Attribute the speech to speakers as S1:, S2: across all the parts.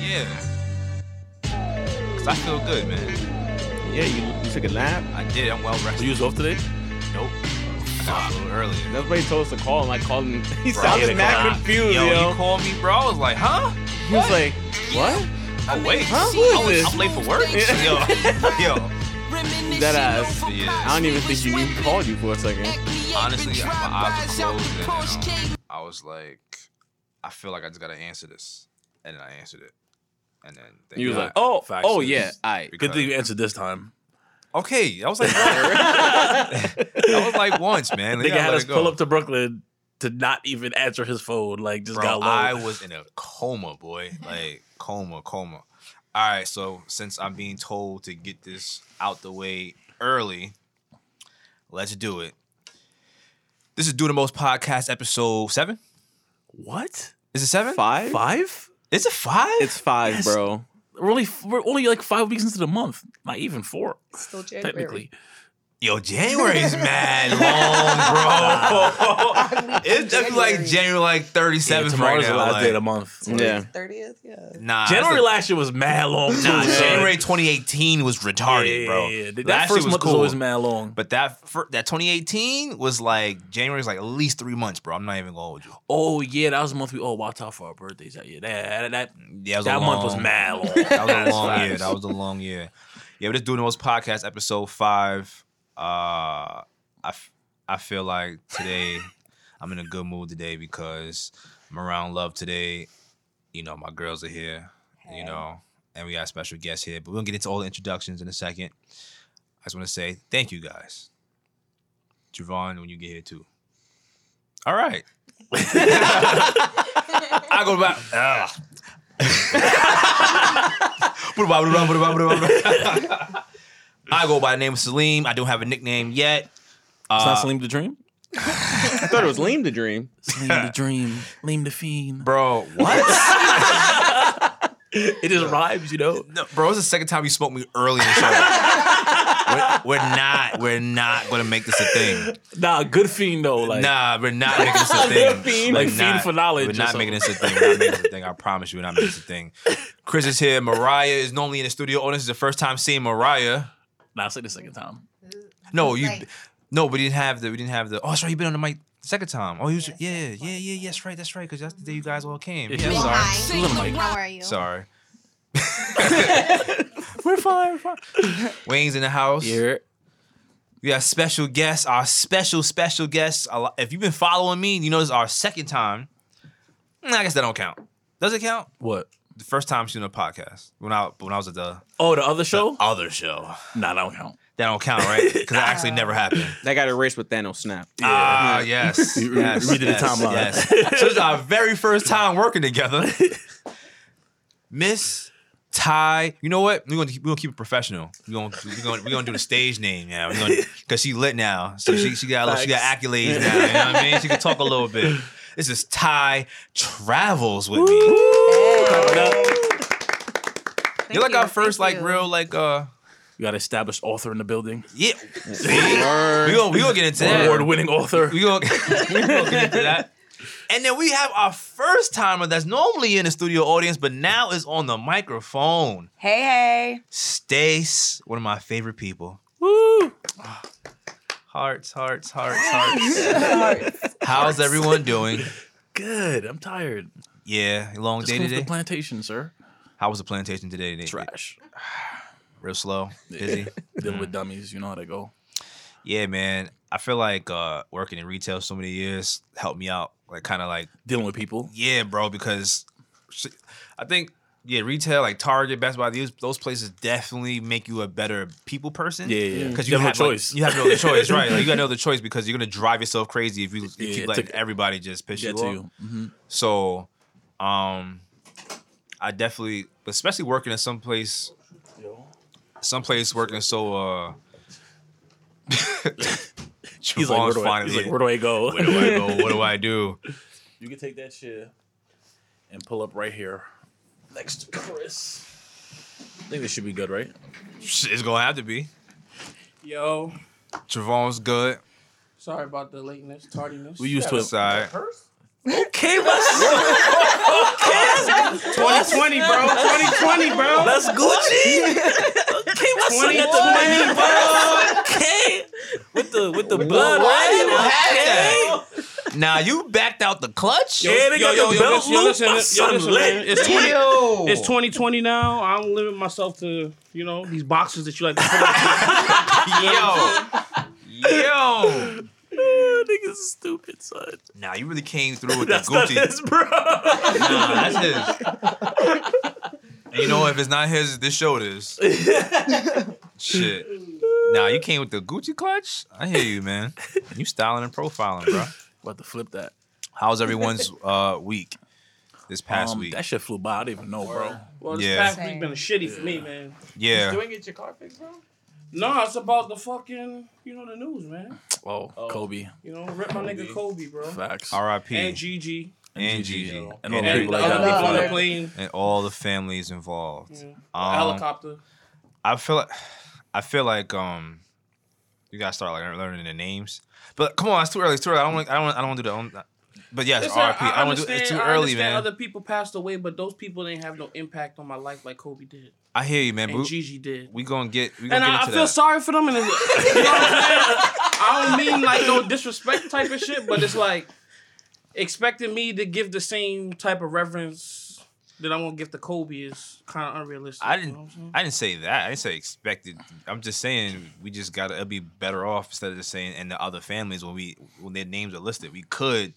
S1: Yeah. Cause I feel good, man.
S2: Yeah, you, you took a nap.
S1: I did. I'm well rested.
S3: You was off today?
S1: Nope. I got up a little earlier.
S2: That's why he told us to call him. I called him. He
S1: Bro,
S2: sounded
S1: eight
S2: mad
S1: o'clock.
S2: confused,
S1: Yo,
S2: yo.
S1: you called me, bro. I was like, huh?
S2: he was like, "What?"
S1: Oh wait,
S2: Huh? Who is
S1: I was,
S2: this?
S1: I'm late for work. Yo, yo.
S2: That ass.
S1: Yeah.
S2: I don't even think he even called you for a second.
S1: Honestly, my eyes were closed, and um, I was like, I feel like I just gotta answer this, and then I answered it, and then thank
S2: You was
S1: God.
S2: like, "Oh,
S3: Facts
S2: oh
S3: is-
S2: yeah, I."
S3: Good thing you answered this time.
S1: okay. I was like, that was like once, man. They
S3: Nigga
S1: gotta
S3: had
S1: let
S3: us
S1: it go.
S3: pull up to Brooklyn to not even answer his phone. Like just
S1: Bro,
S3: got low.
S1: I was in a coma, boy. Like coma, coma. All right, so since I'm being told to get this out the way early, let's do it. This is Do the Most podcast episode seven.
S3: what?
S1: Is it seven?
S2: Five?
S3: Five?
S1: Is it five?
S2: It's five,
S3: Yes.
S2: bro.
S3: We're only we're only like five weeks into the month. Not even four,
S4: Still January.
S3: technically.
S1: Yo, January's mad long, bro. it's definitely like
S4: January.
S1: January like 37th
S3: Yeah,
S1: right
S3: tomorrow's
S1: now.
S3: the last
S1: like-
S3: day of the month.
S2: Yeah.
S4: 30th, yeah.
S1: Nah, that's
S3: January
S1: a-
S3: last year was mad long. too,
S1: nah,
S3: bro.
S1: January 2018 was retarded, bro.
S3: Yeah, yeah, yeah. That
S1: Last year
S3: first
S1: was
S3: month
S1: cool.
S3: was always mad long.
S1: But that fir- that 2018 was like January was like at least three months, bro. I'm not even gonna hold you.
S3: oh yeah, that was the month we all walked out for our birthdays that year. That that, that,
S1: Yeah, it was a
S3: that month was
S1: long-
S3: mad long.
S1: That was a
S3: That's
S1: long year.
S3: facts.
S1: That was a long year. Yeah, we're just doing the most podcast episode five. Uh, I f- I feel like today I'm in a good mood today because I'm around love today. You know, my girls are here. You know, and we got a special guest here, but we're gonna get into all the introductions in a second. I just want to say thank you guys, Javon, when you get here too. All right. I go back. Ah. I go by the name of Salim. I don't have a nickname yet.
S3: It's
S1: Uh,
S3: not Salim the Dream.
S2: I thought it was Lean to Dream.
S3: Salim the Dream. Salim the Fiend.
S1: Bro, what?
S3: It just rhymes, you know.
S1: No, bro, it's the second time you smoked me early in the show. we're, we're not, we're not gonna make this a thing.
S3: Nah, good fiend though. Like
S1: nah, we're not making this a thing.
S3: fiend.
S1: We're
S3: Like fiend for knowledge
S1: We're
S3: or
S1: not making this a thing. We're not making this a thing. I promise you, we're not making this a thing. Chris is here. Mariah is normally in the studio. Oh, this is the first time seeing Mariah.
S3: Nah, I'll say the second time.
S1: No, you.
S4: Right.
S1: No, we didn't have the. We didn't have the. Oh, that's right. You've been on the mic the second time. Oh, you was. Yeah, yeah, yeah, yeah. That's right. That's right. Because that's the day you guys all came.
S3: If
S1: Yeah,
S3: you-
S1: I'm sorry.
S4: Hi.
S3: Little Mike.
S4: How are you?
S1: Sorry.
S3: We're fine, we're fine.
S1: Wayne's in the house.
S3: Yeah.
S1: We got special guests. Our special, special guests. A lot- If you've been following me, you know this is our second time. Nah, I guess that don't count. Does it count?
S3: What?
S1: The first time she on a podcast when I when I was at the
S3: Oh, the other show?
S1: other show.
S3: nah, that don't count.
S1: That don't count, right? Because that actually never happened.
S2: That got erased with Thanos snap.
S1: Ah, yes.
S3: You- you
S1: yes
S3: read the
S1: yes,
S3: timeline.
S1: yes. so this is our very first time working together. Miss Ty, you know what? We're gonna keep, we're gonna keep it professional. We're gonna we're gonna, we're gonna do the stage name now. We're gonna because she lit now, so she she got a little, she got accolades now. You know what I mean? She can talk a little bit. This is Ty travels with me.
S4: Thank
S1: You're like
S4: you.
S1: our first
S4: Thank
S1: like
S4: you.
S1: real like uh
S3: You got established author in the building.
S1: yeah. We gonna we gonna get into that.
S3: Award winning author.
S1: We gonna, we gonna get into that. And then we have our first timer that's normally in the studio audience, but now is on the microphone.
S4: Hey, hey.
S1: Stace, one of my favorite people.
S3: Woo!
S1: Hearts, hearts, hearts, hearts.
S4: Sorry.
S1: How's everyone doing?
S3: Good. I'm tired.
S1: Yeah, long
S3: Just
S1: day
S3: came from the
S1: today.
S3: plantation, sir.
S1: How was the plantation today? today?
S3: Trash.
S1: Real slow, busy.
S3: Dealing with dummies. You know how they go.
S1: Yeah, man. I feel like uh, working in retail so many years helped me out. Like, kind of like
S3: Dealing with people.
S1: Yeah, bro, because sh- I think yeah, retail like Target, Best Buy, these those places definitely make you a better people person.
S3: Yeah, yeah, yeah.
S1: because
S3: You
S1: you
S3: have no
S1: have like,
S3: choice.
S1: you have no other choice, right? Like you got no other choice because you're gonna drive yourself crazy if you, if you
S3: Yeah,
S1: keep
S3: it
S1: letting
S3: took-
S1: everybody just piss
S3: Get
S1: you
S3: to
S1: off.
S3: you. hmm
S1: So, um, I definitely, especially working in some place, some place working so uh.
S3: He's like, where
S1: Javon's
S3: do I,
S1: finally-
S3: he's like, where do I go?
S1: where do I go? What do I do?
S3: You can take that shit and pull up right here next to Chris. I think this should be good, right?
S1: It's gonna have to be.
S5: Yo,
S1: Travon's good.
S5: sorry about the lateness, tardiness.
S3: We used to it.
S1: Side.
S3: Okay, what's okay?
S5: 2020, bro. 2020, bro.
S3: That's Gucci. Okay, what's up at the money, bro? Okay, with the with the blood,
S1: why do you have
S3: right?
S1: that? Now you backed out the clutch.
S3: Yeah, they got the belt
S5: listen,
S3: loop.
S5: listen,
S3: My
S5: yo,
S3: son
S5: listen,
S3: lit.
S5: man. It's 20,
S1: Yo.
S5: It's 2020 now. I'm limiting myself to, you know, these boxes that you like to put on.
S1: Yo. Yo.
S3: Okay, niggas is stupid, son.
S1: Now you really came through with
S3: That's
S1: the
S3: not
S1: Gucci.
S3: his, bro.
S1: Nah, that's his. And you know, if it's not his, this show it is. Shit. Nah, you came with the Gucci clutch. I hear you, man. You styling and profiling, bro.
S3: About to flip that.
S1: How's everyone's uh, week? This past
S3: Um,
S1: week,
S3: That shit flew by. I didn't even know, bro.
S5: Well, this
S1: Yeah.
S5: past week's been shitty for me, man.
S1: yeah.
S6: Doing it your car fix, bro?
S5: No, it's about the fucking, you know, the news, man.
S3: Oh, Kobe.
S5: You know, rip my nigga Kobe, bro.
S3: Facts.
S1: R.I.P.
S5: And Gigi.
S1: and
S3: Gigi.
S1: Gigi
S3: And all the
S5: And
S3: people
S5: the
S3: that
S5: other people on
S3: got
S5: the
S6: Yeah.
S5: plane.
S1: and all the families involved.
S5: Yeah.
S1: Um,
S5: Helicopter.
S1: I feel like I feel like um you gotta start like learning the names. But come on, it's too early. It's too early. I don't. wanna- I don't. wanna- I don't want to do that. on- But yes,
S5: It's
S1: R.I.P.
S5: not-
S1: I, don't want to do. It's too
S5: understand- I
S1: early,
S5: understand
S1: man.
S5: Other people passed away, but those people didn't have no impact on my life like Kobe did
S1: I hear you, man.
S5: and
S1: But we-
S5: Gigi did.
S1: we gonna get. We gonna
S5: And
S1: get
S5: I, I
S1: into
S5: feel
S1: that.
S5: sorry for them. And it's, you know what I'm saying? I don't mean like no disrespect type of shit, but it's like expecting me to give the same type of reverence that I'm gonna give to Kobe is kind of unrealistic.
S1: I
S5: you
S1: didn't.
S5: know what I'm saying?
S1: I didn't say that. I didn't say expected. I'm just saying we just gotta it'd be better off instead of just saying and the other families when we when their names are listed. We could,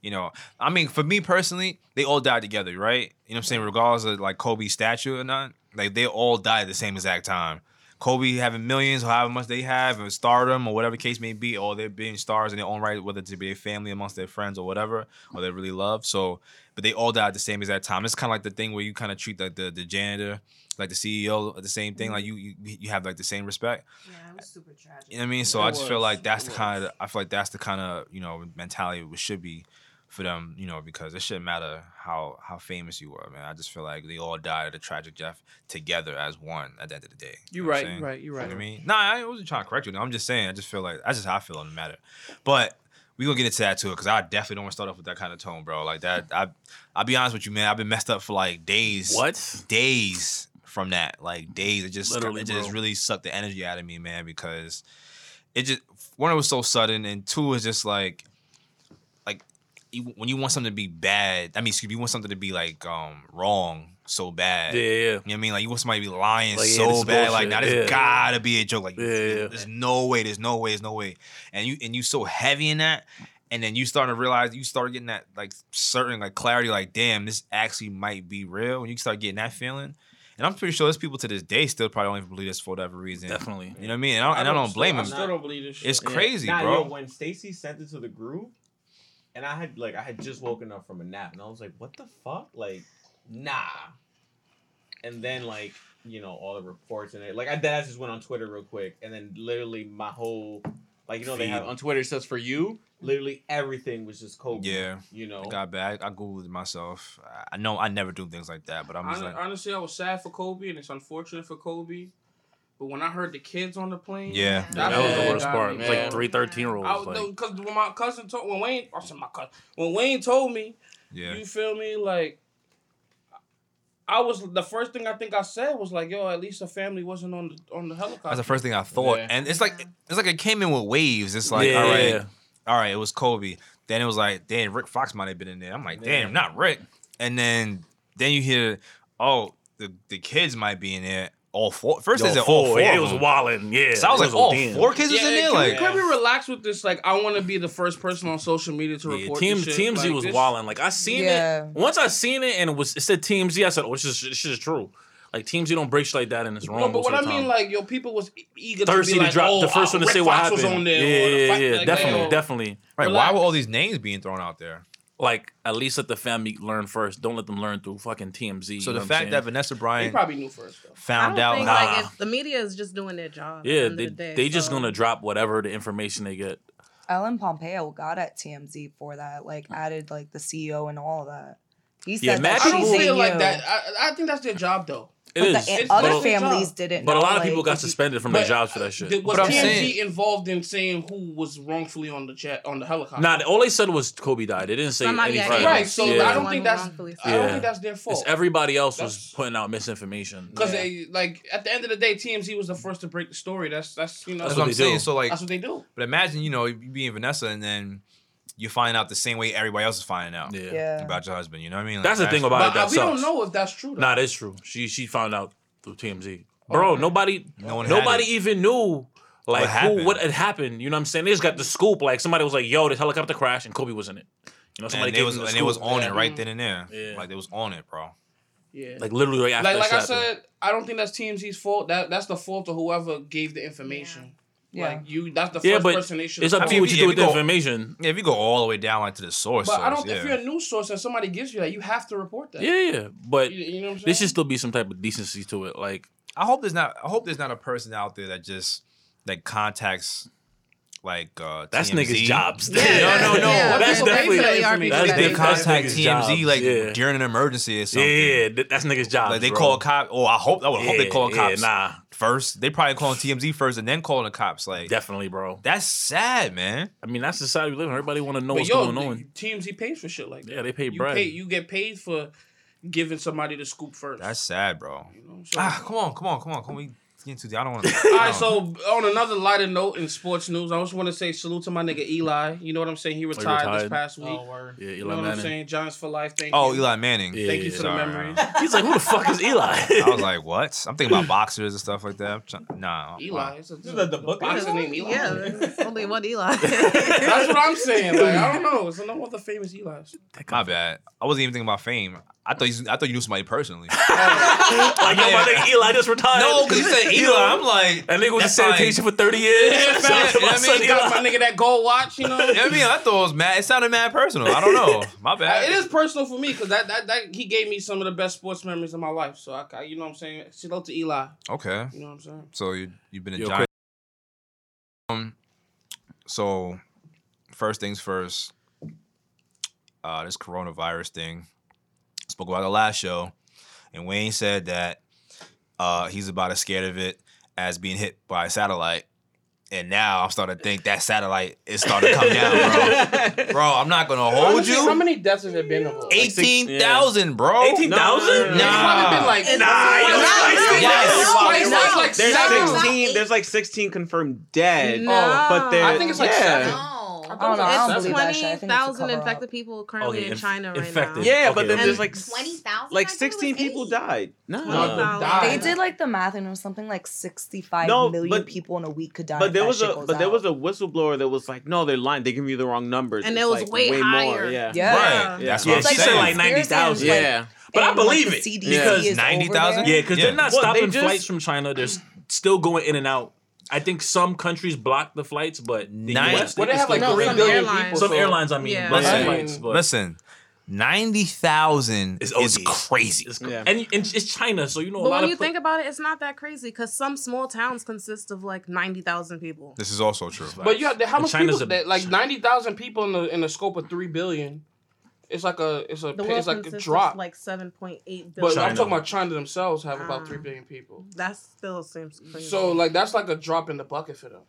S1: you know. I mean, for me personally, they all died together, right? You know what I'm saying? Regardless of like Kobe's statue or not, like they all died at the same exact time. Kobe having millions, or however much they have, and stardom or whatever the case may be, or they're being stars in their own right, whether to be their family amongst their friends or whatever, or they really love. So, but they all died at the same exact time. It's kind of like the thing where you kind of treat like the the janitor, like the CEO, uh, the same thing. Like you you you have like the same respect.
S6: Yeah, it was super tragic.
S1: You know what I mean? So I just feel
S5: was.
S1: like that's
S5: It
S1: the kind of I feel like that's the kind of you know mentality it should be for them. You know because it shouldn't matter how how famous you were, man. I just feel like they all died at a tragic death together as one at the end of the day.
S5: You're
S1: know what I'm
S5: right,
S1: saying?
S5: you're right, you're right.
S1: You know what I mean, nah, I wasn't trying to correct you. No, I'm just saying. I just feel like that's just how I feel on the matter. But we gonna get into that too, because I definitely don't want to start off with that kind of tone, bro. Like that, I I'll be honest with you, man. I've been messed up for like days
S3: What?
S1: days from that. Like days. It just
S3: Literally,
S1: it just
S3: bro.
S1: really sucked the energy out of me, man, because it just one, it was so sudden, and two, it's just like like you, when you want something to be bad, I mean excuse me, you want something to be like um wrong so bad.
S3: Yeah, yeah.
S1: You know what I mean? Like you want somebody to be lying
S3: Like, yeah,
S1: so
S3: this is
S1: bad. Like
S3: bullshit.
S1: now there's
S3: Yeah.
S1: gotta be a joke. Like
S3: Yeah, yeah.
S1: there's no way, there's no way, there's no way. And you and you so heavy in that, and then you start to realize you start getting that like certain like clarity, like, damn, this actually might be real. And you start getting that feeling. And I'm pretty sure there's people to this day still probably don't even believe this for whatever reason.
S3: Definitely.
S1: You know what I mean? And I don't, and I don't blame
S5: I
S1: them.
S5: still don't believe this. Shit.
S1: It's
S5: Yeah.
S1: crazy,
S6: Nah, yo,
S1: bro.
S6: when Stacy sent it to the group, and I had like I had just woken up from a nap, and I was like, "What the fuck?" Like, nah. And then like you know all the reports and it, like I then I just went on Twitter real quick, and then literally my whole like you know they have
S1: Feed.
S6: on Twitter it says for you. Literally everything was just Kobe.
S1: Yeah.
S6: you know.
S1: I got back. I googled it myself. I- I know I never do things like that, but I'm just
S5: Hon-
S1: like,
S5: honestly, I was sad for Kobe, and it's unfortunate for Kobe. But when I heard the kids on the plane,
S1: yeah.
S5: That
S3: That was the
S5: Yeah,
S3: worst
S5: got
S3: part.
S5: me,
S3: It was like
S5: man.
S3: three 13 year
S5: I
S3: olds.
S5: was
S3: Like,
S5: because when my cousin told when Wayne, I said my cousin when Wayne told me,
S1: Yeah.
S5: you feel me, like. I was the first thing I think I said was like, "Yo, at least the family wasn't on the on the helicopter."
S1: That's the first thing I thought.
S3: Yeah.
S1: And it's like it's like it came in with waves. It's like, all right, all right, it was Kobe. Then it was like, damn, Rick Fox might have been in there. I'm like, damn, not Rick. And then then you hear, oh, the, the kids might be in there. All four. First, they
S3: Yo,
S1: said all four.
S3: yeah,
S1: of
S3: it was
S1: them.
S3: wildin'. Yeah,
S1: So I was
S3: it
S1: like, all
S3: damn.
S1: four kids was in
S5: yeah,
S1: there.
S5: can,
S1: Like,
S5: we, can we relax with this? Like, I want to be the first person on social media to
S3: Yeah,
S5: report
S3: Team
S5: this shit.
S3: TMZ
S5: Like,
S3: was
S5: this-
S3: wildin'. Like I seen
S4: Yeah.
S3: it once. I seen it and it was it said TMZ. I said, "Oh, this is this is true." Like TMZ don't break shit like that and it's wrong.
S5: No, but
S3: most
S5: what
S3: of
S5: I
S3: the
S5: mean,
S3: time.
S5: like, yo, people was e- eager
S3: thirsty
S5: to,
S3: to,
S5: be like,
S3: drop
S5: oh,
S3: the first one to
S5: Rick
S3: say what
S5: Fox
S3: happened.
S5: Was on there, or the
S3: yeah, yeah,
S5: fight-
S3: yeah,
S5: like,
S3: definitely,
S5: yo,
S3: definitely.
S1: right, why were
S5: relax.
S1: all these names being thrown out there?
S3: Like at least let the family learn first. Don't let them learn through fucking TMZ. you
S1: So the
S3: know what I'm
S1: fact
S3: saying?
S1: that Vanessa
S5: He
S1: Bryant
S5: probably knew first though.
S7: I
S1: found
S7: don't
S1: out,
S7: think,
S1: nah,
S7: like, it's, the media is just doing their job. at the
S3: yeah,
S7: end of
S3: they
S7: the day,
S3: they just
S7: so-
S3: gonna drop whatever the information they get.
S4: Ellen Pompeo got at TMZ for that, like added like the CEO and all of that. He said
S3: Yeah,
S4: that
S3: Matt
S5: I
S4: she's
S5: don't
S3: People-
S4: the
S5: feel like
S4: CEO.
S5: that. I, I think that's their job though.
S3: It
S4: but
S3: is.
S4: the
S5: It's
S4: other
S3: but, a-
S4: families didn't.
S3: but a
S4: know,
S3: lot of
S4: like,
S3: people got
S4: if you-
S3: suspended from their
S5: But-
S3: jobs for that shit.
S5: Did, was
S1: But I'm
S5: TMZ
S1: saying-
S5: involved in saying who was wrongfully on the chat on the helicopter?
S3: Nah, all they said was Kobe died. They didn't say
S7: Somebody
S3: any
S7: got
S5: Right,
S3: friends.
S7: hit.
S5: so
S7: She's the
S5: I
S3: yeah.
S5: don't
S7: one
S5: think
S7: who
S5: that's-
S7: wrongfully
S5: I don't
S3: Yeah.
S5: think that's their fault.
S3: It's everybody else was
S5: That's-
S3: putting out misinformation.
S5: Because
S6: Yeah.
S5: they like at the end of the day, TMZ was the first to break the story. That's that's you know
S3: That's
S5: that's,
S1: what,
S3: what
S1: I'm
S3: they
S1: saying.
S3: do.
S1: So like,
S5: what they do.
S1: but imagine you know you being Vanessa and then you find out the same way everybody else is finding out
S3: Yeah.
S4: Yeah.
S1: about your husband. You know what I mean? Like,
S3: That's the thing about-
S5: But
S3: that
S5: uh, we don't
S3: sucks.
S5: know if that's true. Though.
S3: Nah, that's true. She she found out through TMZ. Bro,
S5: Okay.
S3: nobody
S1: No one had
S3: nobody
S1: it.
S3: even knew
S1: What
S3: like who
S1: happened.
S3: what had happened. You know what I'm saying? They just got the scoop. Like somebody was like, yo, this helicopter crash and Kobe was in it. You know, somebody
S1: and
S3: gave
S1: it was
S3: them the
S1: and it was
S3: scoop.
S1: on
S3: Yeah.
S1: it right then and there.
S3: Yeah.
S1: Like it was on it, bro.
S5: Yeah.
S3: Like literally right after
S5: like like
S3: that
S5: I
S3: shit happened.
S5: said, I don't think that's TMZ's fault. That that's the fault of whoever gave the information.
S4: Yeah.
S5: Like you, that's the first
S3: Yeah, but
S5: person they should.
S3: It's up
S1: I
S3: to
S1: mean,
S3: you what
S1: if you-
S3: you do
S1: if
S3: with
S1: you
S3: the
S1: go-
S3: information.
S1: Yeah, if you go all the way down like to the source,
S5: But I
S1: source,
S5: don't.
S1: yeah.
S5: If you're a news source and somebody gives you that, you have to report that.
S3: Yeah, yeah. But
S5: You, you know what I'm saying?
S3: there should still be some type of decency to it. Like
S1: I hope there's not. I hope there's not a person out there that just that contacts like uh,
S3: that's
S1: TMZ.
S3: niggas jobs.
S5: Yeah.
S3: No, no, no.
S5: Yeah.
S3: That's
S5: People
S3: definitely
S5: pay for
S7: They
S5: that
S7: are
S5: information.
S7: people
S3: That's
S1: They
S3: Yeah,
S1: contact
S3: niggas'
S1: TMZ
S3: jobs,
S1: like
S3: yeah.
S1: during an emergency or something.
S3: Yeah, th- that's niggas' jobs.
S1: Like they
S3: bro.
S1: call a cop. Oh, I hope. I would hope they
S3: Yeah,
S1: call
S3: yeah,
S1: cops
S3: Nah,
S1: first. They probably calling TMZ first and then calling the cops. Like
S3: definitely, bro.
S1: that's sad, man.
S3: I mean, that's the society we live in. Everybody want to know
S5: But
S3: what's
S5: yo,
S3: going on.
S5: TMZ pays for shit like that.
S3: Yeah, they pay
S5: you
S3: bread.
S5: Pay, you get paid for giving somebody the scoop first.
S1: That's sad, bro.
S5: you know. So,
S1: Ah, come on, come on, come on, come on. We get into the. I don't want
S5: all
S1: to.
S5: right. So on another lighter note in sports news, I just want to say salute to my nigga Eli. You know what I'm saying? He retired,
S3: retired.
S5: this past week.
S6: Oh, word.
S3: Yeah,
S5: you
S3: Eli
S5: know what I'm
S3: Manning.
S5: saying? Giants for life. Thank
S1: Oh,
S5: you.
S1: Eli Manning.
S3: Yeah.
S5: Thank you for the
S1: Sorry,
S5: memory.
S1: man.
S3: He's like, who the fuck is Eli?
S1: I was like, what? I'm thinking about boxers and stuff like that. I'm trying, nah.
S5: Eli. It's a, it's
S6: that the book
S5: boxer named Eli.
S7: Yeah, there's only one Eli.
S3: Oh,
S5: That's what I'm saying. Like I don't know. It's no other famous Eli's.
S1: My bad. I wasn't even thinking about fame. I thought you, I thought you knew somebody personally.
S3: like, yo, my nigga Eli just retired.
S1: no, because you said Eli. I'm like,
S3: That nigga was in
S1: that's like-
S3: sanitation for 30 years.
S5: Yeah,
S3: Shout out to
S1: you know
S3: my
S1: what I
S3: son
S1: mean?
S5: Got
S3: Eli.
S5: my nigga that gold watch. You know.
S1: You know what I mean, I thought it was mad. It sounded mad personal. I don't know. My
S5: Uh,
S1: bad.
S5: It is personal for me because that, that that he gave me some of the best sports memories of my life. So I, I- you know what I'm saying. Shout out to Eli.
S1: Okay.
S5: You know what I'm saying.
S1: So you you've been a
S3: Yo,
S1: giant. Um. So, first things first. Uh, this coronavirus thing spoke about the last show, and Wayne said that uh, he's about as scared of it as being hit by a satellite. And now I'm starting to think that satellite is starting to come down, bro. bro, I'm not gonna hold
S5: Honestly, How
S1: you.
S5: many deaths has there been? Of all?
S3: Eight-
S1: Eighteen thousand, bro.
S3: 18,000?
S5: It's probably been like
S3: Nah, yo,
S1: spicy.
S5: Yes.
S1: No,
S5: Spicy,
S1: no.
S5: it's like
S6: There's
S5: seven.
S7: six-
S6: 16. There's like 16 confirmed dead.
S7: No.
S6: But there.
S5: I think it's like seven.
S7: No.
S4: I don't know. I don't
S7: It's
S4: believe that shit. I think it's a
S7: 20,000
S4: cover-up.
S7: infected people currently
S3: Okay,
S7: in
S3: inf-
S7: China right
S3: infected.
S7: now.
S6: Yeah,
S3: Okay,
S6: but then
S3: okay.
S6: there's like s-
S8: twenty thousand.
S6: like 16 people died. No.
S5: No, the
S7: Wow.
S5: die.
S4: They did like the math, and it was something like sixty-five
S6: No,
S4: million
S6: but-
S4: people in a week could die.
S6: But
S4: if
S6: there
S4: that
S6: was
S4: shit
S6: a
S4: goes
S6: but there
S4: out.
S6: was a whistleblower that was like, no, they're lying. They give me the wrong numbers.
S7: And
S6: It's,
S7: it was
S6: like,
S7: way higher.
S6: Yeah.
S4: Yeah.
S1: Right.
S7: Yeah.
S1: That's
S3: Yeah,
S1: what I'm
S3: she
S1: saying.
S3: said like
S4: Conspiracy
S3: 90,000.
S4: is, like,
S6: Yeah.
S3: But I
S4: and, like,
S3: believe
S4: the
S3: it,
S4: CDC
S6: because
S4: is over
S1: 90,000?
S4: there.
S3: Yeah, because
S1: Yeah.
S3: they're not
S6: Well, they
S3: stopping
S6: just-
S3: flights from China. They're s- still going in and out. I think some countries block the flights, but the
S1: Nine-
S3: US,
S5: Well, they
S3: can
S5: have like
S3: still
S5: three
S3: go in.
S7: some
S5: billion
S7: airlines.
S5: people.
S3: Some
S5: so-
S3: airlines, I mean,
S7: Yeah.
S3: block the
S1: Listen.
S3: flights, but
S1: Listen, ninety thousand
S3: It's
S1: is,
S3: ODs.
S1: crazy.
S3: It's
S6: Yeah.
S3: and, and it's China, so you know a
S7: But
S3: lot
S7: when
S3: of
S7: you
S3: pla-
S7: think about it, it's not that crazy because some small towns consist of like 90,000 people.
S1: This is also true.
S5: But you have how
S3: And
S5: much
S3: China's
S5: people?
S3: a-
S5: that, like ninety thousand people in the in the scope of three billion. It's like a it's a
S7: The world
S5: it's like a
S7: consists
S5: drop.
S7: of like 7.8 billion.
S5: but
S3: China.
S5: I'm talking about China themselves have about
S7: Ah.
S5: three billion people.
S7: that still seems crazy.
S5: So like that's like a drop in the bucket for them.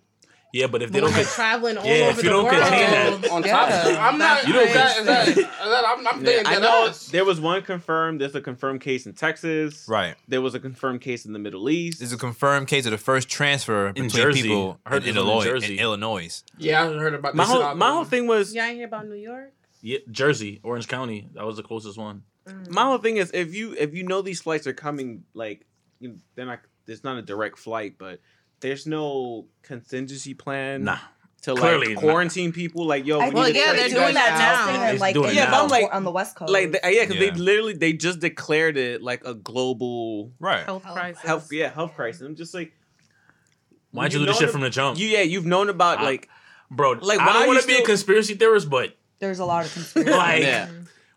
S3: yeah, but if
S7: But
S3: they don't,
S7: when you're traveling all
S3: Yeah, if
S7: over
S3: you
S7: the
S3: don't
S7: world.
S3: contain that-
S5: on top of it. I'm not.
S3: You
S5: You
S3: don't
S5: know, is that, is that, is that, I'm, I'm
S6: Yeah,
S5: thinking
S6: I
S5: that
S6: know
S5: that's-
S6: there was one confirmed. There's a confirmed case in Texas.
S1: right.
S6: There was a confirmed case in the Middle East.
S1: It's a confirmed case of the first transfer between
S3: Jersey.
S1: people
S3: I heard
S1: in,
S3: it was in
S1: Illinois,
S3: Jersey.
S1: in Illinois.
S5: Yeah, I heard about
S6: my
S5: this
S6: whole
S5: album.
S6: my whole thing was
S7: Y'all ain't hear about New York?
S3: yeah, Jersey, Orange County, that was the closest one.
S6: my whole thing is if you if you know these flights are coming, like you, they're not. There's not a direct flight, but there's no contingency plan
S3: Nah,
S6: to like
S3: Clearly not.
S6: quarantine people. Like yo,
S4: I
S6: we
S7: Well,
S6: need
S4: think
S6: to
S7: yeah,
S6: trace
S4: they
S7: they're
S4: did
S6: you guys
S7: doing that
S4: that
S7: now.
S4: thing
S3: It's
S4: in, like,
S3: doing
S4: the
S3: it Yeah, but I'm
S4: airport
S6: like-
S4: on the West Coast.
S6: like they, yeah, because they
S1: Yeah.
S6: literally they just declared it like a global
S1: Right.
S5: Oh.
S7: Health
S8: Health-
S7: crisis.
S6: health yeah health crisis. I'm just like
S3: why'd you,
S6: You
S3: do this
S6: know
S3: shit
S6: the-
S3: from the jump,
S6: you yeah you've known about
S3: Um, I-
S6: like
S3: bro? Like,
S6: Like,
S3: I
S6: why
S3: don't
S6: are
S3: want to
S6: you
S3: be a
S6: still-
S3: conspiracy theorist, but
S4: There's a lot of conspiracy.
S3: Like-
S6: yeah.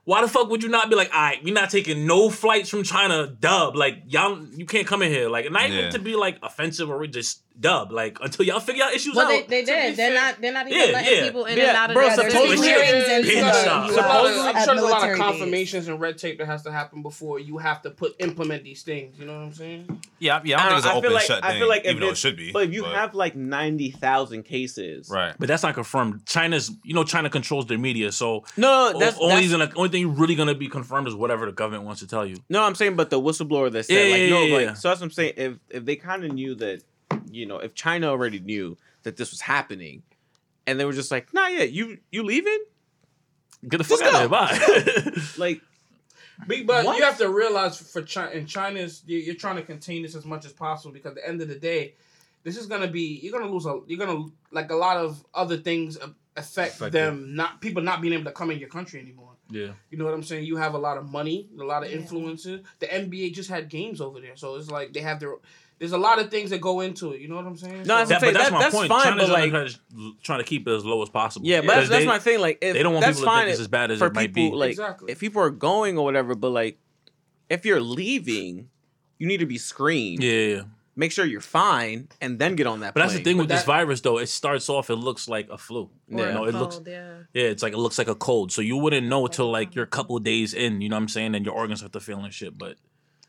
S3: why the fuck would you not be like, all right, we're not taking no flights from China, dub? Like, y'all, you can't come in here. Like, not
S1: Yeah.
S3: even to be like offensive or just dub. Like until y'all figure out issues
S7: Well,
S3: out.
S7: they, they
S5: to be
S7: did. They're
S5: fair-
S7: not. They're not even
S3: Yeah,
S7: letting
S3: yeah.
S7: people in
S2: Yeah,
S7: and out of
S2: bro,
S7: the
S4: Yeah, there's
S2: supposedly-
S4: been hearings and
S3: Pin
S4: stuff.
S3: shop.
S4: You out
S5: Supposedly, I'm
S4: at
S5: sure there's a lot of
S4: military bases.
S5: confirmations and red tape that has to happen before you have to put implement these things. You know what I'm saying?
S1: Yeah, yeah. I
S9: I
S1: don't think it's an
S9: don't- I
S1: open
S9: feel
S1: and
S9: like-
S1: shut
S9: I
S1: thing.
S9: feel like if
S1: even though it
S9: it's-
S1: should be.
S9: But if you have like ninety thousand cases,
S1: right,
S3: but that's not confirmed. China's, you know, China controls their media, so
S2: No,
S3: o-
S2: no, that's
S3: only
S2: that's-
S3: gonna only thing really gonna be confirmed is whatever the government wants to tell you.
S2: No, I'm saying, but the whistleblower that said,
S3: Yeah,
S2: like,
S3: yeah,
S2: no,
S3: yeah,
S2: like,
S3: yeah.
S2: so that's what I'm saying. If if they kind of knew that, you know, if China already knew that this was happening, and they were just like, nah, yeah, you you leaving?
S3: Get the fuck
S2: Just
S3: out of here. Bye.
S2: Like,
S5: But, but
S2: What?
S5: you have to realize for China, and China's, you- you're trying to contain this as much as possible because at the end of the day, this is gonna be you're gonna lose a you're gonna like a lot of other things a- affect
S1: Affect
S5: them not people not being able to come in your country anymore.
S3: yeah.
S5: You know what I'm saying? You have a lot of money, a lot of
S4: Yeah.
S5: influences. The NBA just had games over there, so it's like they have their. There's a lot of things that go into it. You know what I'm saying?
S2: No, that's
S5: So-
S2: what I'm
S3: That- but
S2: saying,
S3: that's
S2: that-
S3: my
S2: that's
S3: point.
S2: fine,
S3: China's
S2: but, like-
S3: only trying to- trying to keep it as low as possible.
S2: yeah, but that's, that's
S3: They-
S2: my thing. Like, if,
S3: they don't want
S2: that's
S3: people to
S2: fine
S3: think it's as bad as
S2: for
S3: it might
S2: people,
S3: be.
S2: like,
S5: Exactly.
S2: if people are going or whatever, but like, if you're leaving, you need to be screened.
S3: yeah, yeah, yeah.
S2: Make sure you're fine, and then get on that.
S3: But that's the
S2: plane.
S3: thing with this
S5: that-
S3: virus, though. It starts off, it looks like a flu.
S2: Yeah.
S3: You know, it looks,
S7: Cold, yeah.
S3: yeah, it's like it looks like a cold. So you wouldn't know until like you're a couple of days in. You know what I'm saying? And your organs start to feel and shit. But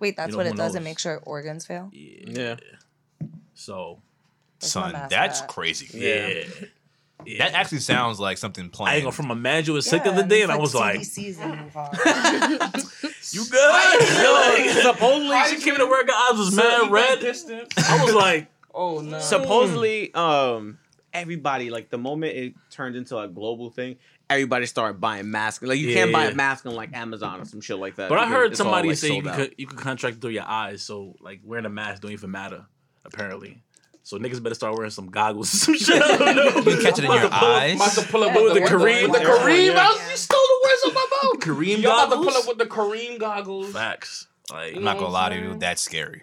S4: Wait, that's
S3: know,
S4: what
S3: who
S4: it does. It
S3: knows?
S4: makes sure organs fail.
S3: yeah,
S2: Yeah,
S3: so
S4: That's my
S1: son,
S4: mask
S1: that's
S4: at.
S1: crazy.
S3: yeah.
S2: Yeah.
S3: Yeah.
S1: That actually sounds like something
S3: I ain't
S1: planned.
S3: gonna from a man you was sick the
S4: Yeah,
S3: other day, and
S4: it's
S3: I was
S4: TV
S3: like,
S4: season
S3: "You good?" Yo, supposedly
S5: Why
S3: she
S5: did
S3: came
S5: you-
S3: to work. I was mad red.
S5: distance.
S3: I was like,
S5: Oh no.
S2: supposedly um everybody like the moment it turned into a global thing everybody started buying masks like you
S3: Yeah,
S2: can't buy
S3: yeah.
S2: a mask on like amazon or some shit like that
S3: But I
S2: because
S3: heard
S2: it's all,
S3: somebody
S2: like,
S3: say you
S2: sold
S3: can,
S2: out.
S3: co- you can contract through your eyes, so like wearing a mask don't even matter, apparently. So niggas better start wearing some goggles or some shit. I don't know.
S1: You catch it in your eyes.
S5: about to pull up
S4: Yeah,
S5: with the,
S4: the
S5: Kareem.
S4: window.
S5: The
S2: Yeah.
S5: Kareem,
S2: Yeah.
S5: I was, you stole the words out my mouth.
S3: Kareem
S5: You're about to pull
S3: goggles?
S5: up with the Kareem goggles. And
S3: Facts. Like
S1: I'm not gonna lie to
S5: Mm-hmm.
S1: you, that's scary.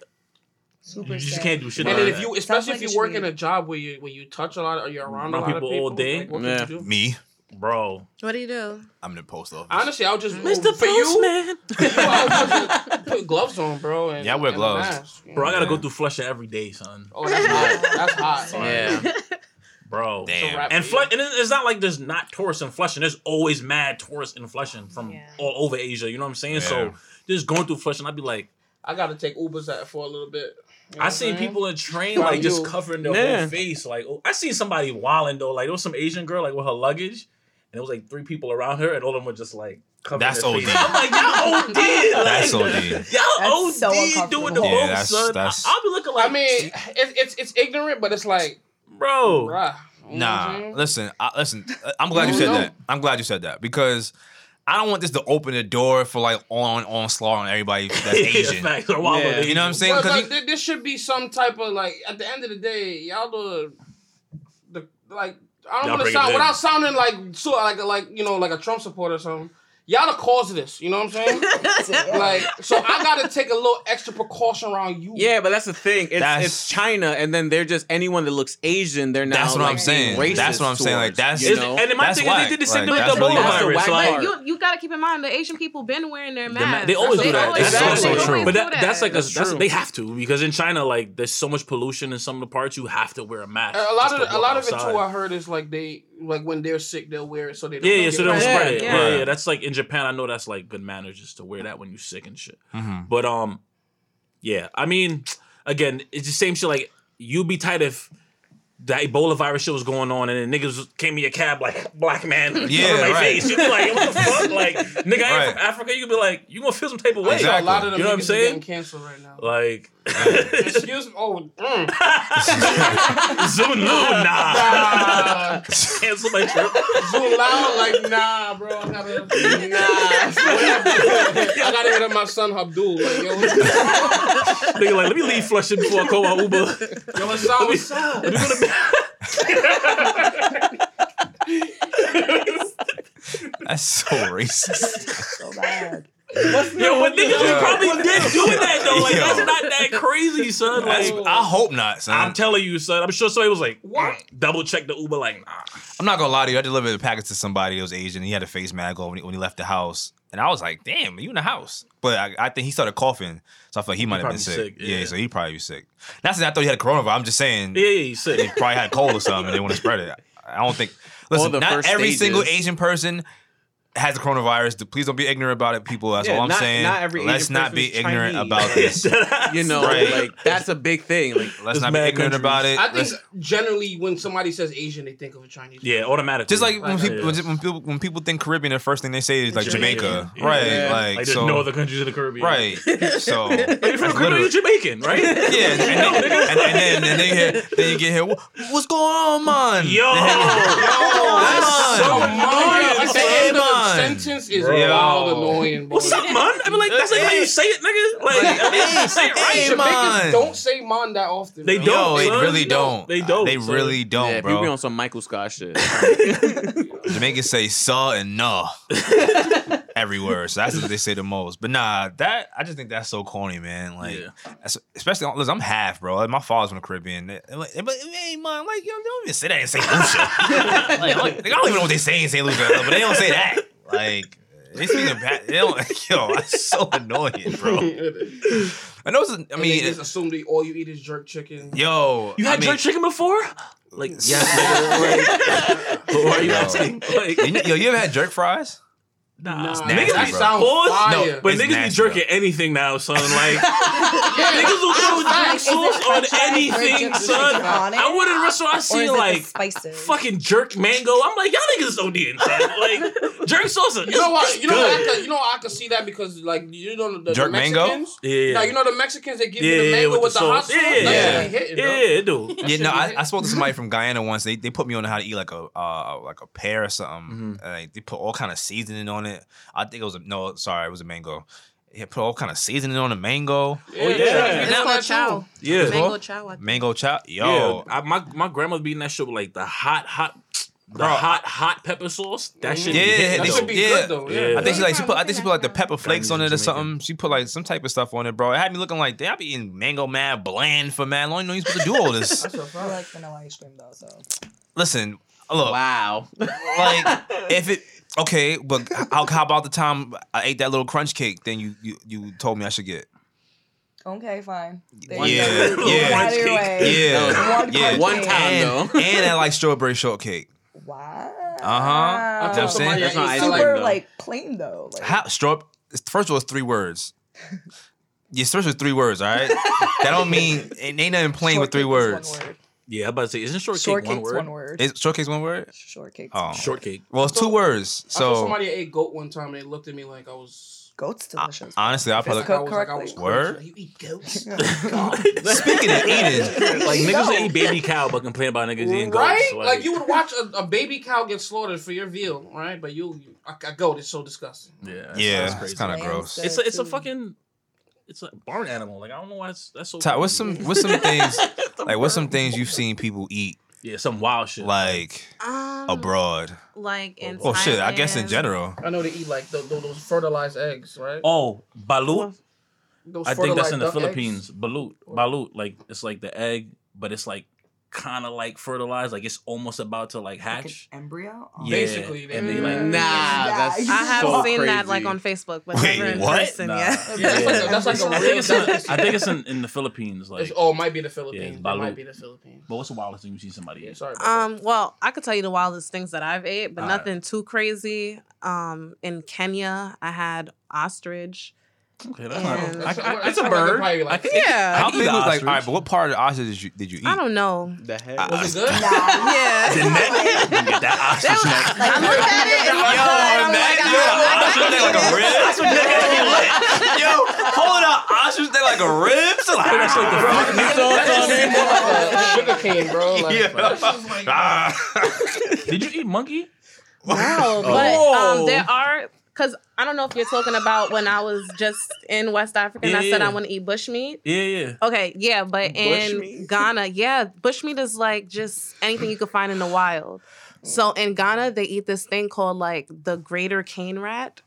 S4: Super
S3: you just
S4: sad.
S3: can't do shit.
S5: then
S3: like
S5: if
S3: that.
S5: you, especially
S4: like
S5: if
S4: it
S5: you
S4: should
S5: work
S4: be-
S5: in a job where you where you touch a lot or you're around a
S3: Around
S5: lot of
S3: people
S5: people
S3: all day.
S5: like, what can
S2: Yeah.
S5: you do?
S1: Me,
S3: bro,
S7: What do you do?
S1: I'm in the post office.
S5: Honestly, I'll just
S3: Mr.
S5: for you.
S3: Postman,
S5: you I'll put, put gloves on, bro. And,
S1: Yeah, I wear
S5: and a
S1: gloves.
S5: mask, you
S3: bro, I
S5: know?
S3: gotta go through Flusher every day, son,
S5: Oh, that's hot. That's hot.
S2: yeah
S3: bro.
S1: Damn.
S5: It's a wrap
S3: And
S5: for
S3: Flush, and
S5: you.
S3: it- it's not like there's not tourists in Flushing. There's always mad tourists in Flushing from
S7: Yeah.
S3: all over Asia. You know what I'm saying?
S1: Yeah.
S3: So just going through Flushing, I'd be like,
S5: I gotta take Ubers out for a little bit. You know
S3: I
S5: what
S3: seen
S5: I'm saying?
S3: people in train
S5: Fuck
S3: like just
S5: you.
S3: covering their
S2: Yeah.
S3: whole face. Like oh, I seen somebody wilding though. Like there was some Asian girl like with her luggage, and it was like three people around her, and all of them were just like covering.
S1: That's
S3: their face.
S1: OD.
S3: I'm like y'all OD. Like,
S1: That's OD.
S3: Y'all
S4: That's so
S3: OD doing the
S4: uncomfortable.
S1: Yeah,
S3: most,
S1: that's-
S3: son.
S1: that's-
S3: I, will be looking like,
S5: I mean, it's it's it's ignorant, but it's like,
S3: bro.
S5: bruh. you know what I'm
S1: Nah,
S5: saying?
S1: listen, I, listen. uh, I'm glad you said
S5: Mm-hmm. No, no.
S1: that. I'm glad you said that because I don't want this to open the door for like on onslaught on everybody that's Asian.
S3: Facts are wild
S2: Yeah.
S3: with
S1: You know what I'm
S3: Asians.
S1: saying?
S5: Well,
S1: Because
S5: but there, there should be some type of like at the end of the day, y'all the the like I
S3: Y'all
S5: don't want to
S3: bring it
S5: sound
S3: in.
S5: without sounding like so like like you know like a Trump supporter or something. Y'all the cause of this, you know what I'm saying? like, so I gotta take a little extra precaution around you.
S2: yeah but that's the thing it's,
S1: That's-
S2: it's china and then they're just anyone that looks asian they're now
S1: That's what
S2: like,
S1: I'm saying.
S2: being racist
S1: That's what I'm saying, like,
S2: towards,
S1: that's-
S2: you
S3: It's-
S2: know?
S3: and my
S1: That's
S3: thing is
S1: why.
S3: they did the
S1: Like,
S3: same thing with
S1: that's
S3: the
S1: really
S3: Ebola
S1: why.
S2: That's the
S3: virus.
S2: whack
S3: like-
S2: part.
S7: You you gotta keep in mind the Asian people been wearing their
S3: The ma-
S7: masks.
S3: they always
S7: They
S3: do that.
S7: always
S3: That's
S7: do that.
S3: also true.
S7: They always
S3: But
S7: do
S3: that, that's like a,
S2: That's
S3: that's
S2: true.
S3: they have to because in China like there's so much pollution in some of the parts you have to wear a mask.
S5: A lot
S3: just
S5: of
S3: to
S5: the- a
S3: walk
S5: lot of it
S3: outside.
S5: too. I heard is like they like when they're sick, they'll wear it so they don't
S3: Yeah, yeah,
S5: get
S3: so they don't
S5: infected.
S3: spread it.
S7: Yeah,
S3: Yeah,
S1: yeah.
S3: yeah, that's like in Japan. I know that's like good manners just to wear that when you're sick and shit.
S1: Mhm.
S3: But um, yeah, I mean, again, it's the same shit. Like you'd be tight if that Ebola virus shit was going on, and then niggas came in your cab like black man,
S1: Yeah,
S3: cover my
S1: right.
S3: face. You'd be like, what the fuck? Like nigga, I ain't
S1: Right.
S3: from Africa. You'd be like, you gonna feel some type of way.
S5: I know a lot
S1: Exactly.
S5: of them
S3: You know what I'm
S5: niggas are
S3: saying?
S5: getting canceled right now.
S3: Like.
S5: Excuse me. Oh, mm.
S3: Zoom no, nah.
S5: Ah.
S3: Cancel my trip.
S5: too loud. Like, nah, bro. I gotta, nah. I gotta hit up my son Abdul. Like, yo, yo,
S3: Nigga, like, let me leave Flushing before I call my Uber.
S5: what's up? What's up?
S3: Let me go to bed.
S1: that's so racist.
S4: so bad.
S3: Yo, but niggas was
S1: Yeah.
S3: probably did doing that though. Like,
S1: Yo.
S3: that's not that crazy, son.
S1: That's-
S3: Like,
S5: Yo.
S1: I hope not, son.
S3: I'm
S1: I'm,
S3: telling you, son. I'm sure somebody was like,
S5: What?
S3: double check the Uber, like, nah.
S1: not gonna lie to you. I delivered a package to somebody that was Asian. He had a face mask on when he, when he left the house, And I was like, damn, you in the house. But I, I think he started coughing. So I feel like he might have been
S10: probably
S1: sick.
S10: sick,
S1: yeah.
S10: yeah.
S1: so he probably was sick. Not saying I thought he had coronavirus. I'm just saying
S3: Yeah, yeah, you
S1: they
S3: sick.
S1: probably had a cold or something and they want to spread it. I don't think. Listen,
S2: the
S1: not
S2: first
S1: every single
S2: stages.
S1: Asian person has the coronavirus. Please don't be ignorant about it, people. That's
S2: Yeah,
S1: all I'm
S2: not-
S1: saying.
S2: not every
S1: Let's
S2: Asian
S1: not
S2: person
S1: be
S2: is
S1: ignorant
S2: Chinese.
S1: about this.
S2: You know,
S1: Right.
S2: like that's a big thing. Like
S1: Let's
S3: There's
S1: not be
S3: mad
S1: ignorant
S3: countries.
S1: about it.
S5: I think
S1: Let's-
S5: generally when somebody says Asian, they think of a Chinese.
S3: yeah, automatically.
S1: just like when
S5: Like,
S1: people,
S3: oh, yeah.
S1: when, when people when people think Caribbean, the first thing they say is like Jamaica,
S5: Jamaica.
S1: right?
S2: Yeah.
S1: Like,
S3: Like there's
S1: so,
S3: no other countries in the Caribbean.
S1: right? So that's
S3: If you're from Caribbean,
S1: literally-
S3: you're Jamaican, right?
S1: yeah, and, then- and, and then and then you hear then you get here. "Wha- What's going on, man?
S3: Yo,
S1: That's
S5: So
S1: so
S5: annoying. Like the end of the
S1: Come on.
S5: sentence is
S1: Bro.
S5: wild annoying. Bro.
S3: what's up, man? I mean, like that's like how you say it, nigga. Like, I mean, you say it right.
S1: Hey,
S5: Jamaicans
S1: man.
S5: don't say "man" that often.
S3: They
S5: bro.
S3: don't.
S1: Yo, they
S3: son.
S1: really don't.
S3: They don't,
S1: They
S3: son.
S1: really don't,
S2: yeah, people be
S1: bro.
S2: on some Michael Scott shit.
S1: Jamaicans say "saw" and "nah" everywhere, so that's what they say the most. But nah, that I just think that's so corny, man. Like,
S10: Yeah.
S1: that's- especially listen, I'm half, bro. Like, my father's from the Caribbean. They- they're Like, but hey, man, like, yo, they don't even say that in Saint Lucia. like, I'm like, I don't even know what they say in Saint Lucia, but they don't say that. Like, they speak in bad. They don't. Yo, that's so annoying, bro. I know. It's, I
S5: I mean,
S1: mean,
S5: they just assume they all you eat is jerk chicken.
S1: yo,
S3: You had
S1: I mean,
S3: jerk chicken before? Like, Why are you
S1: Yo.
S3: asking? Like,
S1: You- Yo, you ever had jerk fries?
S3: nah.
S5: Nah,
S1: nasty,
S3: niggas
S5: that
S3: be
S1: bro.
S5: sounds
S3: pause.
S5: fire.
S1: No,
S3: But
S1: It's
S3: niggas
S1: nasty,
S3: be jerking
S1: though.
S3: anything now, son. Like,
S5: Yeah.
S3: niggas will throw
S4: Like,
S3: drink
S4: is this
S3: sauce on
S4: french fries with
S3: anything,
S4: just
S3: son.
S4: chicken on it?
S3: I went in a restaurant, I
S4: Or
S3: seen
S4: is it
S3: like
S4: the spices?
S3: fucking jerk mango. I'm like, y'all niggas is ODing, son. Like, jerk sauce.
S5: You know
S3: what?
S5: what? You know what? I could, you know what I could see that because like you know the, the
S1: Jerk mango?
S5: Mexicans.
S3: Yeah.
S5: Now you know the Mexicans that give you
S3: Yeah,
S5: the
S3: yeah,
S5: mango
S3: with
S5: with,
S3: the
S5: the, hot
S3: sauce.
S5: sauce.
S3: Yeah,
S1: yeah.
S5: That shit be hitting,
S3: yeah,
S5: bro.
S3: it do.
S5: That
S1: Yeah,
S5: shit
S1: no,
S5: be
S1: I,
S5: hitting.
S1: I spoke to somebody from Guyana once. They they put me on how to eat like a uh like a pear or something.
S5: Mm-hmm.
S1: And, like they put all kind of seasoning on it. I think it was a no, sorry, it was a mango. Yeah, put all kind of seasoning on a mango,
S5: Yeah,
S3: Oh, yeah.
S5: yeah.
S7: It's called chow.
S3: Yeah.
S7: Mango chow. I think.
S1: mango chop.
S3: Yeah,
S1: Yo,
S3: I, my my grandmother be eating that shit with like the hot hot, the
S1: Bro,
S3: hot hot pepper sauce. That shit.
S1: Yeah,
S3: be hitting,
S1: that
S5: That
S3: though.
S5: should be
S1: Yeah.
S5: good though.
S3: Yeah.
S5: Yeah.
S1: I think she like she
S7: Where's
S1: put I
S7: my-
S1: think she put like the pepper flakes on it or
S3: Jamaican.
S1: something. She put like some type of stuff on it, bro. It had me looking like, damn, I be eating mango mad bland for mad long. You know you supposed to do all this.
S4: I like vanilla ice cream though, so
S1: Listen, look,
S2: wow.
S1: like if it okay, but how, how about the time I ate that little crunch cake? Then you you you told me I should get.
S4: okay, fine. There you
S1: Yeah,
S4: go.
S1: yeah.
S4: Out of your way.
S1: Yeah.
S4: One
S1: yeah.
S4: crunch
S2: One
S4: cake.
S2: time.
S1: and,
S2: though.
S1: and I like strawberry shortcake.
S4: Wow.
S1: Uh-huh.
S5: I
S1: You know what I'm saying?
S5: told somebody
S2: That's
S5: I
S2: not
S5: ate
S2: ice
S5: salad.
S2: cream,
S4: Super
S2: though.
S4: like plain though. Like,
S1: How straw first of all it's three words. Your search was three words, all right? That don't mean it ain't nothing plain with three
S4: shortcake is
S1: words.
S4: One word.
S3: yeah. I'm about to say, isn't shortcake one
S4: Shortcake's
S3: word?
S4: one word.
S1: Is shortcake's one word?
S4: Shortcake's
S1: Oh.
S4: one word.
S3: Shortcake.
S1: Well, it's two words.
S5: I told
S1: So
S5: somebody I ate goat one time and they looked at me like I was.
S4: Goat's delicious.
S1: honestly, I probably
S5: Like I was, like, I
S4: correctly.
S5: was crazy.
S1: Word?
S5: Like, You eat goats?
S1: speaking of eating,
S3: Like niggas
S4: No.
S3: that eat baby cow, but complain about niggas eating
S5: right?
S3: goats.
S5: like, you would watch a, a baby cow get slaughtered for your veal, right? But you, you a, a goat is so disgusting.
S10: Yeah.
S1: yeah,
S10: that's
S1: it's
S10: crazy.
S1: kind of
S4: Lamb's
S1: gross.
S4: good.
S3: It's a, it's a
S4: too.
S3: fucking. It's a barn animal. Like I don't know why that's, that's so.
S1: Ty, what's some what's some things like what's some things you've seen people eat
S3: Yeah, some wild shit.
S1: like
S7: Um,
S1: abroad?
S7: Like in
S1: Oh shit, I guess in
S7: Thailand.
S1: general.
S5: I know they eat like tho- tho- those fertilized eggs, right?
S3: oh balut.
S5: Those
S3: I think that's in
S5: fertilized
S3: the
S5: duck
S3: Philippines. Balut, balut. Like it's like the egg, but it's like kind of like fertilized. Like it's almost about to like hatch.
S4: embryo.
S3: Yeah,
S5: Basically, they-
S3: and they like
S2: Nah, that's
S7: I have
S2: so
S7: seen that
S2: crazy.
S7: like on Facebook, but
S1: Wait,
S7: never in
S1: what?
S7: person
S3: Nah.
S7: yet.
S3: Yeah.
S5: That's like a, that's like a
S3: I
S5: real
S3: think it's in,
S5: delicacy.
S3: I think it's in, in the Philippines. Like,
S5: It's- oh, it might be the
S3: Yeah,
S5: Philippines.
S3: it's
S5: it
S3: balut.
S5: might be the Philippines.
S3: but what's the wildest thing you've seen somebody
S5: Yeah,
S3: eat?
S5: sorry. About
S7: Um, well, I could tell you the wildest things that I've ate, but
S3: All right.
S7: nothing too crazy. Um, in Kenya, I had ostrich.
S3: Okay, that's
S7: Yeah.
S3: not. I, I,
S5: That's
S3: it's a
S5: like a
S3: bird.
S5: probably
S3: I
S5: like-
S3: can eat-
S7: Yeah,
S1: How
S3: eat
S1: big was
S3: the
S1: like? All right,
S3: ostrich.
S1: but what part of the ostrich did you, did you eat?
S7: I don't know.
S2: The
S1: I-
S2: heck?
S5: that. Was it good?
S7: Yeah.
S3: The neck. Get that
S7: That
S3: ostrich
S7: was-
S3: neck.
S7: I looked at it. and it was
S1: Yo,
S7: good. I'm
S1: imagine you
S7: like,
S1: had
S7: I-
S1: an ostrich neck like a rib. That's what nigga you like. Yo, holding an ostrich neck like a rib. So like,
S3: That's like the fuck
S5: That's just more like a sugar cane, bro. Like,
S1: yeah. Ah.
S3: Did you eat monkey?
S7: No, but um, there are because I don't know if you're talking about when I was just in West Africa and I
S3: Yeah,
S7: said
S3: yeah.
S7: I want to eat bushmeat.
S3: Yeah, yeah.
S7: Okay, yeah, but in
S2: Bushmeat?
S7: Ghana, yeah, bushmeat is like just anything you could find in the wild. So in Ghana, they eat this thing called like the greater cane rat.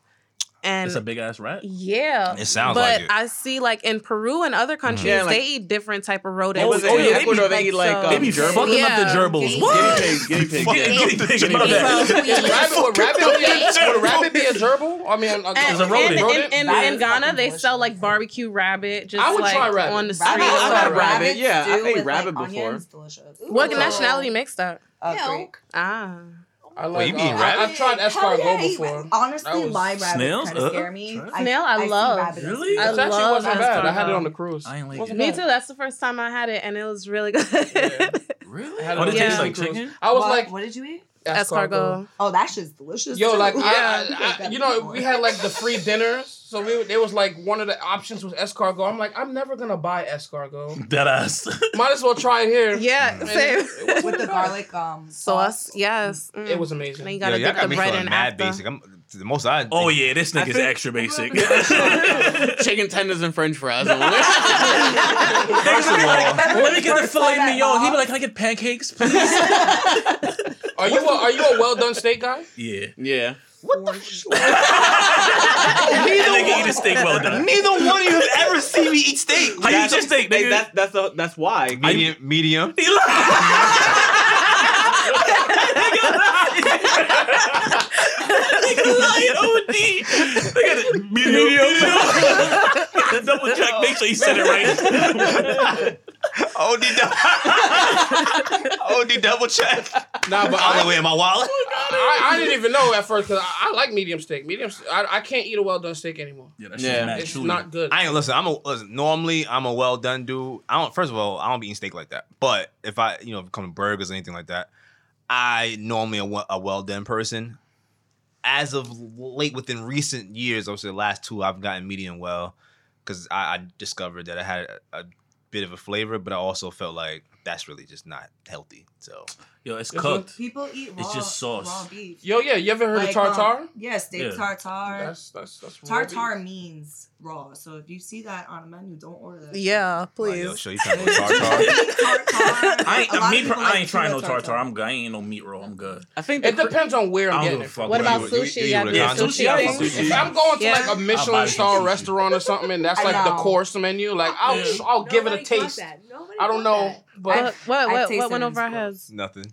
S7: and
S3: It's a big ass rat.
S7: yeah,
S1: It sounds like
S7: but
S1: it.
S7: I see like in Peru and other countries
S2: Yeah, like-
S7: they eat different type of rodents.
S2: What was it?
S3: oh,
S2: in
S3: yeah, they be-
S2: Ecuador, they eat like
S7: so-
S2: um,
S3: They be
S2: gerbil-
S3: fucking up the
S7: Yeah.
S3: gerbils.
S4: Guinea
S3: What?
S2: guinea pig, guinea pig.
S3: Fucking
S2: yeah.
S3: guinea pig about
S2: pig.
S3: that.
S7: So
S5: rabbit,
S7: we-
S5: would rabbit be a, would a rabbit be a gerbil? I mean, a,
S7: And,
S3: a rodent.
S7: and- and- and-
S4: That
S7: in
S4: is
S7: Ghana,
S4: fucking
S7: they sell
S4: delicious.
S7: like barbecue rabbit, just
S5: I would
S7: like
S5: try rabbit.
S7: on the
S4: Rabbit-
S7: street.
S2: I've
S7: or
S2: had
S7: something.
S2: rabbit. Yeah, I've
S4: stew
S2: ate
S4: with,
S2: rabbit
S4: like,
S2: before.
S4: onions, delicious. Ooh.
S7: What nationality mixed up?
S4: Uh,
S7: No.
S4: Greek.
S7: Ah,
S5: I like,
S1: Well, you be
S5: uh,
S1: rabbit?
S5: I, I've tried
S4: Hell
S5: escargot
S4: yeah, you-
S5: before. That
S4: Honestly,
S5: was-
S4: live rabbits
S3: Snails?
S4: kind
S3: Uh-uh.
S4: of scare me.
S7: Snail, I
S4: see
S7: love.
S4: rabbits.
S3: Really?
S7: I
S5: It actually
S7: love
S5: wasn't bad. I had it
S7: escargot.
S5: on the cruise.
S3: I ain't like
S5: Wasn't
S3: it.
S7: me
S5: bad.
S7: too. That's the first time I had it, and it was really good.
S5: I had
S3: Oh,
S5: it
S3: does it
S5: on
S7: Yeah.
S3: taste
S5: the
S3: like
S5: cruise.
S3: chicken?
S5: I was
S4: what,
S5: like
S4: what did you eat?
S7: Escargot.
S4: Oh, that shit's delicious.
S5: Yo,
S4: too.
S5: like
S7: Yeah.
S5: I, I, I, you know, we had like the free dinners, so we there was like one of the options was escargot. I'm like, I'm never gonna buy escargot.
S3: Dead ass.
S5: Might as well try it here.
S7: Yeah, same.
S4: with the garlic um sauce.
S7: Sauce, yes. Mm.
S5: It was
S7: Then you
S5: amazing.
S7: gotta
S1: Yo,
S7: dip
S1: y'all got
S7: the
S1: me
S7: bread
S1: feeling
S7: in
S1: mad
S7: after.
S1: basic. I'm the most I.
S3: Oh yeah, this nigga's
S2: think-
S3: extra basic.
S2: chicken tenders and French fries.
S1: First of all,
S3: Let me get the
S4: First
S3: filet
S4: time
S3: mignon.
S4: at
S3: He'd be
S4: all.
S3: like, "Can I get pancakes, please?"
S5: Are you a, are you a well done steak guy?
S3: yeah.
S2: yeah,
S3: That nigga eat a steak well done.
S1: neither one of you have ever seen me eat steak.
S3: How you just think,
S2: Hey,
S3: nigga?
S2: that's that's the, that's why.
S1: Medium, medium.
S3: He like- Nigga, OD. Nigga, medium. medium. Double check. Make sure you said it right.
S1: OD double. OD double check.
S5: Nah, but
S1: All
S5: I,
S1: the way in my wallet.
S5: I, I didn't even know at first because I, I like medium steak. Medium, st- I, I can't eat a well done steak anymore.
S3: Yeah, that
S2: shit's Yeah. mad,
S5: It's not good.
S1: I ain't listen. I'm a listen, normally I'm a well done dude. I don't. First of all, I don't be eating steak like that. But if I, you know, if it come to burgers or anything like that, I normally a, we- a well done person. As of late, within recent years, obviously the last two, I've gotten medium well because I, I discovered that I had a, a bit of a flavor, but I also felt like that's really just not healthy. So
S3: Yo, it's
S5: It's
S3: cooked.
S4: People eat raw.
S3: It's just sauce.
S4: Raw beef.
S5: Yo, yeah, you ever heard
S4: Like,
S5: of tartar?
S4: Um, yeah,
S3: Yeah.
S4: steak tartar.
S5: that's that's that's raw beef.
S4: Tartar means raw. So if you see that on a menu, don't order that.
S7: Yeah,
S1: like, oh, yo,
S7: please.
S1: sure you trying to go tartar?
S4: tartar.
S3: I
S4: A
S3: ain't,
S4: lot of
S3: me, per-
S4: people
S3: I
S4: like
S3: ain't trying no
S4: keto
S3: tartar. I'm good. I ain't no meat roll. I'm good.
S2: I think
S5: It
S2: the cr-
S5: depends on where
S3: I
S5: I'm
S3: don't
S5: getting
S3: give a
S5: it.
S3: fuck
S5: from.
S7: what
S3: you-
S7: about
S1: you- you-
S7: sushi?
S1: you
S7: Y'all
S1: with
S7: do
S1: a
S7: a
S1: condom?
S7: sushi
S3: Yeah, I fuck
S7: thing?
S3: with
S5: If I'm going to
S7: Yeah.
S5: like a
S3: I'll buy
S5: Michelin
S3: you
S5: star
S3: sushi.
S5: restaurant or something, and that's
S4: I
S5: like the
S4: know.
S5: course menu. Like I'll I'll give it a taste. I don't know,
S7: What
S5: but
S7: what
S4: I've
S7: what,
S4: tasted
S7: what went
S4: it,
S7: over our
S4: it's gross.
S7: heads?
S1: Nothing.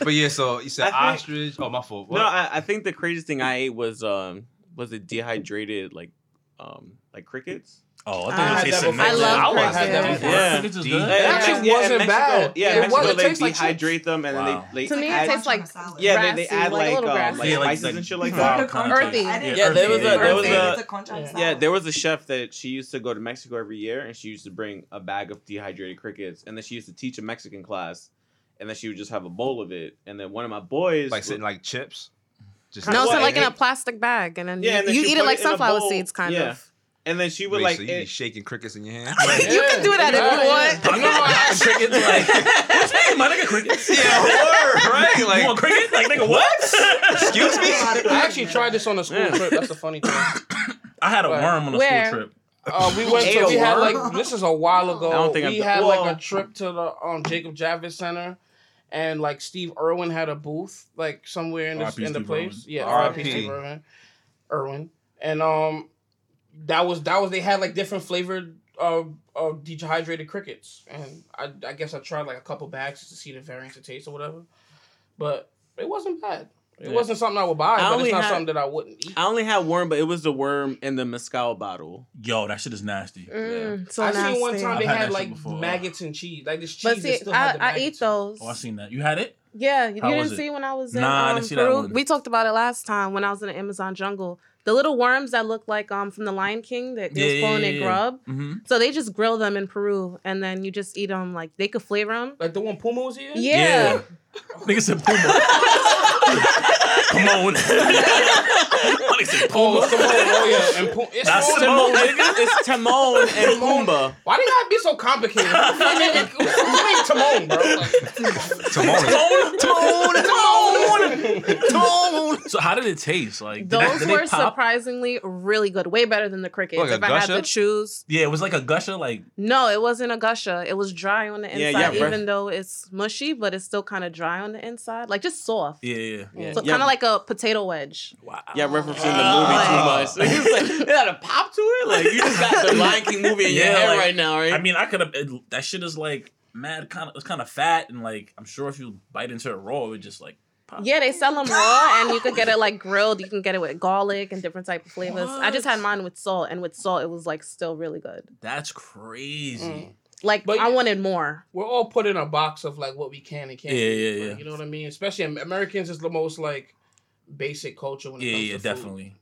S1: but yeah, so you said
S2: I
S1: ostrich. Oh, my fault.
S2: no. I, I think the craziest thing I ate was um was it dehydrated like um like crickets.
S3: Oh,
S7: I
S3: I
S7: had
S3: think it's
S5: that
S3: tasting
S5: before.
S3: amazing.
S7: I love
S3: would
S7: crickets.
S3: have that before.
S2: Yeah.
S3: Crickets is
S1: Yeah.
S3: good.
S5: It actually
S2: in
S5: wasn't
S2: Mexico-
S5: bad.
S2: Yeah,
S5: It
S2: in Mexico,
S5: wasn't- it
S2: they
S5: tastes like
S2: dehydrate them and
S3: Wow.
S2: then they, they
S7: To me, it
S2: add,
S7: tastes like
S2: yeah, they, they
S7: grassy,
S2: add
S7: like a
S2: like,
S7: little
S2: um,
S7: grassy.
S2: like
S3: Yeah, like-
S2: spices and shit like that.
S3: Wow, contact.
S7: Earthy.
S4: I didn't-
S2: Yeah, there was a- there was
S4: It's
S2: a-
S4: crunch on
S2: Yeah,
S4: salad.
S2: there was a chef that she used to go to Mexico every year, and she used to bring a bag of dehydrated crickets, and then she used to teach a Mexican class, and then she would just have a bowl of it, and then one of my boys,
S1: like sitting
S2: would-
S1: like chips. Just
S7: No,
S2: What?
S7: so like in a
S2: And-
S7: plastic bag, and then
S2: Yeah,
S7: you-
S2: and then
S7: you
S2: she
S7: eat
S2: put
S7: it like
S2: it in a
S7: sunflower
S2: bowl.
S7: seeds, kind
S2: Yeah.
S7: of.
S2: and then she would
S1: Wait,
S2: like,
S1: so you be
S2: it,
S1: shaking crickets in your hand.
S7: You can do that if you want.
S5: No, I-
S3: Crickets, like, what's that? My nigga, crickets.
S1: yeah, word, right?
S3: you
S1: Like,
S3: want cricket? Like, nigga, what?
S1: excuse me.
S5: I actually tried this on a school
S2: Yeah.
S5: trip. That's the funny thing.
S3: I had a worm on a
S7: Where?
S3: school trip.
S5: Uh, we went
S2: Ate
S5: to
S2: a
S5: we had
S2: worm?
S5: like this is a while ago.
S2: I don't think
S5: we
S2: I've-
S5: had
S2: well-
S5: like a trip to the um Jacob Javis Center, and like Steve Irwin had a booth like somewhere in the
S3: R.I.P.
S5: in the
S3: Steve
S5: place.
S3: Irwin.
S5: Yeah,
S1: R.I.P.
S5: R.I.P. Steve Irwin. Irwin, and um, that was that was they had like different flavored uh, uh dehydrated crickets, and I I guess I tried like a couple bags to see the variance of taste or whatever, but it wasn't bad. It
S2: Yeah.
S5: wasn't something I would buy,
S2: I
S5: but
S2: only
S5: it's not
S2: had-
S5: something that I wouldn't eat.
S2: I only had worm, but it was the worm in the mezcal bottle.
S3: Yo, that shit is nasty.
S7: Mm, so
S5: I seen one
S7: nasty.
S5: time
S3: I've
S5: they
S3: had that
S5: had
S3: shit
S5: like
S3: before.
S5: maggots and cheese, like this cheese. that
S7: But see,
S5: still had
S7: I,
S5: the
S7: I eat
S5: maggots.
S7: those.
S3: Oh, I seen that. You had it?
S7: Yeah, you
S3: How was
S7: didn't
S3: it?
S7: see when I was in
S3: Nah, I
S7: um,
S3: didn't see that
S7: Peru.
S3: one.
S7: We talked about it last time when I was in the Amazon jungle. The little worms that look like um from the Lion King that
S3: Yeah,
S7: they was
S3: yeah,
S7: pulling
S3: yeah,
S7: in
S3: yeah.
S7: grub.
S3: Mm-hmm.
S7: So they just grill them in Peru, and then you just eat them like they could flavor them.
S5: Like the one Puma was here?
S7: Yeah.
S3: Nigga said Puma. Come on. Nigga said
S5: Oh,
S3: Puma.
S5: Simone. Oh, yeah. And Puma. It's
S3: That's
S5: Simone.
S3: Simone, nigga.
S2: it's Timon and Pumbaa.
S5: Why they gotta be so complicated? Who named Timon, bro? Like,
S1: Timon.
S3: Tone, tone.
S5: Timon!
S1: Timon.
S3: So how did it taste? Like did it-
S7: Those
S3: did
S7: were
S3: it pop?
S7: surprisingly really good. Way better than the crickets.
S1: Like a
S7: if I had to
S1: gusher?
S7: choose,
S3: yeah, it was like a gusher. Like
S7: no, it wasn't a gusher. It was dry on the
S2: Yeah,
S7: inside,
S2: yeah,
S7: even though it's mushy, but it's still kind of dry on the inside, like just soft.
S3: yeah, yeah.
S2: Yeah.
S7: So
S2: Yeah.
S7: kind of like a potato wedge.
S3: Wow.
S2: Yeah, referencing
S5: Oh.
S1: Ah.
S2: the movie too much. Like, it's like, it had a pop to it. Like you just got the Lion King movie in
S3: Yeah,
S2: your head
S3: like,
S2: right now, right?
S3: I mean, I could have. it- That shit is like mad. Kind of, it's kind of fat, and like I'm sure if you bite into it raw, it would just like. Pop.
S7: Yeah, they sell them raw, and you could get it like grilled. You can get it with garlic and different type of flavors. I just had mine with salt, and with salt, it was like still really good.
S3: That's crazy.
S5: Mm.
S7: Like
S5: But-
S7: I wanted more.
S5: We're all put in a box of like what we can and can't.
S3: Yeah,
S5: eat,
S3: yeah,
S5: like,
S3: yeah.
S5: You know what I mean? Especially Am- Americans is the most like basic culture when it
S3: Yeah,
S5: comes
S3: yeah,
S5: to food.
S3: definitely.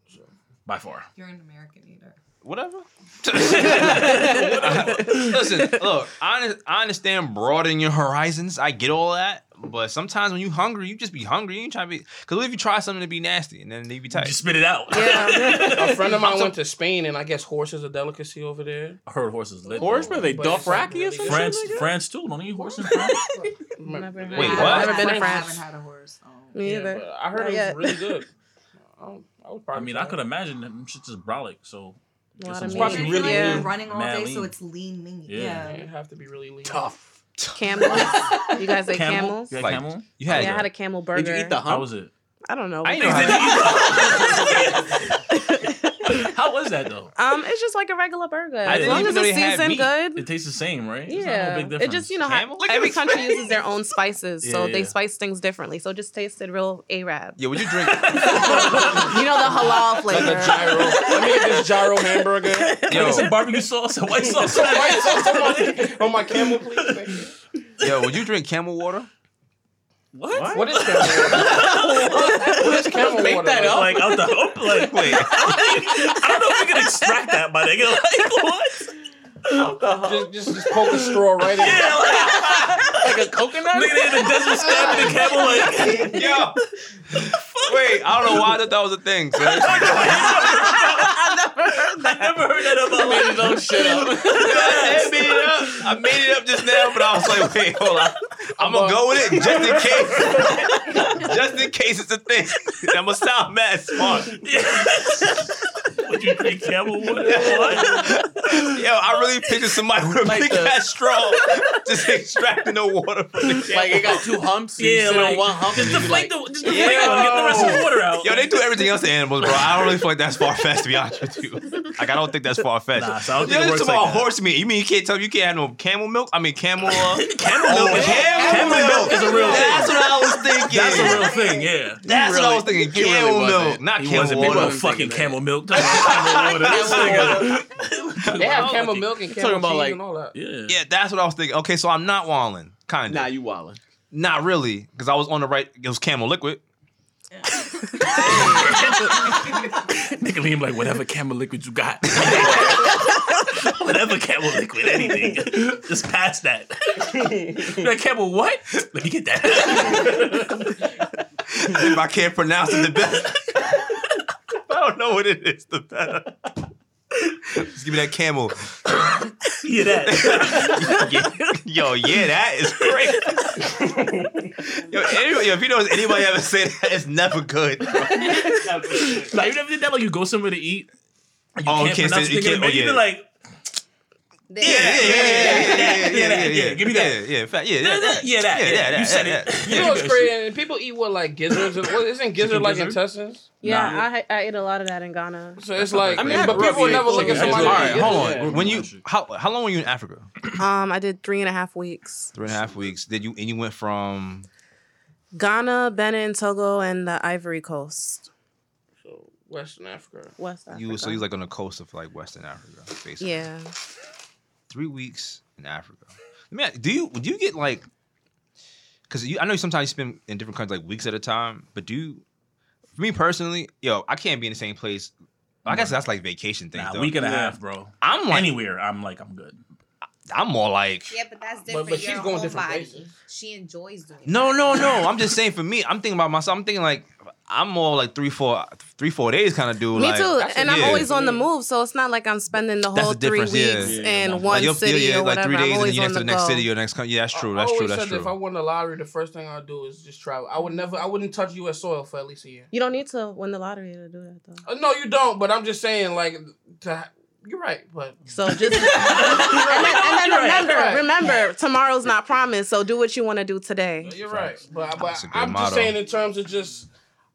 S3: By far.
S4: You're an American eater.
S1: Whatever. Listen, look, I, under- I understand broaden your horizons. I get all that. But sometimes when you hungry, you just be hungry. You ain't trying to be. Because what if you try something to be nasty and then they be tight?
S3: Just spit it out.
S5: A friend of mine went to Spain, and I guess horse is a delicacy over there.
S3: I heard horses lit.
S2: Horse, bro, they
S5: But it's
S2: Dothraki
S5: really
S2: or some
S5: good.
S2: shit?
S3: France,
S2: Something like
S3: France too. Don't eat horse in France.
S7: Never
S5: Wait,
S7: had-
S1: Wait,
S7: I've
S1: what?
S4: I
S7: Never been to
S4: haven't
S7: France.
S4: had a horse. so-
S7: Me
S5: Yeah,
S7: either.
S5: but I heard it
S7: Not
S5: was
S7: yet.
S5: really good. I, don't- I
S3: I
S5: would probably
S3: mean, I could imagine them shit's just brolic. So It's
S7: A lot of meat.
S3: probably
S4: Especially,
S3: really
S4: like,
S7: yeah.
S4: you're running all
S3: Mad
S4: day, so
S3: lean.
S4: it's lean meat.
S3: Yeah.
S4: Yeah.
S5: You have to be really lean.
S3: tough.
S7: Camels. You guys ate
S3: Camel.
S7: camels?
S3: You had
S1: Like,
S3: camel.
S1: You
S7: Yeah,
S1: had,
S7: I had a camel burger.
S2: Did you eat the
S3: How
S2: hump?
S3: was it?
S7: I don't know.
S1: I ain't know how
S3: How was that though?
S7: um, it's just like a regular burger.
S1: I
S7: As
S1: didn't
S7: long
S1: even
S7: as
S1: know
S7: it's
S1: they had
S7: seasoned
S1: meat.
S7: good.
S3: It tastes the same, right? It's not no
S7: Yeah,
S3: big
S7: it
S3: difference.
S7: just you know how
S1: Camel? Look at
S7: every
S1: his
S7: country
S1: face.
S7: uses their own spices, so
S3: Yeah,
S7: they
S3: yeah.
S7: spice things differently. So it just tasted real Arab.
S1: Yeah, would you drink?
S7: You know the halal flavor.
S5: Like a gyro. Let me get this gyro hamburger.
S3: Yo,
S1: yo,
S3: some barbecue sauce and white sauce.
S5: Right, so somebody- on my camel, please. Thank you.
S1: yo, would you drink camel water?
S3: what?
S5: What is camel water? what is camel
S2: Make
S5: water?
S2: that up.
S3: Like out the hump? Like wait, I don't know if we can extract that, my nigga. Like what?
S5: Just, just, just poke a straw right in.
S3: Yeah, like,
S2: a coconut?
S3: nigga, they in the desert stabbing the camel. Like
S1: Yo, wait, I don't know why I thought that was a thing. son.
S3: I never heard that about. Like,
S2: Made his own shit up.
S1: I made it up. I made it up just now, but I was like, wait, hold on. I'm gonna go with it just in case. just in case it's a thing. I'm gonna sound mad smart.
S3: Would you drink camel water? What?
S1: Yo, I really picture somebody with a
S2: Like
S1: big
S2: the-
S1: ass straw just extracting the water from the
S2: Like
S1: camel.
S2: it got two humps. Yeah, you
S3: Yeah,
S2: sit
S3: like
S2: on one hump.
S3: just
S2: and you
S3: deflate
S2: be
S3: like,
S2: like,
S3: the just deflate one, get the rest of the water out.
S1: Yo, they do everything else to animals, bro. I don't really feel like that's far fetched, to be honest with you. Like, I don't think that's far fetched.
S3: Nah, so I don't
S1: Yo,
S3: think it
S1: it's
S3: works
S1: about
S3: like that.
S1: horse meat. You mean you can't tell you can't have no camel milk? I mean, camel. Uh,
S3: Camel milk,
S1: Oh,
S3: is-
S1: camel
S3: camel milk is a real
S1: That's
S3: thing.
S1: what I was thinking.
S3: That's a real thing. Yeah.
S1: That's what I was thinking.
S2: he really
S1: Camel
S2: wasn't.
S1: milk, not
S3: He
S1: camel
S3: wasn't big
S1: water.
S3: about
S2: wasn't
S3: fucking
S2: thinking
S3: camel milk. Talking about camel water.
S5: They have camel milk and camel
S2: Talking about,
S5: cheese
S2: like-
S5: and all that.
S3: Yeah.
S1: Yeah, that's what I was thinking. Okay, so I'm not walling, kind of.
S2: nah, you wildin'.
S1: Not really, because I was on the right. It was camel liquid.
S3: Nigga Liam like whatever camel liquid you got. whatever camel liquid, anything. Just pass that. You're like camel what? Let me get that.
S1: if I can't pronounce it, the best. I don't know what it is. The better. Just give me that camel.
S3: yeah, that.
S1: Yo, yeah, that is great. yo, anyway, yo, if you know anybody ever say that, it's never good. Oh,
S3: Like you never did that. Like you go somewhere to eat. and You
S1: Oh,
S3: can't
S1: can't say-
S3: pronounce
S1: you
S3: the nigga.
S1: can't- oh,
S3: and You
S1: yeah.
S3: be like.
S1: Yeah, yeah, yeah, yeah, yeah, yeah, yeah, yeah, yeah.
S3: Give me that.
S1: Yeah, yeah, fact, yeah, yeah,
S3: Yeah, that. Yeah, that.
S1: yeah,
S3: You said
S1: yeah,
S3: it.
S1: yeah.
S5: You know what's crazy? And people eat what like gizzards. And, what, isn't gizzard like
S3: gizzard?
S5: intestines?
S7: yeah, I, had- I ate a lot of that in Ghana.
S5: So it's like,
S2: I mean, I
S5: but
S2: grew up
S5: people
S2: eating
S5: never look at
S2: chicken.
S5: somebody.
S1: All
S5: with
S1: right,
S5: gizzards.
S1: hold
S5: Yeah.
S1: on. When you how how long were you in Africa?
S7: Um, I did three and a half weeks.
S1: Three and a half weeks. Did you and you went from
S7: Ghana, Benin, Togo, and the Ivory Coast,
S5: So Western Africa.
S7: West Africa.
S1: you? So you was like on the coast of like Western Africa, basically.
S7: yeah.
S1: Three weeks in Africa. Let me ask- do you do you get like? Because you, I know sometimes you spend in different countries like weeks at a time, but do you? For me personally, yo, I can't be in the same place. I guess that's like vacation thing.
S3: Nah,
S1: though.
S3: week and a half, bro.
S1: I'm like,
S3: Anywhere, I'm like, I'm good.
S1: I'm more like.
S11: Yeah, but that's
S5: But,
S11: different.
S5: but she's
S11: You're a
S5: going different
S11: homebody.
S5: places.
S11: She enjoys doing.
S1: No, no, no. I'm just saying for me, I'm thinking about myself. I'm thinking like I'm more like three, four, three, four days kind of dude.
S7: Me
S1: like,
S7: too, and I'm
S1: yeah.
S7: always on the move, so it's not like I'm spending the
S1: That's
S7: whole
S1: the
S7: three
S1: difference,
S7: weeks
S1: yeah.
S7: in
S1: Like,
S7: one
S1: you'll-
S7: city
S1: yeah,
S7: or
S1: like
S7: whatever.
S1: three
S7: I'm
S1: days and then
S7: always
S1: you're
S7: on
S1: next
S7: the
S1: to the next
S7: go.
S1: city or next country. Yeah, that's true. That's
S5: I
S1: true.
S5: always
S1: That's
S5: said that if I
S1: true.
S5: won the lottery, the first thing I'd do is just travel. I would never, I wouldn't touch U.S. soil for at least a year.
S7: You don't need to win the lottery to do that though.
S5: Uh, no, you don't. But I'm just saying, like, to, ha- you're right. But
S7: So just and then, and then
S5: You're right,
S7: remember,
S5: you're right.
S7: remember, tomorrow's not promised. So do what you want to do today.
S5: you're right. But, but
S1: That's a good
S5: I'm just
S1: motto.
S5: saying in terms of just,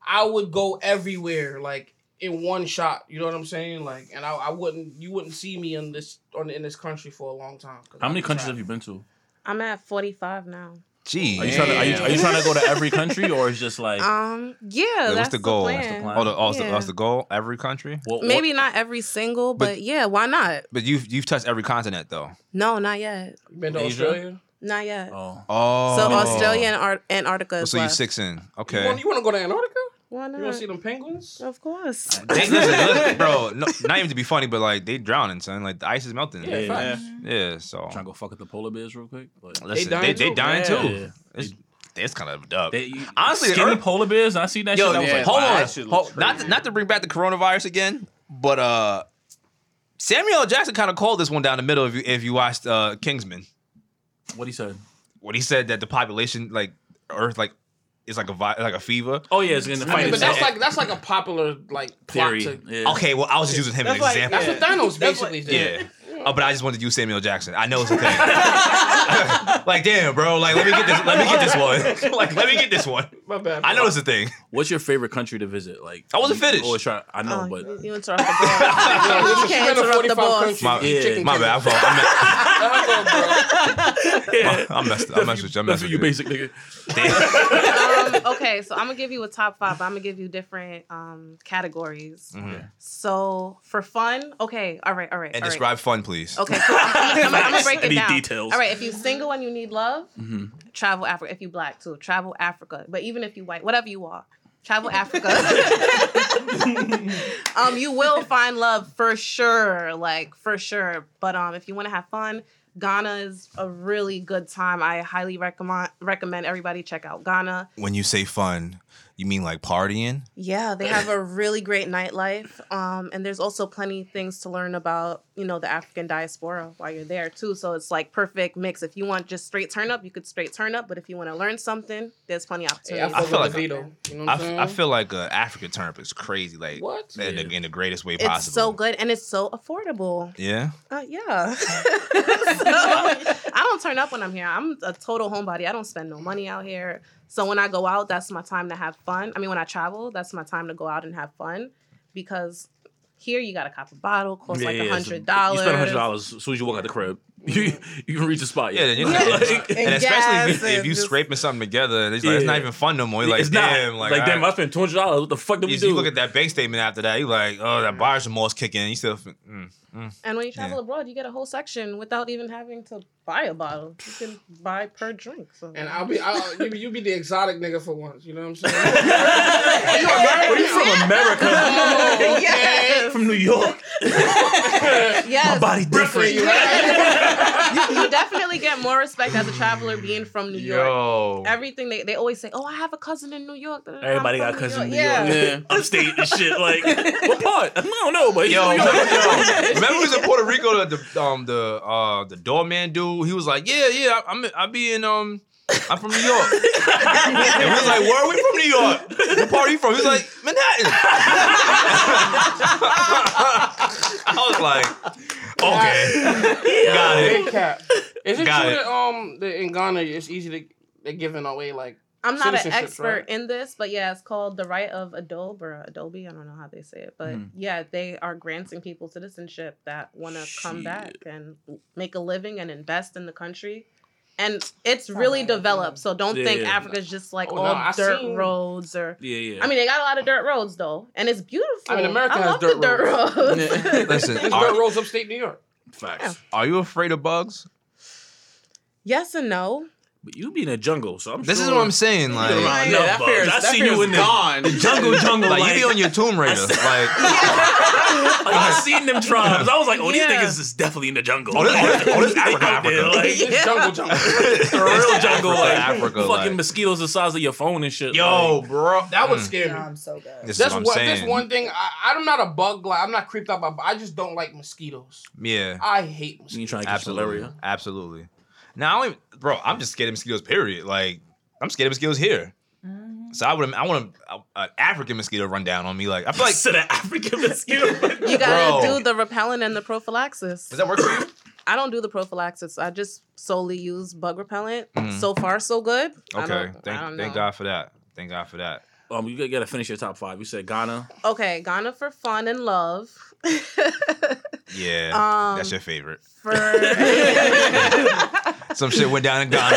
S5: I would go everywhere like in one shot. You know what I'm saying? Like, and I, I wouldn't, you wouldn't see me in this on in this country for a long time.
S3: How many countries have you been to?
S7: I'm at 45 now.
S1: Gee,
S3: Are you trying to are you, are you trying to go to every country or is just like
S7: Um, yeah,
S1: what's
S7: that's
S1: the goal? What's the
S7: plan.
S3: plan?
S1: oh, the, oh, that's the-
S7: Yeah.
S1: that's the goal. Every country,
S3: what- what-
S7: Maybe not every single, but,
S1: But-
S7: yeah, why not?
S1: but you've you've touched every continent though.
S7: No, not yet,
S5: You been to
S3: Asia?
S5: Australia?
S7: not yet.
S3: Oh,
S1: Oh,
S7: So Australia and Ar- Antarctica.
S1: Oh,
S7: Is
S1: so you
S7: left.
S1: six in?
S5: You want
S1: Okay.
S5: you want to go to Antarctica?
S7: Why
S5: You want
S7: not?
S5: to see them penguins?
S7: Of course.
S1: They- listen, look, bro, no, not even to be funny, but like they drowning, son. Like the ice is melting.
S5: Yeah,
S1: Yeah,
S5: facts.
S1: so
S3: trying to go fuck at the polar bears real quick. But
S1: listen,
S5: dying
S1: they they,
S5: too?
S1: dying
S5: Yeah.
S1: too.
S3: Yeah.
S1: It's, it's kind of dub.
S3: They, you,
S1: Honestly,
S3: skinny
S1: Earth-
S3: polar bears. I seen that
S1: Yo,
S3: shit. I was
S1: yeah,
S3: like,
S1: hold
S3: wow.
S1: on, hold, not to, not to bring back the coronavirus again, but uh, Samuel L. Jackson kind of called this one down the middle. If you if you watched uh, Kingsman,
S3: What he said?
S1: when he said that the population like Earth like is like a vi- like a fever.
S3: Oh yeah, it's in the
S5: I mean,
S3: fight.
S5: but that's
S3: itself.
S5: like that's like a popular like plot
S3: theory.
S5: to.
S3: Yeah.
S1: Okay, well I was just using him as an
S6: That's like-
S1: example.
S5: That's what Thanos basically did.
S1: Yeah. Uh, but I just wanted to use Samuel Jackson. I know it's a thing. like, damn, bro. Like, let me get this. Let me get this one. like, let me get this one.
S5: My bad.
S1: I know it's a thing.
S3: What's your favorite country to visit? Like
S1: I wasn't
S3: you- you
S1: finished.
S3: Always try. I know,
S7: Oh,
S3: but
S7: you, you interrupt the boss. you
S5: She's been to 45 countries.
S7: can't interrupt the boss.
S1: My,
S3: Yeah.
S5: Chicken
S1: my bad. I, felt- I,
S3: yeah.
S1: messed, I messed. I messed with you. I messed with
S3: That's what you
S1: you.
S3: basic nigga.
S1: Damn.
S7: um, okay, so I'm gonna give you a top five. But I'm gonna give you different um, categories.
S1: Mhm.
S7: So for fun, okay, all right, all right,
S1: And
S7: all right.
S1: describe fun, please.
S7: Okay, cool. I'm, gonna- I'm gonna break
S3: I
S7: it
S3: need
S7: down.
S3: details.
S7: All right, if you single and you need love,
S3: hmm
S7: travel Africa. If you black too, travel Africa. But even if you white, whatever you are, travel Africa. um, you will find love for sure, like for sure. But um, if you want to have fun, Ghana is a really good time. I highly recommend recommend everybody check out Ghana.
S1: When you say fun, you mean like partying?
S7: Yeah, they have a really great nightlife. Um, and there's also plenty of things to learn about, you know, the African diaspora while you're there too. So it's like perfect mix. If you want just straight turn up, you could straight turn up. But if you want to learn something, there's plenty of
S5: Hey, I
S7: opportunity.
S5: fuck
S1: I
S5: with
S1: feel like-
S5: DeVito. You know what
S1: I,
S5: I'm
S1: f-
S5: saying?
S1: I feel like uh, African turnip is crazy. Like
S5: Mm-hmm. What?
S1: In, the, in the greatest way possible.
S7: it's so good and it's so affordable.
S1: Yeah.
S7: Uh, yeah. So, I don't turn up when I'm here. I'm a total homebody. I don't spend no money out here. So when I go out, that's my time to have fun. I mean, when I travel, that's my time to go out and have fun because here you got to cop a bottle, cost like a
S3: Yeah, yeah, so
S7: hundred dollars.
S3: You spend hundred dollars as soon as you walk out the crib. You you can reach the spot.
S1: Yeah, then you're
S7: Yeah.
S1: not- and, especially if
S7: gas
S1: you, if
S7: and
S1: you
S7: just-
S1: scraping something together, and it's, like, it's
S3: Yeah.
S1: not even fun no more. You're like,
S3: it's
S1: damn,
S3: not
S1: like,
S3: like, damn.
S1: I-
S3: I spent two hundred dollars. What the fuck did we
S1: you,
S3: do?
S1: you look at that bank statement after that, you like, oh, that buyer's remorse kicking. in. You still, mm, mm.
S7: And when you travel
S1: Yeah.
S7: abroad, you get a whole section without even having to buy a bottle. You can buy per drink. So.
S5: and I'll be, I'll, you, be- you be the exotic nigga for once. You know what I'm saying? Hey, you American?
S3: you from America?
S5: Oh, okay.
S7: Yes.
S3: from New York?
S7: yes.
S3: Body
S5: Brooklyn,
S3: different.
S5: you right?
S7: you, you definitely get more respect as a traveler being from New York.
S1: yo,
S7: Everything they, they always say, oh, I have a cousin in New York. I'm
S3: Everybody got
S7: from
S3: cousins in New
S7: Yeah.
S3: York. Upstate and shit. Like what part? I don't know, but
S1: yo,
S3: New
S1: remember,
S3: York.
S1: yo, remember we was in Puerto Rico, the, the um the uh the doorman dude. He was like, yeah, yeah, I, I'm I be in um. I'm from New York. and we was like, where are we from New York? What part are you from? He was like, Manhattan. I was like, okay. Got
S5: Big
S1: it.
S5: cap. Is it
S1: Got
S5: true
S1: it.
S5: that um that in Ghana it's easy to they're giving away like
S7: I'm not an
S5: Citizenship,
S7: expert
S5: right?
S7: in this, but yeah, it's called the right of Adobe or Adobe. I don't know how they say it, but
S3: Mhm.
S7: yeah, they are granting people citizenship that want to come
S3: Shit.
S7: back and make a living and invest in the country. And it's
S4: not
S7: really
S4: bad,
S7: developed, so don't think
S3: Yeah.
S7: Africa's just like
S5: Oh,
S7: all
S5: no, I
S7: dirt
S5: seen-
S7: roads or.
S3: Yeah, yeah.
S7: I mean, they got a lot of dirt roads though, and it's beautiful.
S5: I mean, America
S7: I
S5: has
S7: love
S5: dirt
S7: the
S5: roads.
S7: dirt roads.
S1: Listen,
S5: it's
S1: are-
S5: dirt roads upstate New York?
S3: facts.
S1: Are you afraid of bugs?
S7: yes and no.
S8: But you be in a jungle, so I'm
S1: This
S8: sure.
S1: is what I'm saying.
S2: Yeah,
S1: Like
S8: I know,
S2: that
S8: bro.
S2: fear is,
S8: I
S2: that
S8: see
S2: fear
S8: you
S2: is
S8: in the-
S2: gone.
S8: jungle, jungle.
S1: like you be on your Tomb Raider. Like
S8: Like, I seen them tribes. I was like, oh, these
S7: Yeah.
S8: niggas is definitely in the jungle.
S1: Oh, this-
S8: Like,
S1: oh, this
S8: they
S1: Africa,
S8: out there,
S1: Africa.
S8: like,
S7: Yeah.
S2: Jungle, jungle.
S8: the real jungle,
S1: Africa,
S8: like
S1: Africa,
S8: fucking
S1: like-
S8: mosquitoes the size of your phone and shit.
S2: Yo, bro, that would
S1: Mm.
S2: scare
S4: Yeah,
S2: me.
S4: I'm so good.
S1: this is
S5: That's
S1: what I'm
S5: one.
S1: saying.
S5: That's one thing. I, I'm not a bug. Like, I'm not creeped out by. I just don't like mosquitoes.
S1: Yeah,
S5: I hate
S8: like, you
S5: mosquitoes.
S8: trying to get
S1: absolutely,
S8: malaria?
S1: absolutely. Now I don't even, bro. I'm just scared of mosquitoes. Period. Like I'm scared of mosquitoes here.
S4: Mm.
S1: So I would, I want a- an African mosquito run down on me. Like I feel like,
S8: to the African mosquito.
S7: You gotta
S1: Bro.
S7: do the repellent and the prophylaxis.
S1: does that work for you?
S7: I don't do the prophylaxis. I just solely use bug repellent.
S1: Mhm.
S7: So far, so good. I
S1: Okay,
S7: don't- I
S1: thank,
S7: don't
S1: thank
S7: know.
S1: God for that. Thank God for that.
S8: um, you gotta finish your top five. You said Ghana.
S7: Okay, Ghana for fun and love.
S1: Yeah,
S7: um,
S1: that's your favorite.
S7: for
S1: Some shit went down in Ghana.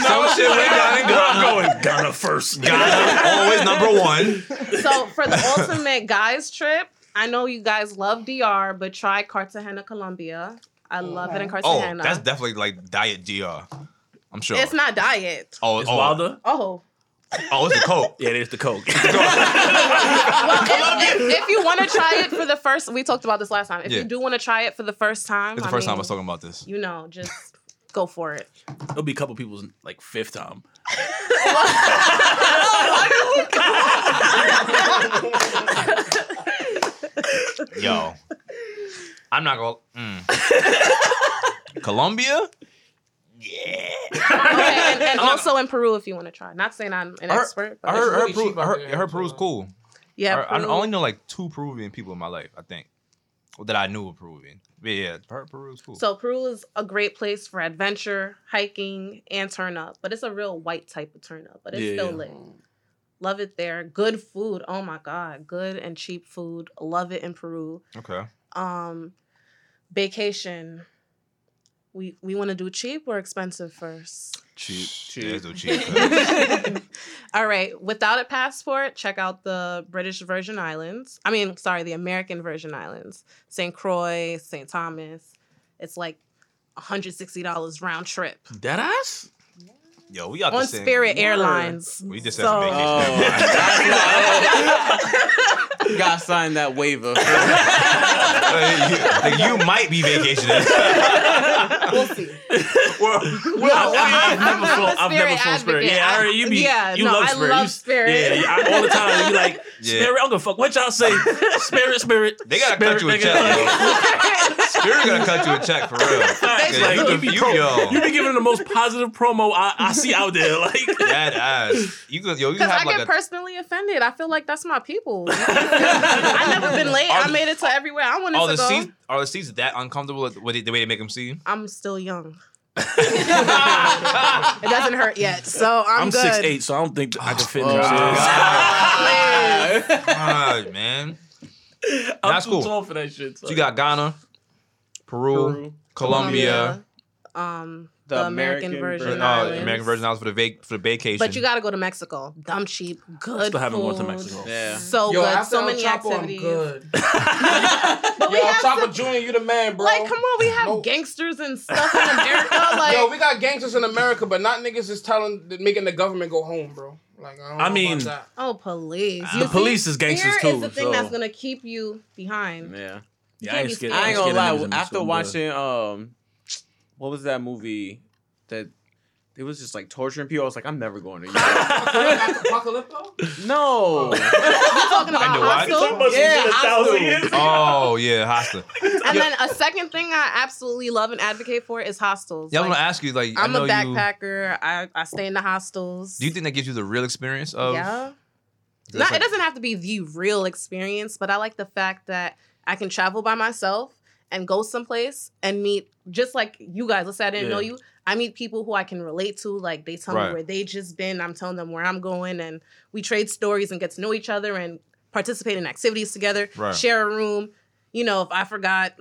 S1: Some shit went down in Ghana.
S8: going Ghana first.
S1: Ghana always number one.
S7: so for the ultimate guys trip, I know you guys love DR, but try Cartagena, Colombia. I love it in
S1: Oh,
S7: Cartagena.
S1: that's definitely like diet DR. I'm sure.
S7: it's not diet.
S1: oh,
S8: It's
S1: oh,
S8: Wilder.
S7: Oh,
S1: oh, it's the coke.
S8: Yeah, there's the coke.
S7: well, if, if- if you want to try it for the first, we talked about this last time. If
S1: Yeah.
S7: you do want to try it for the first time,
S1: It's the
S7: I
S1: first time I
S7: mean,
S1: was talking about this.
S7: You know, just go for it.
S8: It'll be a couple people's like fifth time.
S1: Yo, I'm not gonna. Mm. Colombia.
S7: Okay, and, and also in Peru if you want to try. Not saying I'm an
S1: I heard-
S7: expert, but
S1: I heard, I heard,
S5: really
S1: Peru,
S5: cheap
S1: I
S5: out
S1: heard,
S5: there,
S1: I heard
S5: so-
S1: Peru's cool.
S7: yeah,
S1: I, I
S7: Peru.
S1: only know like two Peruvian people in my life, I think, Well, that I knew were Peruvian. But yeah, I heard Peru's cool.
S7: So Peru is a great place for adventure, hiking, and turn up. But it's a real white type of turn up, but it's
S8: Yeah,
S7: still
S8: yeah.
S7: lit. Love it there. Good food. Oh my god, good and cheap food. Love it in Peru.
S1: okay.
S7: Um, vacation. We we want to do cheap or expensive first.
S1: Cheap.
S2: Cheap.
S1: Yeah, it's so cheap.
S7: All right. Without a passport, check out the British Virgin Islands. I mean, sorry, the American Virgin Islands. St. Croix, St. Thomas. It's like $160 round trip
S8: Dead ass.
S1: Yo, we got
S7: on
S1: the same-
S7: Spirit Airlines.
S1: We just had some
S7: so,
S2: Oh,
S1: vacation.
S2: Got signed that waiver.
S1: Like, you, like, you might be vacationing.
S4: We'll see.
S8: Well, I've,
S7: well,
S8: I've
S7: I'm-
S8: never
S7: I'm
S8: flown.
S7: a
S8: I've never
S7: Spirit
S8: flown Spirit.
S7: advocate.
S8: Yeah, I already. You be.
S7: Yeah,
S8: you
S7: no,
S8: love
S7: I
S8: Spirit.
S7: love
S8: you,
S7: Spirit.
S8: Yeah, I, all the time. You like
S1: Yeah.
S8: Spirit. I'm gonna fuck. What y'all say? Spirit, Spirit.
S1: They gotta
S8: spirit,
S1: cut you a
S8: nigga.
S1: check. Yo. Spirit gonna cut you a check for real.
S8: Facts,
S1: Yeah,
S8: like,
S1: you,
S8: you be
S1: you,
S8: pro-
S1: yo,
S8: You be giving the most positive promo I, I see out there. Like,
S1: that ass. You could yo, you
S7: Because I
S1: have
S7: get
S1: like a
S7: personally offended. I feel like that's my people. I've never been late. I made it to everywhere I wanted
S1: are
S7: to
S1: the
S7: go.
S1: seats are the seats that uncomfortable with with the, the way they make them seem?
S7: I'm still young. it doesn't hurt yet, so I'm,
S8: I'm
S7: good.
S8: six eight, so I don't think I can fit in them.
S1: God, man.
S8: I'm
S1: That's
S8: too
S1: cool.
S8: tall for that shit.
S1: So you got Ghana, Peru, Colombia,
S7: um,
S2: The
S7: the, American,
S2: American
S7: Virgin
S2: Virgin
S8: Oh,
S1: uh,
S7: Islands.
S1: American Virgin Islands for the vac- for the vacation.
S7: But you got to go to Mexico. Dumb cheap, good.
S8: Still haven't gone to
S7: food.
S8: Mexico.
S2: Yeah.
S7: So good, Oh, so many activities.
S5: but
S7: we
S5: Yo,
S7: have
S5: Chopper
S7: to-
S5: Junior, you the man, bro.
S7: Like, come on, we have
S5: No.
S7: gangsters and stuff in America. Like,
S5: Yo, we got gangsters in America, but not niggas is telling, making the government go home, bro. Like, I, don't
S8: I
S5: know
S8: mean-
S5: about that.
S7: oh, police.
S8: The police is gangsters
S7: Fear
S8: too.
S7: is the thing
S8: so.
S7: that's gonna keep you behind.
S2: Yeah.
S8: yeah, I ain't
S7: be
S8: scared.
S2: I ain't
S8: scared of
S2: gonna
S8: niggas
S2: lie.
S8: in Mexico,
S2: After
S8: but-
S2: watching um, what was that movie that it was just like torturing people? I was like, I'm never going to Europe.
S5: Apocalypto?
S2: no.
S7: You talking about
S1: And the what?
S7: hostel?
S2: yeah, hostile.
S1: oh yeah, hostile.
S7: And then a second thing I absolutely love and advocate for is hostels.
S1: Yeah, I was
S7: Like,
S1: gonna ask you like I
S7: I'm
S1: know
S7: a
S1: you.
S7: backpacker. I, I stay in the hostels.
S1: Do you think that gives you the real experience of?
S7: Yeah.
S1: That's
S7: Not,
S1: like-
S7: it doesn't have to be the real experience, but I like the fact that I can travel by myself and go someplace and meet just like you guys. Let's say I didn't
S8: Yeah.
S7: know you. I meet people who I can relate to. Like they tell
S1: Right.
S7: me where they just been. I'm telling them where I'm going, and we trade stories and get to know each other and participate in activities together.
S1: Right.
S7: Share a room. You know, if I forgot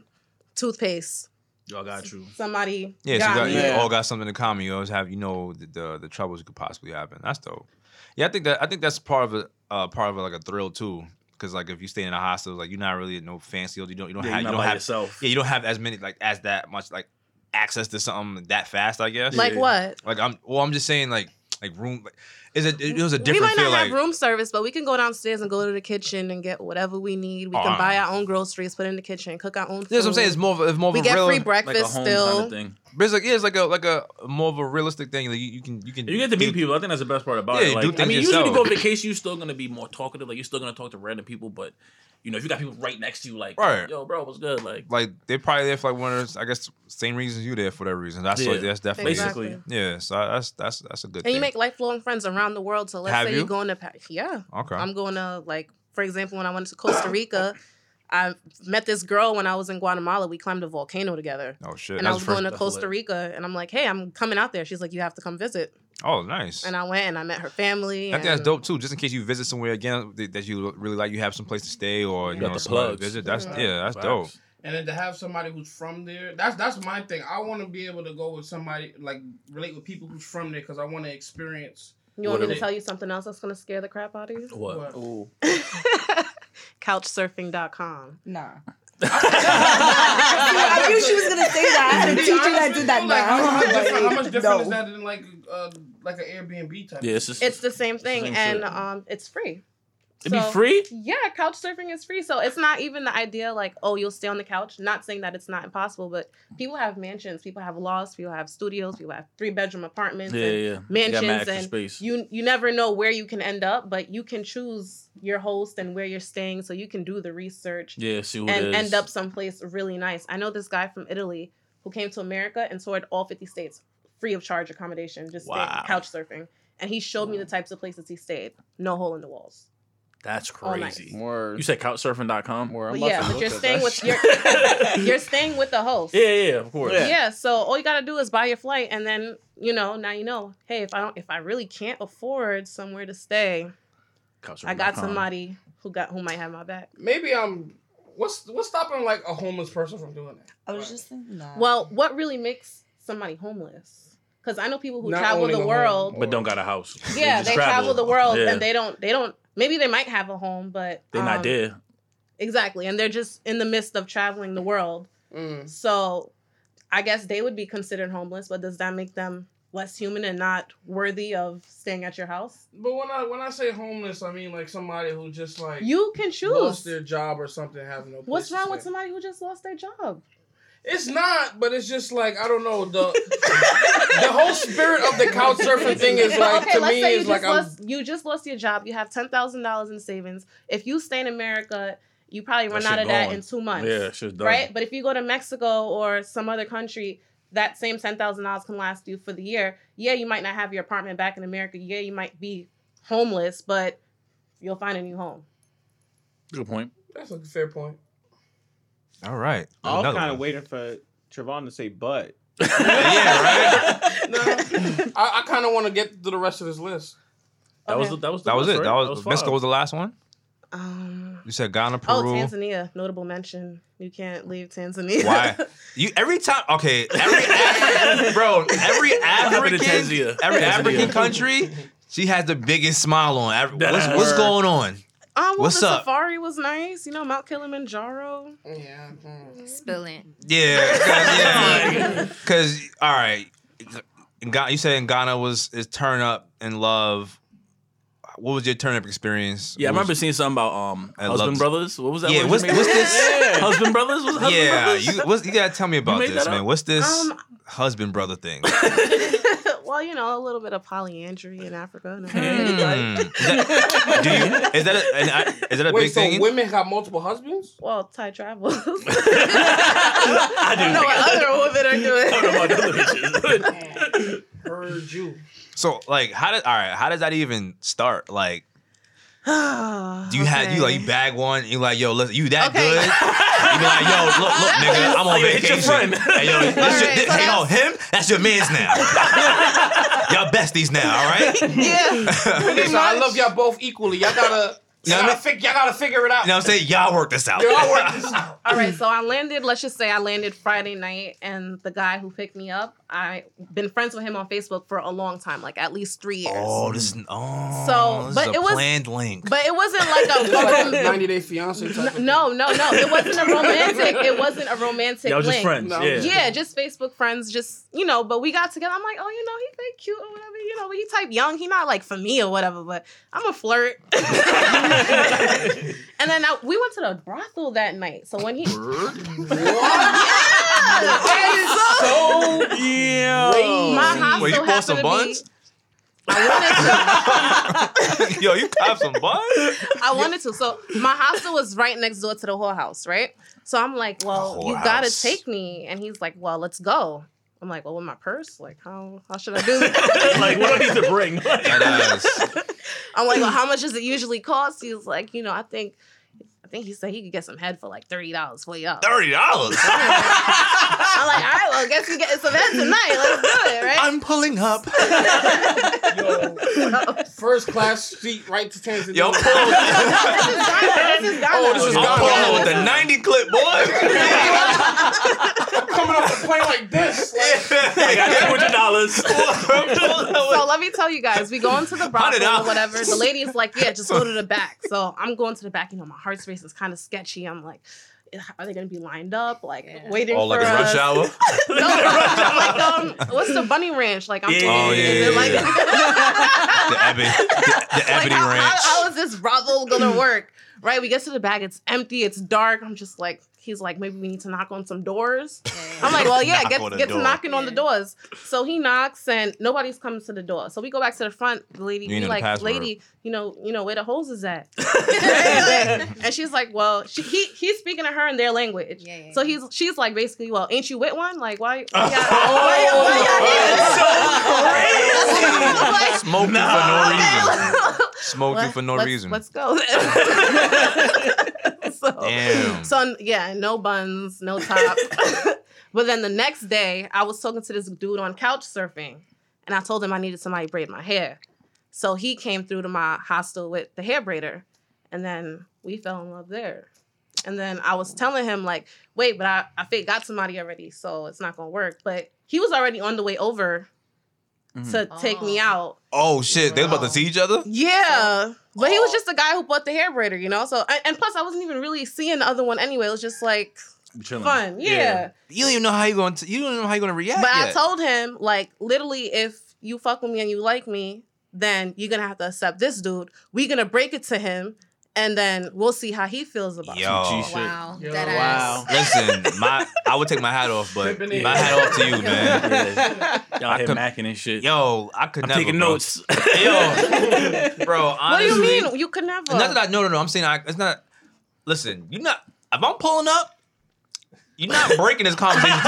S7: toothpaste,
S8: Y'all got you.
S7: somebody
S1: Yeah,
S7: got
S1: so you, got,
S7: me.
S1: you
S2: Yeah.
S1: all got something in common. You always have, you know, the, the the troubles you could possibly have, and that's dope. Yeah, I think that I think that's part of a uh, part of like a thrill too, because like if you stay in a hostel, like you're not really in no fancy, you don't you don't
S8: Yeah,
S1: have
S8: you're
S1: you
S8: not
S1: don't
S8: by
S1: have
S8: yourself.
S1: yeah you don't have as many like as that much like access to something that fast. I guess.
S7: Like what?
S1: Like I'm. Well, I'm just saying like like room. Like, is it? It was a
S7: we
S1: different
S7: might not
S1: feel.
S7: have
S1: like
S7: room service, but we can go downstairs and go to the kitchen and get whatever we need. We
S1: Oh.
S7: can buy our own groceries, put it in the kitchen, cook our own. Food.
S1: that's what I'm saying. It's more of, a- it's more of
S7: we
S1: a
S7: get
S1: real.
S7: free
S3: like a
S7: breakfast
S3: home
S7: still.
S3: kind of thing.
S1: but it's like yeah, it's like a like a more of a realistic thing. Like you, you can you can
S8: You get to meet people. I think that's the best part about
S1: Yeah,
S8: it.
S1: you
S8: Like,
S1: do
S8: I
S1: things
S8: mean, usually to
S1: yourself.
S8: go on vacation, you're still gonna be more talkative. Like you're still gonna talk to random people, but you know, if you got people right next to you, like,
S1: Right.
S8: yo, bro, what's good? Like,
S1: Like they're probably there for like one of those, I guess same reasons you there for that reason. That's
S8: Yeah.
S1: what, that's definitely it.
S8: Basically.
S1: yeah. So that's that's that's a good
S7: And
S1: thing.
S7: you make lifelong friends around the world. So let's
S1: Have
S7: say you?
S1: you?
S7: are going to Pa- yeah,
S1: okay.
S7: I'm going to like for example when I went to Costa Rica, I met this girl when I was in Guatemala. We climbed a volcano together.
S1: oh shit.
S7: And I
S1: that's
S7: was
S1: the first-
S7: going to Costa Rica, and I'm like, "Hey, I'm coming out there." She's like, "You have to come visit."
S1: oh nice.
S7: And I went, and I met her family.
S1: I think that's
S7: and-
S1: dope too. Just in case you visit somewhere again that that you really like, you have some place to stay or you,
S7: got
S1: know
S3: the
S1: somewhere to
S3: plugs.
S1: visit. That's
S5: Mhm.
S1: yeah, that's
S3: Facts.
S1: dope.
S5: And then to have somebody who's from there, that's that's my thing. I want to be able to go with somebody like relate with people who's from there because I want to experience.
S7: You want
S5: What
S7: me to
S5: is it?
S7: tell you something else that's gonna scare the crap out of you?
S3: What?
S5: What?
S3: Ooh.
S7: Couchsurfing.com.
S4: Nah.
S7: I
S4: I knew she was gonna say that. I had a
S5: Yeah,
S4: teacher
S5: I
S4: that did
S5: just feel
S4: that.
S5: Like, how,
S4: now.
S5: how different, how much different
S4: No.
S5: is that than like uh, like an Airbnb type?
S3: Yeah, it's just
S7: It's the same thing,
S3: Same
S7: and
S3: shit.
S7: um, it's free.
S3: it'd be
S7: So-
S3: free.
S7: Yeah, couch surfing is free, so it's not even the idea like, oh, you'll stay on the couch. Not saying that it's not impossible, but people have mansions, people have lofts, people have studios, people have three bedroom apartments,
S3: Yeah,
S7: and
S3: yeah. You got mad
S7: mansions,
S3: extra
S7: and
S3: space.
S7: you you never know where you can end up, but you can choose your host and where you're staying, so you can do the research
S3: yeah, see who it
S7: and
S3: is.
S7: end up someplace really nice. I know this guy from Italy who came to America and toured all 50 states free of charge accommodation, just staying-
S3: Wow.
S7: couch surfing. And he showed me the types of places he stayed. No hole in the walls.
S3: That's
S7: all night.
S3: crazy.
S2: More,
S8: you said couchsurfing.com.
S2: more.
S7: But yeah, but you're staying with your you're staying with the host.
S8: Yeah, yeah, of course.
S7: Yeah. so all you gotta do is buy your flight, and then you know now you know. Hey, if I don't, if I really can't afford somewhere to stay, I got
S5: Uh-huh.
S3: Couchsurfing.com.
S7: somebody who got who might have my back.
S5: Maybe I'm. What's what's stopping like a homeless person from doing that?
S4: I was just thinking that.
S7: Well, what really makes somebody homeless? Because I know people who
S5: Not
S7: travel
S5: owning a
S7: the
S5: home.
S7: world.
S8: But don't got a house.
S7: Yeah,
S8: just
S7: they travel the world
S8: Yeah.
S7: and they don't. They don't. Maybe they might have a home, but
S8: They're
S7: um,
S8: not there.
S7: Exactly, and they're just in the midst of traveling the world.
S5: Mm.
S7: So, I guess they would be considered homeless. But does that make them less human and not worthy of staying at your house?
S5: But when I when I say homeless, I mean like somebody who just like
S7: You can choose.
S5: lost their job or something, have no. place
S7: What's
S5: to
S7: wrong with
S5: stay.
S7: somebody who just lost their job?
S5: It's not, but it's just like I don't know the the whole spirit of the couch surfing thing is
S7: But
S5: like to
S7: let's
S5: me
S7: say you
S5: is like
S7: just
S5: I'm
S7: lost, you just lost your job. You have ten thousand dollars in savings. If you stay in America, you probably
S8: That
S7: run
S8: shit
S7: out of that
S8: gone.
S7: in two months.
S8: Yeah, shit's done.
S7: right? But if you go to Mexico or some other country, that same ten thousand dollars can last you for the year. Yeah, you might not have your apartment back in America. Yeah, you might be homeless, but you'll find a new home.
S3: Good point.
S5: that's a fair point.
S1: All right.
S2: I was
S1: Another
S2: kind of
S1: one.
S2: waiting for Trevon to say, but
S1: yeah, right.
S5: No, I, I kind of want to get to the rest of this list.
S8: That was
S7: Okay.
S8: the, that was the
S1: That was
S8: bus,
S1: it.
S8: right?
S1: That was
S8: five.
S1: Mexico was the last one.
S7: Um,
S1: You said Ghana,
S7: oh,
S1: Peru.
S7: Tanzania, notable mention. You can't leave Tanzania. Um,
S1: Why? You every time okay, every Afri- bro, every
S3: happened to
S1: African
S3: Tanzania?
S1: every
S3: Tanzania.
S1: African country, she has the biggest smile on. Every-
S8: That
S1: What's, what's
S8: word.
S1: going on?
S7: um, well,
S1: What's
S7: the
S1: up?
S7: safari was nice. You know, Mount Kilimanjaro.
S5: Yeah, mm.
S12: Spill it.
S1: Yeah, 'cause- yeah. Cause all right, in Ga- you said in Ghana was is turn up and love. What was your turn up experience?
S8: Yeah, I
S1: What
S8: remember
S1: was-
S8: seeing something about um
S1: I
S8: husband
S1: loved-
S8: brothers. What was that?
S1: Yeah,
S8: word you
S1: what's-
S8: made?
S1: what's this?
S8: Yeah, husband brothers. What's husband
S1: Yeah,
S8: brothers?
S1: you what's, you gotta tell me about
S8: made
S1: this,
S8: that
S1: man.
S8: up?
S1: What's this
S7: Um,
S1: husband brother thing?
S7: well, you know, a little bit of polyandry in Africa. No,
S1: Hmm. Is that, do you is that a, an, is that a
S5: Wait,
S1: big
S5: so
S1: thing?
S5: women have multiple husbands?
S7: Well, Thai travels. I don't
S8: I do
S7: know
S8: I
S7: what other women are doing.
S8: don't know about the other bitches.
S5: Heard you.
S1: So like, how did all right? How does that even start? Like, do you have you like you bag one? You like, yo, listen, you that
S7: Okay.
S1: good? You be like, yo, look, look, nigga, I'm on
S8: Like, hit
S1: vacation.
S8: your friend.
S1: Hey, yo, that's your,
S7: Alright,
S1: thi-
S7: so
S1: hey, yo, him? That's your man's now. Y'all besties now, all right?
S7: yeah.
S5: Listen, I love y'all both equally. Y'all gotta
S1: You know, what I mean?
S6: fig- y'all gotta figure it
S1: You
S6: out.
S1: know what I'm saying? Y'all work this out.
S6: Y'all work this out.
S7: All right, so I landed. Let's just say I landed Friday night, and the guy who picked me up, I been friends with him on Facebook for a long time, like at least three years.
S1: Oh, this is oh,
S7: So,
S1: this
S7: but
S1: is a
S7: it was-
S1: planned link.
S7: But it wasn't like a
S12: Ninety Day Fiance. type of thing.
S7: no, no, no. It wasn't a romantic. It wasn't a romantic.
S8: Y'all just
S7: link.
S8: friends.
S12: No.
S8: Yeah.
S7: Yeah, just Facebook friends, just you know. But we got together. I'm like, oh, you know, he think cute or whatever. You know, when you type young, he not like for me or whatever. But I'm a flirt. and then I, we went to the brothel that night. So when he,
S6: That is so
S7: my hostel
S1: Wait, you bought
S7: happened
S1: some
S7: to
S1: buns?
S7: be. I wanted to.
S1: Yo, you cop some buns?
S7: I wanted to. So my hostel was right next door to the whorehouse, right? So I'm like, well, you gotta
S1: Whorehouse.
S7: take me. And he's like, well, let's go. I'm like, well, with my purse, like, how how should I do it?
S8: like, what do I need to bring?
S1: That is.
S7: I'm like, well, how much does it usually cost? He's like, you know, I think, I think he said he could get some head for like thirty dollars, forty dollars.
S1: Thirty dollars.
S7: I'm like, all right, well, guess we get some head tonight. Let's do it, right?
S1: I'm pulling up.
S12: First class seat right to Tanzania.
S1: Yo, Polo.
S7: this is Ghana. This is Ghana.
S12: Oh, this is
S1: I'm
S12: Ghana.
S1: Polo with the ninety clip, boy.
S12: coming off the plane like this. Like,
S8: I got two hundred dollars.
S7: So let me tell you guys, we go into the brothel
S1: $100.
S7: or whatever. The lady's like, yeah, just go to the back. So I'm going to the back. You know, my heart's racing. It's kind of sketchy. I'm like, are they gonna be lined up, like waiting
S1: All
S7: for
S1: Oh, like a rush
S7: us?
S1: hour.
S7: No, I'm like, um, what's the bunny ranch? Like, I'm
S8: Yeah.
S7: thinking,
S1: Oh, yeah,
S7: is it
S1: yeah,
S7: like,
S1: The ebony, the, the ebony
S7: like how,
S1: ranch.
S7: How, how is this brothel gonna work? Right? We get to the bag, it's empty, it's dark. I'm just like, he's like, maybe we need to knock on some doors. I'm like, well, yeah,
S1: Knock
S7: get,
S1: on the
S7: get to
S1: door.
S7: knocking on the
S4: Yeah.
S7: doors. So he knocks and nobody's coming to the door. So we go back to the front. The lady,
S1: You
S7: we
S1: know the
S7: like,
S1: password.
S7: lady, you know, you know where the holes is at. and she's like, well, she, he he's speaking to her in their language.
S4: Yeah, yeah,
S7: so
S4: yeah.
S7: he's she's like, basically, well, ain't you with one? Like, why?
S5: Oh,
S7: why, y'all- why, y'all here?
S1: Smoked you for no reason. Smoked you for no
S7: let's,
S1: reason.
S7: Let's go. so,
S1: Damn.
S7: so yeah, no buns, no top. but then the next day, I was talking to this dude on couch surfing, and I told him I needed somebody to braid my hair. So he came through to my hostel with the hair braider, and then we fell in love there. And then I was telling him like, wait, but I I fake got somebody already, so it's not gonna work. But he was already on the way over to take me
S4: Oh.
S7: out.
S1: Oh shit, they about to see each other?
S7: Yeah, but he was just the guy who bought the hair braider, you know. So and, and plus, I wasn't even really seeing the other one anyway. It was just like fun, yeah.
S1: You don't even know how you going to you don't know how you're gonna react.
S7: But I
S1: yet.
S7: told him like literally, if you fuck with me and you like me, then you're gonna have to accept this dude. We're gonna break it to him, and then we'll see how he feels about it.
S1: Yo.
S4: Wow.
S12: Yo,
S4: That
S12: wow.
S4: ass.
S1: Listen, my I would take my hat off, but
S12: Tripping in.
S1: my hat off to you, man.
S8: Y'all hit
S1: could-
S8: macking and shit.
S1: Yo, I could
S8: I'm
S1: never.
S8: taking
S1: bro.
S8: notes.
S1: Yo, bro.
S7: What do
S1: Honestly,
S7: you mean? You could never.
S1: Not that I no no no. I'm saying I, it's not. Listen, you're not. If I'm pulling up, you're not breaking this conversation. to me.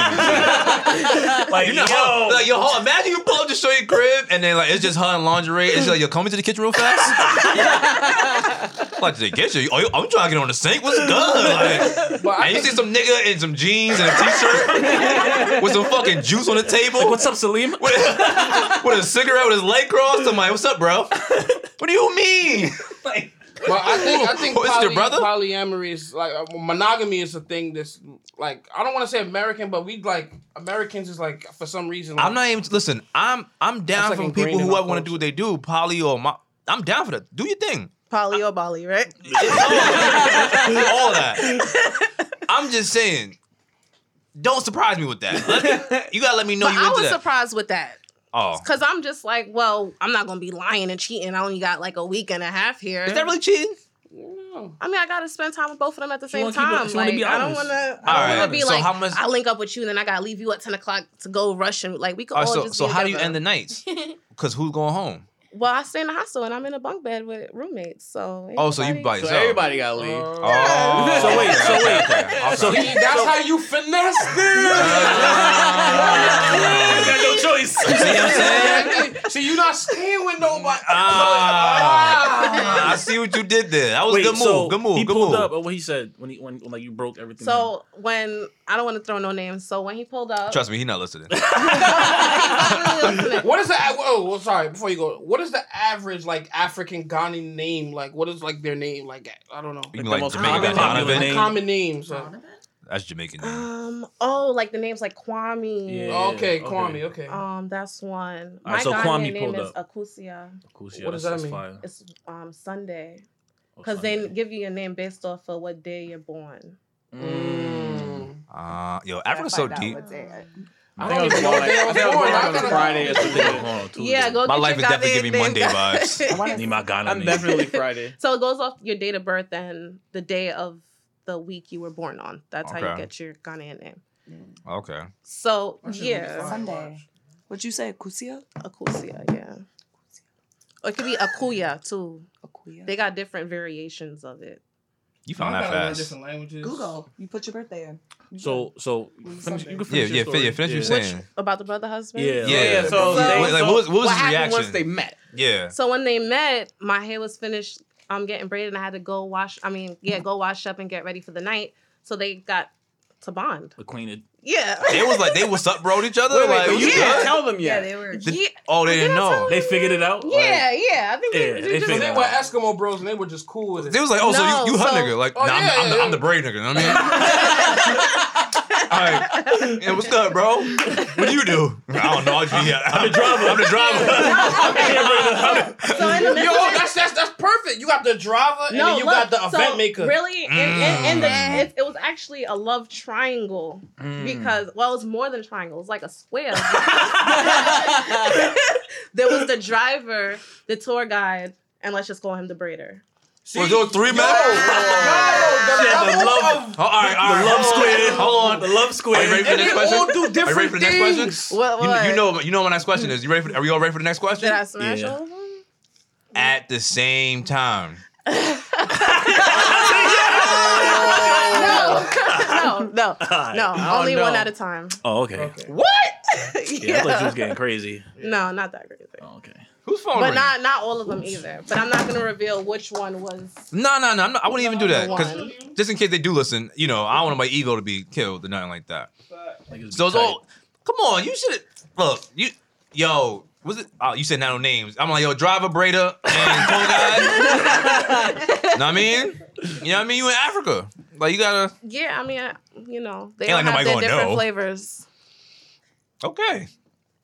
S8: like,
S1: You're not.
S8: yo,
S1: Like yo, hold- imagine you pull up to show your crib, and then like it's just her in lingerie. It's like yo, come into the kitchen real fast. like to the kitchen. Oh, you- I'm trying to get on the sink. What's good? Like,
S12: but I
S1: and you
S12: think-
S1: see some nigga in some jeans and a t-shirt with some fucking juice on the table.
S8: what's up, Salim?
S1: with a, with a cigarette with his leg crossed. I'm like, what's up, bro? What do you mean?
S12: Well, I think I think
S1: Oh, it's your
S12: poly-
S1: brother?
S12: polyamory is like uh, monogamy is a thing that's like I don't want to say American, but we like Americans is like for some reason. Like,
S1: I'm not even listen. I'm I'm down
S12: That's
S1: for
S12: like
S1: people
S12: ingrained in
S1: who
S12: our
S1: want to do what they do, poly or my. I'm down for that. Do your thing.
S7: Polly or Bali, right?
S1: All that. I'm just saying. Don't surprise me with that. Let me- you gotta let me know
S7: but
S1: you
S7: I
S1: into
S7: was
S1: that.
S7: surprised with that.
S1: oh,
S7: Cause I'm just like, well, I'm not gonna be lying and cheating. I only got like a week and a half here.
S1: is that really cheating?
S12: No.
S7: I mean, I gotta spend time with both of them at the same
S8: wanna keep it-
S7: time.
S8: she wanna
S7: Like,
S8: be
S7: I don't
S8: honest.
S7: wanna, I don't
S1: All right,
S7: wanna be
S1: so
S7: like,
S1: how much-
S7: I link up with you, and then I gotta leave you at ten o'clock to go rush and like we could
S1: All right,
S7: all
S1: so
S7: just.
S1: so
S7: be
S1: how do you
S7: together.
S1: end the nights? Because who's going home?
S7: Well, I stay in the hostel and I'm in a bunk bed with roommates, so. ain't
S1: Oh, so you
S7: nobody-
S1: by
S6: So
S1: yourself.
S6: everybody gotta leave.
S5: Uh,
S1: Oh.
S8: So wait, so wait.
S1: So
S12: See, that's how you finesse
S1: Uh,
S8: I got no choice.
S1: See what I'm saying?
S12: this. See, you not staying with nobody.
S1: Ah.
S12: Ah.
S1: I see what you did there. That was
S3: Wait,
S1: good move.
S3: so
S1: good move.
S3: He
S1: good
S3: pulled
S1: move.
S3: up. uh, What he said when he when, when like you broke everything.
S7: So when I don't want to throw no names, so when he pulled up,
S1: Trust me, he not listening.
S7: me.
S5: What is the a- oh well, sorry before you go? What is the average like African Ghanaian name like? What is like their name like? I don't know.
S1: You mean
S3: the
S1: like
S3: most
S1: Jamaican
S3: common
S1: Donovan?
S3: popular name.
S5: Common names. uh,
S1: That's Jamaican. name.
S7: um, oh, like the names like Kwame.
S3: Yeah.
S5: okay,
S3: okay.
S5: Kwame. Okay.
S7: Um, that's one.
S3: All
S7: My
S3: right, so
S7: Ghanaian
S3: Kwame
S7: name
S3: pulled
S7: is
S3: up.
S7: Akusia.
S3: cool,
S5: what does that mean?
S7: It's um Sunday
S3: Oh,
S7: because
S3: Mm.
S7: they give you a name based off of what day you're born.
S5: Mm.
S1: Uh, yo, Africa's so
S4: Find out
S1: deep.
S4: what day it-
S2: I
S5: don't even know
S2: like,
S5: what day I
S2: I
S5: was
S2: think I was
S5: born.
S2: born
S5: I
S2: on
S5: gotta-
S2: a Friday or something.
S3: Oh, Tuesday.
S7: Yeah, go.
S1: My
S7: get
S1: life
S7: your
S1: is definitely
S7: Ghanaian
S1: giving me
S7: name
S1: Monday
S7: down.
S1: vibes.
S4: I
S11: Need
S4: wanna-
S11: my Ghana
S2: I'm
S11: name.
S2: definitely Friday.
S7: So it goes off your date of birth and the day of the week you were born on. That's how you
S1: Okay.
S7: get your Ghanaian name.
S1: Okay.
S7: So
S5: That shit would be
S7: yeah,
S5: fine.
S4: Sunday. What'd you say? Kusia?
S7: Akusia, yeah. Or it could be Akuya too.
S4: Akuya.
S7: They got different variations of it.
S1: You found that fast.
S3: languages.
S4: Google. You put your birthday in.
S3: So so finish, you can
S1: Yeah,
S3: finish
S1: yeah,
S3: your
S1: fi-
S3: story.
S1: yeah. Finish what you're saying.
S7: About the brother husband.
S3: Yeah.
S1: Yeah, yeah.
S2: So,
S7: So-
S2: they,
S1: What- like,
S2: so
S1: what was- what was his
S2: happened once
S1: reaction?
S2: they met?
S1: Yeah.
S7: So when they met, my hair was finished. um, getting braided, and I had to go wash. I mean, yeah, go wash up and get ready for the night. So they got to bond.
S3: Acquainted.
S7: Yeah.
S1: They was like they was up, bro, each other.
S2: Wait, wait,
S1: like,
S2: but you
S1: you
S2: didn't
S1: good?
S2: tell them
S4: Yeah,
S2: yet.
S4: they were.
S7: yeah.
S1: Oh, they
S7: Did I
S1: didn't know.
S7: tell
S1: They,
S3: They figured it out.
S7: Yeah, yeah. I think
S3: Yeah, they
S7: they, they
S5: So
S7: just
S5: they
S3: figured
S5: were Eskimo bros and they were just cool with it.
S1: they was like, oh, so
S7: No,
S1: you, you her
S7: so-
S1: nigga? Like,
S5: Oh,
S1: nah, I'm,
S5: yeah,
S1: I'm, the,
S5: yeah.
S1: I'm the brave nigga. You know what I mean, all right. Yeah, what's up, bro? What do you do? I don't know. I just, yeah, I'm the driver. I'm the driver.
S7: so in the
S5: Yo,
S7: middle.
S5: that's that's that's perfect. You got the driver and then you got the
S7: so
S5: event maker.
S7: Really, and, and, and
S1: Mm.
S7: the, it, it was actually a love triangle
S5: Mm.
S3: mm.
S7: because well, it was more than a triangle. It was like a square. there was the driver, the tour guide, and let's just call him the braider.
S1: Was those three men?
S5: Yo,
S11: Yeah,
S5: the
S11: the
S5: level
S11: love-
S5: of
S1: Oh, all right, all right.
S11: The love squid.
S1: Hold on.
S11: The love squid.
S1: Are you ready for the
S5: and
S1: next
S5: they all
S1: question?
S5: do
S1: Are you ready
S5: different
S1: for the next
S5: things.
S1: question?
S7: What
S1: You,
S7: was?
S1: you know, you know what my next question is. You ready? For, are we all ready for the next question?
S7: Did I smash
S3: Yeah.
S7: all of them?
S1: At the same time.
S7: No, no, no, no.
S11: Oh,
S7: Only one
S11: no.
S7: at a time.
S3: Oh, okay.
S7: What?
S3: Yeah, I thought you was getting crazy.
S7: No, not that crazy.
S3: Oh, okay.
S5: Who's phone
S7: But
S5: ringing?
S7: not not all of them either. But I'm not gonna reveal which one was.
S1: No, no, no. I'm not, I wouldn't even do that. Cause
S7: One.
S1: just in case they do listen, you know, I don't want my ego to be killed or nothing like that.
S3: Like, it was
S1: So it's
S3: tight.
S1: all. Come on, you should look. You, yo, was it? Oh, you said not no names. I'm like, yo, driver, braider, and tour guide. know what I mean? You know what I mean? You in Africa, like you gotta.
S7: Yeah, I mean, I, you know, they
S1: Ain't
S7: all
S1: like nobody
S7: have their
S1: gonna
S7: different
S1: know.
S7: flavors.
S1: Okay.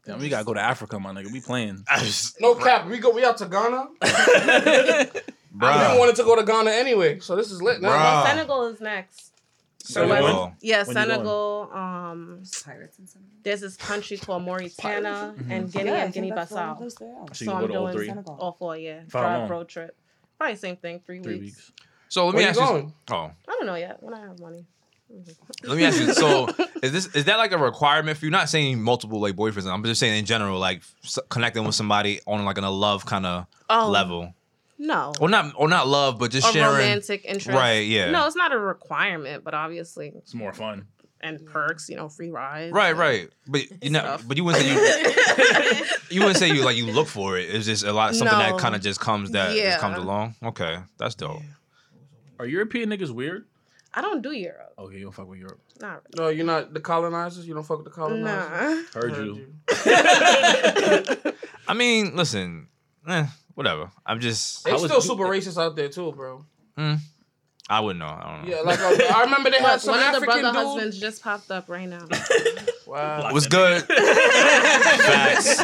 S3: Damn, we gotta go to Africa, my nigga. We playing.
S1: I just,
S5: No cap, we go. We out to Ghana. I
S1: bruh.
S5: didn't wanted to go to Ghana anyway, so this is lit. Now.
S1: Bruh. Ah.
S7: Senegal is next.
S5: Senegal.
S1: Yo,
S7: Yeah,
S3: Uh. When you
S7: Senegal. Um,
S4: Pirates and something.
S7: there's this country called Mauritania
S3: Mhm.
S7: and Guinea
S4: I think
S7: and Guinea
S4: that's the one
S7: Bissau.
S4: close to there.
S3: So you can
S7: So
S3: go
S7: I'm
S3: to all
S7: doing
S3: three.
S4: Senegal.
S7: All four, yeah.
S3: How
S7: Drive
S3: long?
S7: road trip. Probably same thing. Three,
S3: Three
S7: weeks.
S3: weeks.
S1: So let me
S5: Where you
S1: ask you.
S5: going?
S1: Oh,
S7: I don't know yet. When I have money.
S1: let me ask you. So is this is that like a requirement for you? Not saying multiple like boyfriends. I'm just saying in general, like s- connecting with somebody on like in a love kind of
S7: Oh
S1: level,
S7: no.
S1: or not or not love, but just
S7: A
S1: sharing.
S7: romantic interest.
S1: Right. Yeah.
S7: No, it's not a requirement, but obviously,
S3: It's more fun.
S7: and perks, you know, free rides.
S1: Right,
S7: and-
S1: right, but you know,
S7: Stuff.
S1: but you wouldn't say you you wouldn't say you like you look for it. It's just a lot something
S7: No.
S1: that kind of just comes that
S7: Yeah.
S1: just comes along. Okay, that's dope.
S3: Are European niggas weird?
S7: I don't do Europe.
S3: Okay, you don't fuck with Europe.
S7: Not
S5: No, you're not the colonizers. You don't fuck with the
S7: really.
S5: colonizers.
S7: Nah.
S3: Heard,
S5: Heard
S3: you.
S5: you.
S1: I mean, listen, eh, whatever. I'm just
S5: They
S3: How is
S5: still
S3: you-
S5: super racist out there too, bro.
S1: I wouldn't know. I don't know.
S5: Yeah, like I, I remember they had
S7: Look,
S5: some
S7: one of the
S5: African
S7: brother
S5: dude.
S7: husbands just popped up right now.
S5: Wow.
S1: What's good? Facts.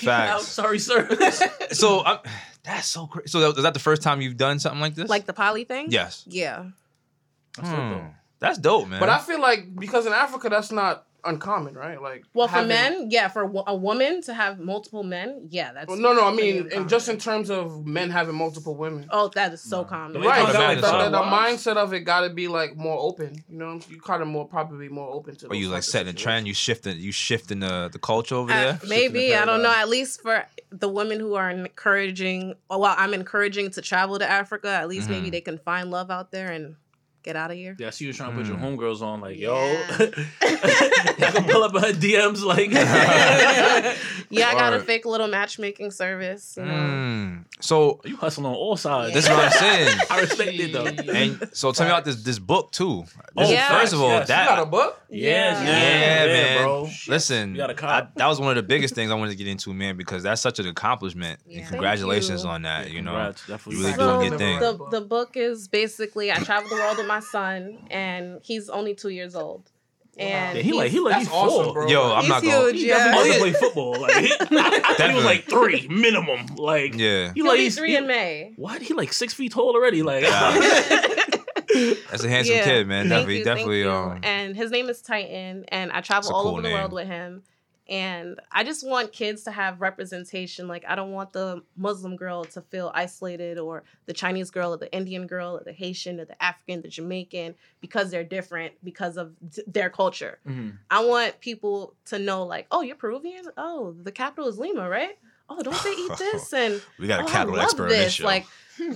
S1: Facts.
S3: sorry, sir.
S1: So I'm, that's so crazy. So that, is that the first time you've done something like this?
S7: like the poly thing?
S1: yes.
S7: Yeah.
S1: Hmm. That's dope, man.
S5: But I feel like because in Africa that's not uncommon, right? Like
S7: Well, for
S5: having-
S7: men, yeah. For wo- a woman to have multiple men, yeah, that's.
S5: Well, Oh, no, no. I
S7: pretty
S5: mean, and
S7: uncommon.
S5: just in terms of men having multiple women.
S7: Oh, that is so
S3: No.
S7: common.
S3: Right.
S5: Right,
S1: Like,
S5: that-
S1: imagine
S5: that-
S1: some
S5: the
S3: wives.
S5: mindset of it got to be like more open. You know, you kind of more probably more open to.
S1: Are you
S5: those
S1: like
S5: type of
S1: setting a
S5: situations.
S1: trend? You shifting? You shifting the the culture over
S7: Uh,
S1: there?
S7: maybe
S3: Shifting the
S7: I don't know.
S3: paradigm.
S7: At least for the women who are encouraging, or well, I'm encouraging to travel to Africa. At least maybe
S1: Mhm.
S7: they can find love out there and get out of here.
S3: Mm-hmm. Yeah, I see you trying to put your
S1: Mm.
S3: homegirls on, like,
S7: Yeah.
S3: yo. I can pull up her DMs, like.
S7: Yeah, I got a
S1: Alright.
S7: fake little matchmaking service. You know.
S1: Mm. So
S3: You hustling on all sides.
S1: this is what I'm saying.
S3: I respect it though.
S1: And so tell me about this this book too. This-
S3: Oh,
S7: Yeah.
S1: First of all,
S3: yes.
S5: You got
S1: that
S5: a book?
S3: Yes,
S1: yeah,
S3: yeah,
S1: man.
S3: bro.
S1: Listen,
S3: You got a cop.
S1: I, that was one of the biggest things I wanted to get into, man, because that's such an accomplishment.
S7: Yeah.
S1: And
S7: Thank
S1: congratulations
S7: you.
S1: on that. You know,
S3: Congrats. Definitely
S1: you really
S7: So,
S1: doing your thing.
S7: the, the book is basically I traveled the world with my son, and he's only two years old. And
S3: Yeah, he like he like
S5: That's
S3: he's four.
S5: awesome, bro.
S1: yo, I'm
S4: He's
S1: not going.
S4: huge,
S3: He
S4: yeah.
S3: definitely Oh, yeah. play football. Like he, I, I thought he
S1: Definitely.
S3: was like three minimum. Like
S1: Yeah,
S3: he
S7: he'll
S3: like
S7: be
S3: he's-
S7: three
S3: he-
S7: in May.
S3: What? He like six feet tall already. Like
S1: Yeah. that's a handsome
S7: Yeah.
S1: kid, man.
S7: Thank
S1: Definitely,
S7: you, thank
S1: definitely.
S7: you.
S1: Um,
S7: and his name is Titan, and I travel
S1: a
S7: all
S1: cool
S7: over the
S1: name.
S7: world with him. And I just want kids to have representation. Like I don't want the Muslim girl to feel isolated, or the Chinese girl, or the Indian girl, or the Haitian, or the African, the Jamaican, because they're different because of d- their culture.
S3: Mhm.
S7: I want people to know, like, oh, you're Peruvian. Oh, the capital is Lima, right? Oh, don't they eat this? And
S1: we got a
S7: oh,
S1: capital
S7: I love
S1: expert in this
S7: this.
S1: show.
S7: Like,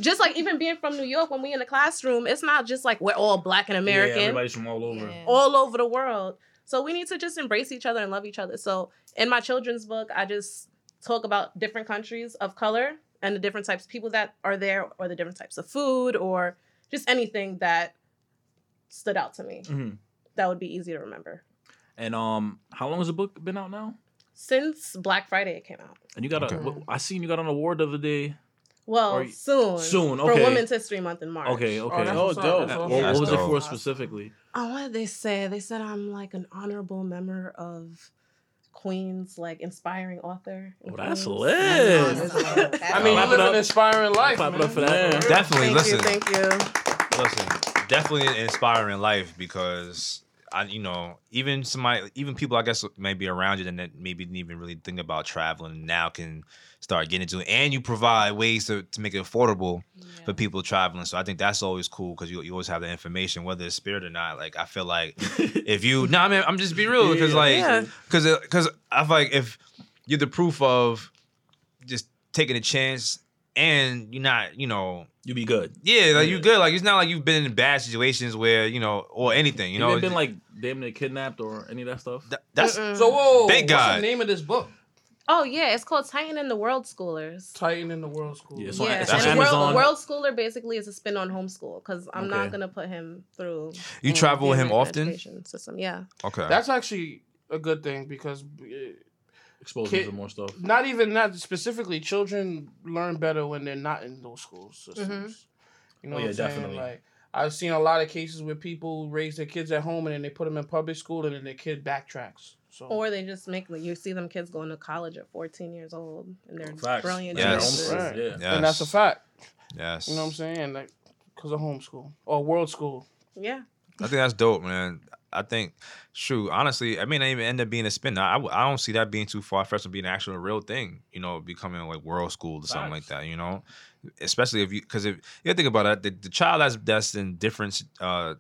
S7: just like even being from New York, when we in the classroom, it's not just like we're all black and
S3: Yeah,
S7: American,
S3: everybody's from all over.
S7: all over the world. So we need to just embrace each other and love each other. So in my children's book, I just talk about different countries of color and the different types of people that are there, or the different types of food, or just anything that stood out to me.
S3: Mhm.
S7: That would be easy to remember.
S3: And um, how long has the book been out now?
S7: Since Black Friday it came out.
S3: And you got
S1: Okay.
S3: a, wh- I seen you got an award the other day.
S7: Well,
S3: Or-
S7: soon.
S3: Soon,
S7: For
S3: okay.
S7: Women's History Month in March.
S3: Okay, okay.
S5: oh, that's
S3: Uh,
S5: what's up,
S13: dope.
S5: that's
S3: what,
S5: what's
S3: what
S5: up.
S1: That's
S3: was it for
S1: dope.
S3: specifically?
S7: Oh, what did they say? They said I'm like an honorable member of Queen's like inspiring author. in
S3: Oh, that's
S7: Queens.
S3: lit.
S7: That's
S4: That's
S7: awesome.
S5: I mean,
S3: Clap
S5: you
S3: it
S5: live
S3: up.
S5: an inspiring life,
S3: Clap it
S5: man.
S3: up for that.
S5: Yeah.
S1: definitely,
S7: Thank
S1: listen,
S7: you, thank you.
S1: listen, definitely an inspiring life because I, you know, even somebody, even people I guess maybe around you that maybe didn't even really think about traveling now can start getting into it, and you provide ways to, to make it affordable for people traveling. So I think that's always cool because you, you always have the information, whether it's spirit or not. Like I feel like if you, no, I mean I'm just be real because
S7: Yeah.
S1: like because because I feel like if you're the proof of just taking a chance and you're not, you know.
S3: You be good.
S1: Yeah, like you
S3: Yeah.
S1: good. Like it's not like you've been in bad situations where you know or anything. You
S3: You
S1: know,
S3: been like damn near kidnapped or any of that stuff?
S1: Th- that's
S7: Mm-mm.
S5: So whoa,
S1: Thank
S5: what's
S1: God.
S5: the name of this book?
S7: Oh yeah, it's called Titan and the World Scholars.
S5: Titan in the World School.
S3: Yeah, It's on-
S7: yeah,
S3: it's
S1: on
S7: and World,
S3: Amazon.
S7: World Scholar basically is a spin on homeschool because I'm
S3: Okay.
S7: not gonna put him through.
S1: you travel with
S7: the
S1: him
S7: American
S1: often.
S7: education System, yeah.
S1: Okay,
S5: That's actually a good thing because eh,
S3: Exposed
S5: Kid-
S3: to more stuff.
S5: not even not specifically children learn better when they're not in those school systems. You
S3: Oh,
S5: know what
S3: yeah,
S5: I'm saying?
S3: definitely.
S5: Like I've seen a lot of cases where people raise their kids at home and then they put them in public school and then their kid backtracks. So
S3: Oh.
S7: Or they just make like you see them kids going to college at 14 years old and they're
S3: Oh, Facts.
S7: brilliant.
S3: Yeah,
S1: Yes.
S7: geniuses.
S5: Right.
S3: Yeah.
S1: yes.
S5: and that's a fact.
S1: Yes,
S5: You know what I'm saying? Like because of homeschool or world school.
S7: Yeah.
S1: I think that's dope, man. I think, shoot, honestly, I may not even end up being a spin. I, I w- I don't see that being too far fetched from being an actual real thing, you know, becoming like world school or something like
S3: Facts.
S1: that, you know? Especially if you, because if you think about it, the, the child that's, that's in different uh,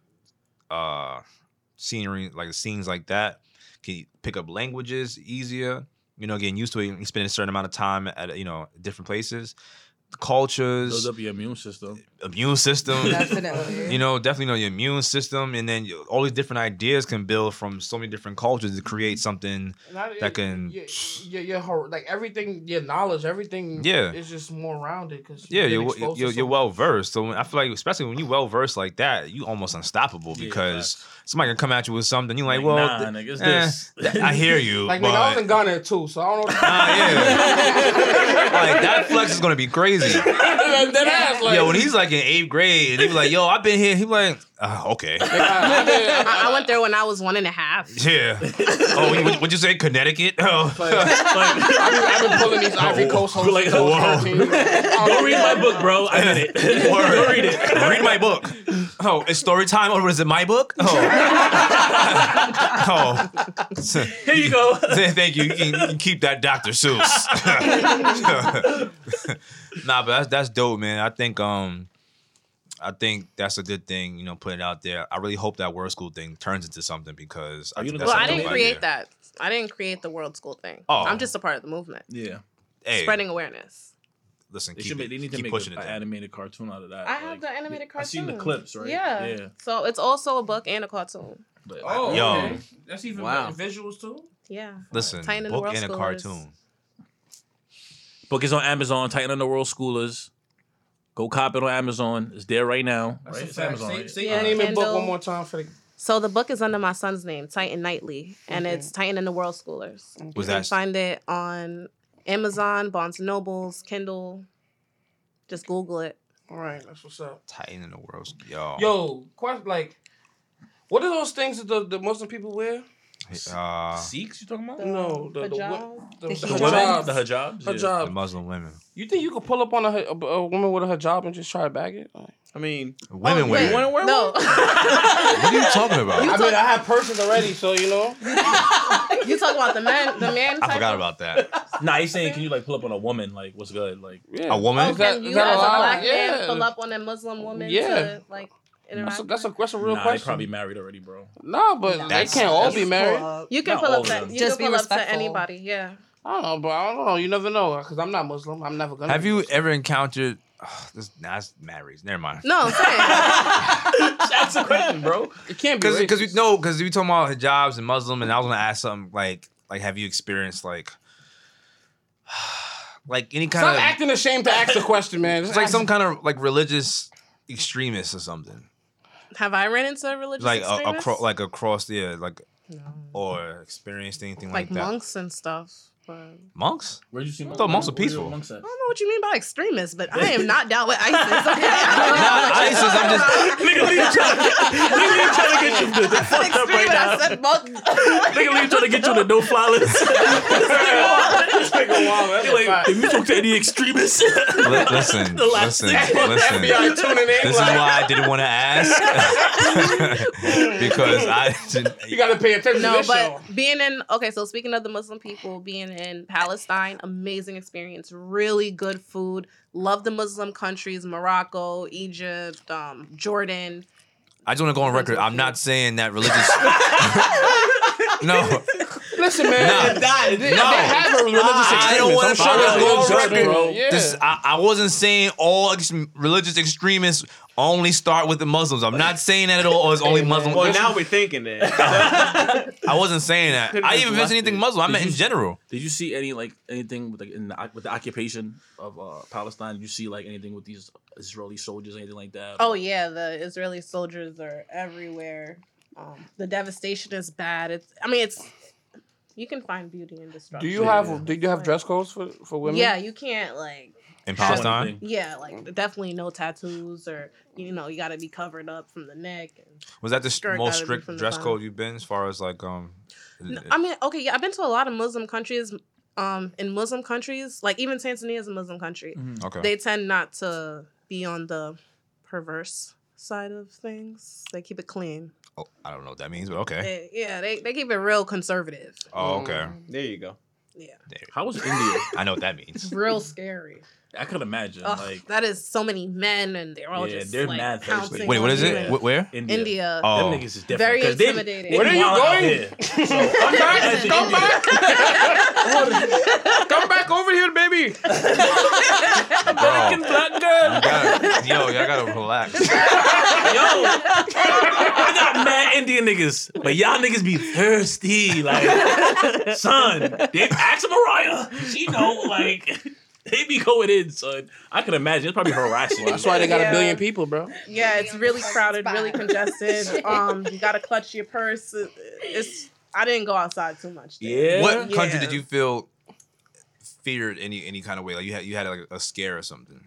S1: uh, scenery, like scenes like that, can pick up languages easier, you know, getting used to it. You spend a certain amount of time at, you know, different places, cultures,
S3: Build up your immune system.
S1: immune system
S4: Definitely.
S1: you know definitely know your immune system and then you- all these different ideas can build from so many different cultures to create something
S5: Not,
S1: That can-
S5: yeah, yeah, yeah, hor- like everything, your knowledge, everything,
S1: Yeah.
S5: is just more rounded because
S1: yeah you're, you're, you're, well versed so when, i feel like especially when you well versed like that you almost unstoppable
S3: Yeah,
S1: because somebody can come at you with something you're like well
S3: nah,
S1: th-
S3: nigga, it's
S1: eh,
S3: this.
S1: th- i hear you
S5: Like
S1: but,
S5: nigga, I was in Ghana too, so I don't know.
S1: Nah, yeah. like that flex is gonna be crazy
S5: that that ass, like,
S1: yo when he's like in eighth grade and he be like yo i've been here he be like uh, okay
S5: I, I did-
S7: I, I went there when I was one and a half.
S1: yeah oh you- what'd you say connecticut oh
S5: I've been, I've been pulling these Ivory Coast hoes
S3: Like,
S5: since I was 13.
S3: Go read my book, bro. I did it. Go read it.
S1: Read my book. Oh, it's story time, or is it my book? Oh, oh.
S3: Here you go.
S1: Th- thank you. You can, you can keep that Dr. Seuss. nah, but that's that's dope, man. I think um, I think that's a good thing. You know, putting it out there. I really hope that word school thing turns into something because I
S3: You
S1: think
S3: know-
S1: that's
S7: Well,
S1: a
S7: I didn't
S1: dope
S7: create
S1: idea.
S7: that. I didn't create the world school thing.
S1: Oh.
S7: I'm just a part of the movement,
S3: Yeah.
S1: Hey,
S7: spreading awareness.
S1: listen,
S3: They
S1: keep,
S3: should
S1: it-
S3: make, they need to
S1: keep
S3: make
S1: pushing
S3: an
S1: it. down.
S3: animated cartoon out of that.
S7: I have
S3: like-
S7: the animated cartoon.
S3: I seen the clips, right?
S7: Yeah.
S3: Yeah.
S7: So it's also a book and a cartoon.
S3: But
S5: Oh,
S1: Yo.
S5: okay. That's even
S2: Wow.
S5: better. visuals too.
S7: Yeah.
S1: Listen,
S7: Titan and the
S1: book
S7: World
S1: and a
S7: Scholars.
S1: cartoon.
S3: Book is on Amazon. Titan and the World Schoolers. Go cop it on Amazon. It's there right now.
S14: Right? It's
S5: Say-
S14: Amazon.
S5: Say,
S14: right?
S5: say your
S7: Yeah,
S5: name and book
S7: Kindle.
S5: one more time for the.
S7: So the book is under my son's name, Titan Knightley, and
S4: Mhm.
S7: it's Titan and the World Schoolers.
S1: Was
S7: You can
S1: that
S7: find it on Amazon, Barnes and Nobles, Kindle. Just Google it.
S5: All right, that's what's up.
S1: Titan in the world? Yo,
S5: Yo, quite like, what are those things that the, the Muslim people wear?
S1: uh,
S14: Sikhs you talking about?
S5: no, the the,
S7: Hijab?
S5: the,
S4: The
S5: the,
S3: The
S4: hijab.
S3: women,
S5: hijab.
S3: the hijabs. yeah.
S5: hijab.
S1: the Muslim women.
S5: You think you could pull up on a, hi- a, a woman with a hijab and just try to bag it? Like,
S2: I mean,
S1: Women wear.
S7: wait.
S2: wanna wear one?
S7: No,
S1: What are you talking about?
S5: I mean, I have persons already, so you know.
S7: you talk about the man, the man.
S1: I
S7: type
S1: forgot
S7: of-
S1: about that.
S3: Nah, he's saying, can you like pull up on a woman? Like, what's good? Like,
S5: Yeah.
S1: A woman?
S5: Is that-
S7: Can
S5: is
S7: you
S5: that
S7: as a
S5: allowed?
S7: black man
S5: Yeah.
S7: pull up on a Muslim woman
S5: Yeah.
S7: to
S5: That's
S7: like
S5: a,
S7: interact?
S5: that's a, that's a
S3: nah,
S5: real
S3: they
S5: question.
S3: probably married already, bro.
S5: nah, but they
S1: That's-
S5: can't all
S1: that's
S5: be married.
S7: You can
S3: Not
S7: pull
S3: all
S7: up
S3: of
S7: to
S3: them.
S7: you
S4: Just
S7: can
S4: be
S7: pull up to
S4: respectful.
S7: anybody. Yeah.
S5: I don't know, bro. I don't know. You never know, because I'm not Muslim. I'm never gonna.
S1: Have
S5: be
S1: you
S5: Muslim.
S1: ever encountered? Ugh, this, nah, that's marriage. Never mind.
S7: No, I'm saying.
S3: That's a question, bro.
S5: It can't be.
S1: Because because we
S5: racist.
S1: no because we talking about hijabs and Muslim and I was gonna ask something like like have you experienced like like any kind
S5: Stop
S1: of
S5: acting ashamed to ask the question, man.
S1: it's like some kind of like religious extremist or something
S7: Have I ran into a religious
S1: like a,
S7: extremist?
S1: across like across yeah like
S7: No.
S1: or experienced anything like,
S7: like
S1: that
S7: monks and stuff. But I don't
S1: monks
S14: Where'd you see
S1: thought monks were peaceful.
S14: Monks at?
S7: know what you mean by extremists, but I am not down with ISIS. Okay,
S1: Nah, ISIS, I'm just-
S3: Nigga, what are you trying to get? Nigga, what are you trying to get you to? They're fucked up right now.
S7: I said monk.
S3: Nigga, what are you trying to get you to no Oh, fly list? Like, if you talk to any extremists,
S1: Li- listen
S3: The last
S1: listen
S3: six
S1: listen
S5: FBI tuning in.
S1: this is
S5: like,
S1: why I didn't want to ask because I didn't,
S5: you gotta pay attention to
S7: No,
S5: this show.
S7: but being in okay, so speaking of the Muslim people, being in Palestine, amazing experience, really good food. Love the Muslim countries, Morocco, Egypt, um, Jordan.
S1: I just want to go on record I'm not saying that religious no
S5: Listen, man.
S1: Nah.
S5: They, they
S1: No.
S5: have a religious
S1: I don't
S5: extremists.
S1: wanna
S5: I'm
S1: show
S5: fine
S1: this
S5: with
S1: on
S5: religious
S1: record.
S5: extremists. Yeah.
S1: This I, I wasn't saying all ex- religious extremists only start with the Muslims. I'm not saying that at all. Or it's only Muslim.
S2: well, now we're thinking that.
S1: I wasn't saying that. I even mentioned anything Muslim. I meant in general.
S3: did you see any like anything with like in the, with the occupation of uh, Palestine? Did you see like anything with these Israeli soldiers, anything like that?
S7: Oh yeah, the Israeli soldiers are everywhere. Um, the devastation is bad. It's I mean it's you can find beauty in destruction.
S5: Do you have do you have dress codes for for women?
S7: Yeah, you can't like
S1: In
S3: Showing
S1: Palestine,
S3: anything?
S7: yeah, like definitely no tattoos or you know, you gotta be covered up from the neck and
S1: was that the
S7: Skirt
S1: most
S7: gotta be
S1: strict
S7: from the
S1: dress
S7: bottom.
S1: code you've been as far as like um?
S7: No, I mean, okay, yeah, I've been to a lot of Muslim countries. Um, in Muslim countries, like even Tanzania is a Muslim country.
S3: Mm-hmm.
S1: okay.
S7: They tend not to be on the perverse side of things. They keep it clean.
S1: oh, I don't know what that means, but okay.
S7: They, yeah, they, they keep it real conservative.
S1: Oh, okay.
S5: Mm.
S2: there you go.
S3: How was India?
S1: I know what that means.
S7: Real scary.
S3: I could imagine
S7: Ugh,
S3: like
S7: that is so many men, and they're all
S3: Yeah,
S7: just
S3: they're
S7: like
S3: mad thirsty.
S7: pouncing.
S1: Wait, what
S7: on
S1: is
S7: you.
S1: it? Wh- Where?
S3: India.
S7: India.
S1: Oh.
S3: Them niggas is different.
S7: Very
S3: 'cause they-
S7: intimidating.
S3: they
S7: Where are
S5: you
S3: wild out
S5: going?
S3: here. So, I'm back.
S5: Come back. Come back over here, baby.
S1: American
S3: black girl.
S1: You gotta- yo, y'all gotta relax.
S3: Yo, I got mad Indian niggas, but y'all niggas be thirsty. Like, son, they ask Mariah. She know, like, they be going in, son. I can imagine. It's probably harassing.
S5: That's why they got
S7: Yeah.
S5: a billion people, bro.
S7: Yeah, it's really crowded,
S4: spot.
S7: really congested. um, you gotta clutch your purse. It- It's I didn't go outside too much. there.
S3: Yeah.
S1: What country
S7: Yeah.
S1: did you feel feared any any kind of way? Like you had you had like a scare or something.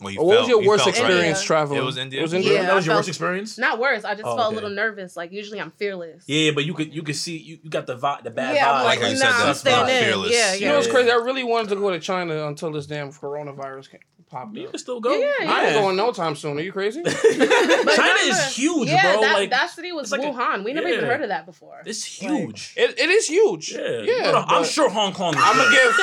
S1: Well, you
S5: what was
S1: felt-
S5: your
S1: you
S5: worst
S1: felt, right?
S5: experience
S7: Yeah.
S5: traveling?
S1: It was India?
S5: It was
S7: Yeah,
S5: India.
S3: that was your
S7: I felt-
S3: worst experience?
S7: Not worse. I just
S3: Oh,
S7: felt
S3: okay.
S7: a little nervous. Like usually I'm fearless.
S3: Yeah, but you could you could see you, you got the vi- the bad
S7: Yeah,
S3: vibe.
S7: I'm like,
S1: Like I
S7: nah,
S1: said,
S7: I'm
S1: that's
S7: staying
S1: not
S7: in.
S1: fearless.
S7: Yeah,
S5: You
S7: yeah.
S5: know what's
S3: Yeah.
S5: crazy? I really wanted to go to China until this damn coronavirus came, popped
S3: you
S5: up.
S3: can still go.
S7: Yeah,
S5: I
S7: yeah.
S5: ain't going no time soon. Are you crazy?
S7: But
S3: China
S7: remember-
S3: is huge,
S7: yeah,
S3: bro.
S7: That,
S3: like,
S7: that city was
S3: it's like a-
S7: Wuhan. we never even
S3: yeah.
S7: heard of that before.
S3: it's huge.
S5: It, it is huge.
S3: yeah,
S5: yeah.
S3: But I'm
S5: but
S3: sure Hong Kong.
S5: I'm gonna give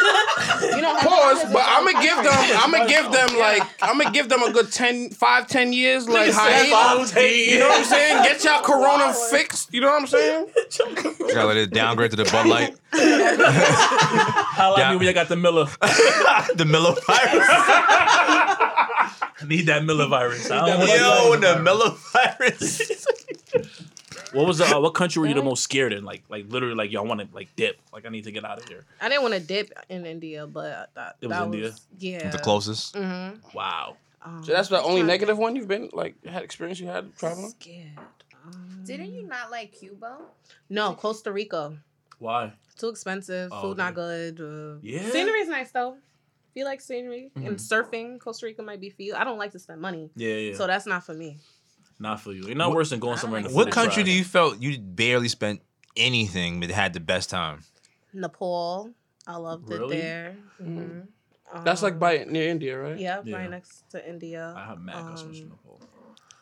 S7: You know,
S5: pause, but I'm gonna give them.
S3: Yeah,
S5: I'm gonna
S3: it's
S5: give them like. I'm gonna give them a good 10, 5, 10 years like hiatus.
S3: You
S5: You know what I'm saying? Get y'all corona fixed. You know what I'm saying?
S1: You gotta let it downgrade to the Bud Light,
S3: How like
S1: Yeah.
S3: me when I got the Miller.
S1: the Miller virus.
S3: I need that Miller virus. I don't want
S1: Yo,
S3: that
S1: the Miller virus.
S3: What was the, uh, what country were you the most scared in? Like like literally like y'all want to like dip. Like I need to get out of here.
S7: I didn't want to dip in India, but that,
S3: It was
S7: that
S3: India?
S7: was yeah.
S1: The closest.
S7: Mm-hmm.
S3: Wow.
S7: Um,
S5: So that's the only
S7: trying-
S5: negative one you've been like had experience you had traveling.
S7: Scared. Um,
S11: Didn't you not like Cuba?
S7: No, Costa Rica.
S3: Why?
S7: Too expensive.
S3: Oh,
S7: food not good. Uh,
S3: Yeah.
S7: Scenery's nice though. If you like scenery and surfing, Costa Rica might be for you. I don't like to spend money,
S3: Yeah, yeah.
S7: so that's not for me.
S3: Not for you. It's not worse than going somewhere in the
S1: What
S3: food
S1: country
S3: drive.
S1: do you felt you barely spent anything but had the best time?
S7: Nepal. I loved
S3: Really?
S7: it there.
S5: Mhm.
S7: Um,
S5: That's like by near India, right?
S7: Yeah,
S3: Yeah.
S7: right next to India.
S3: I have mad customers from
S7: Um,
S3: Nepal.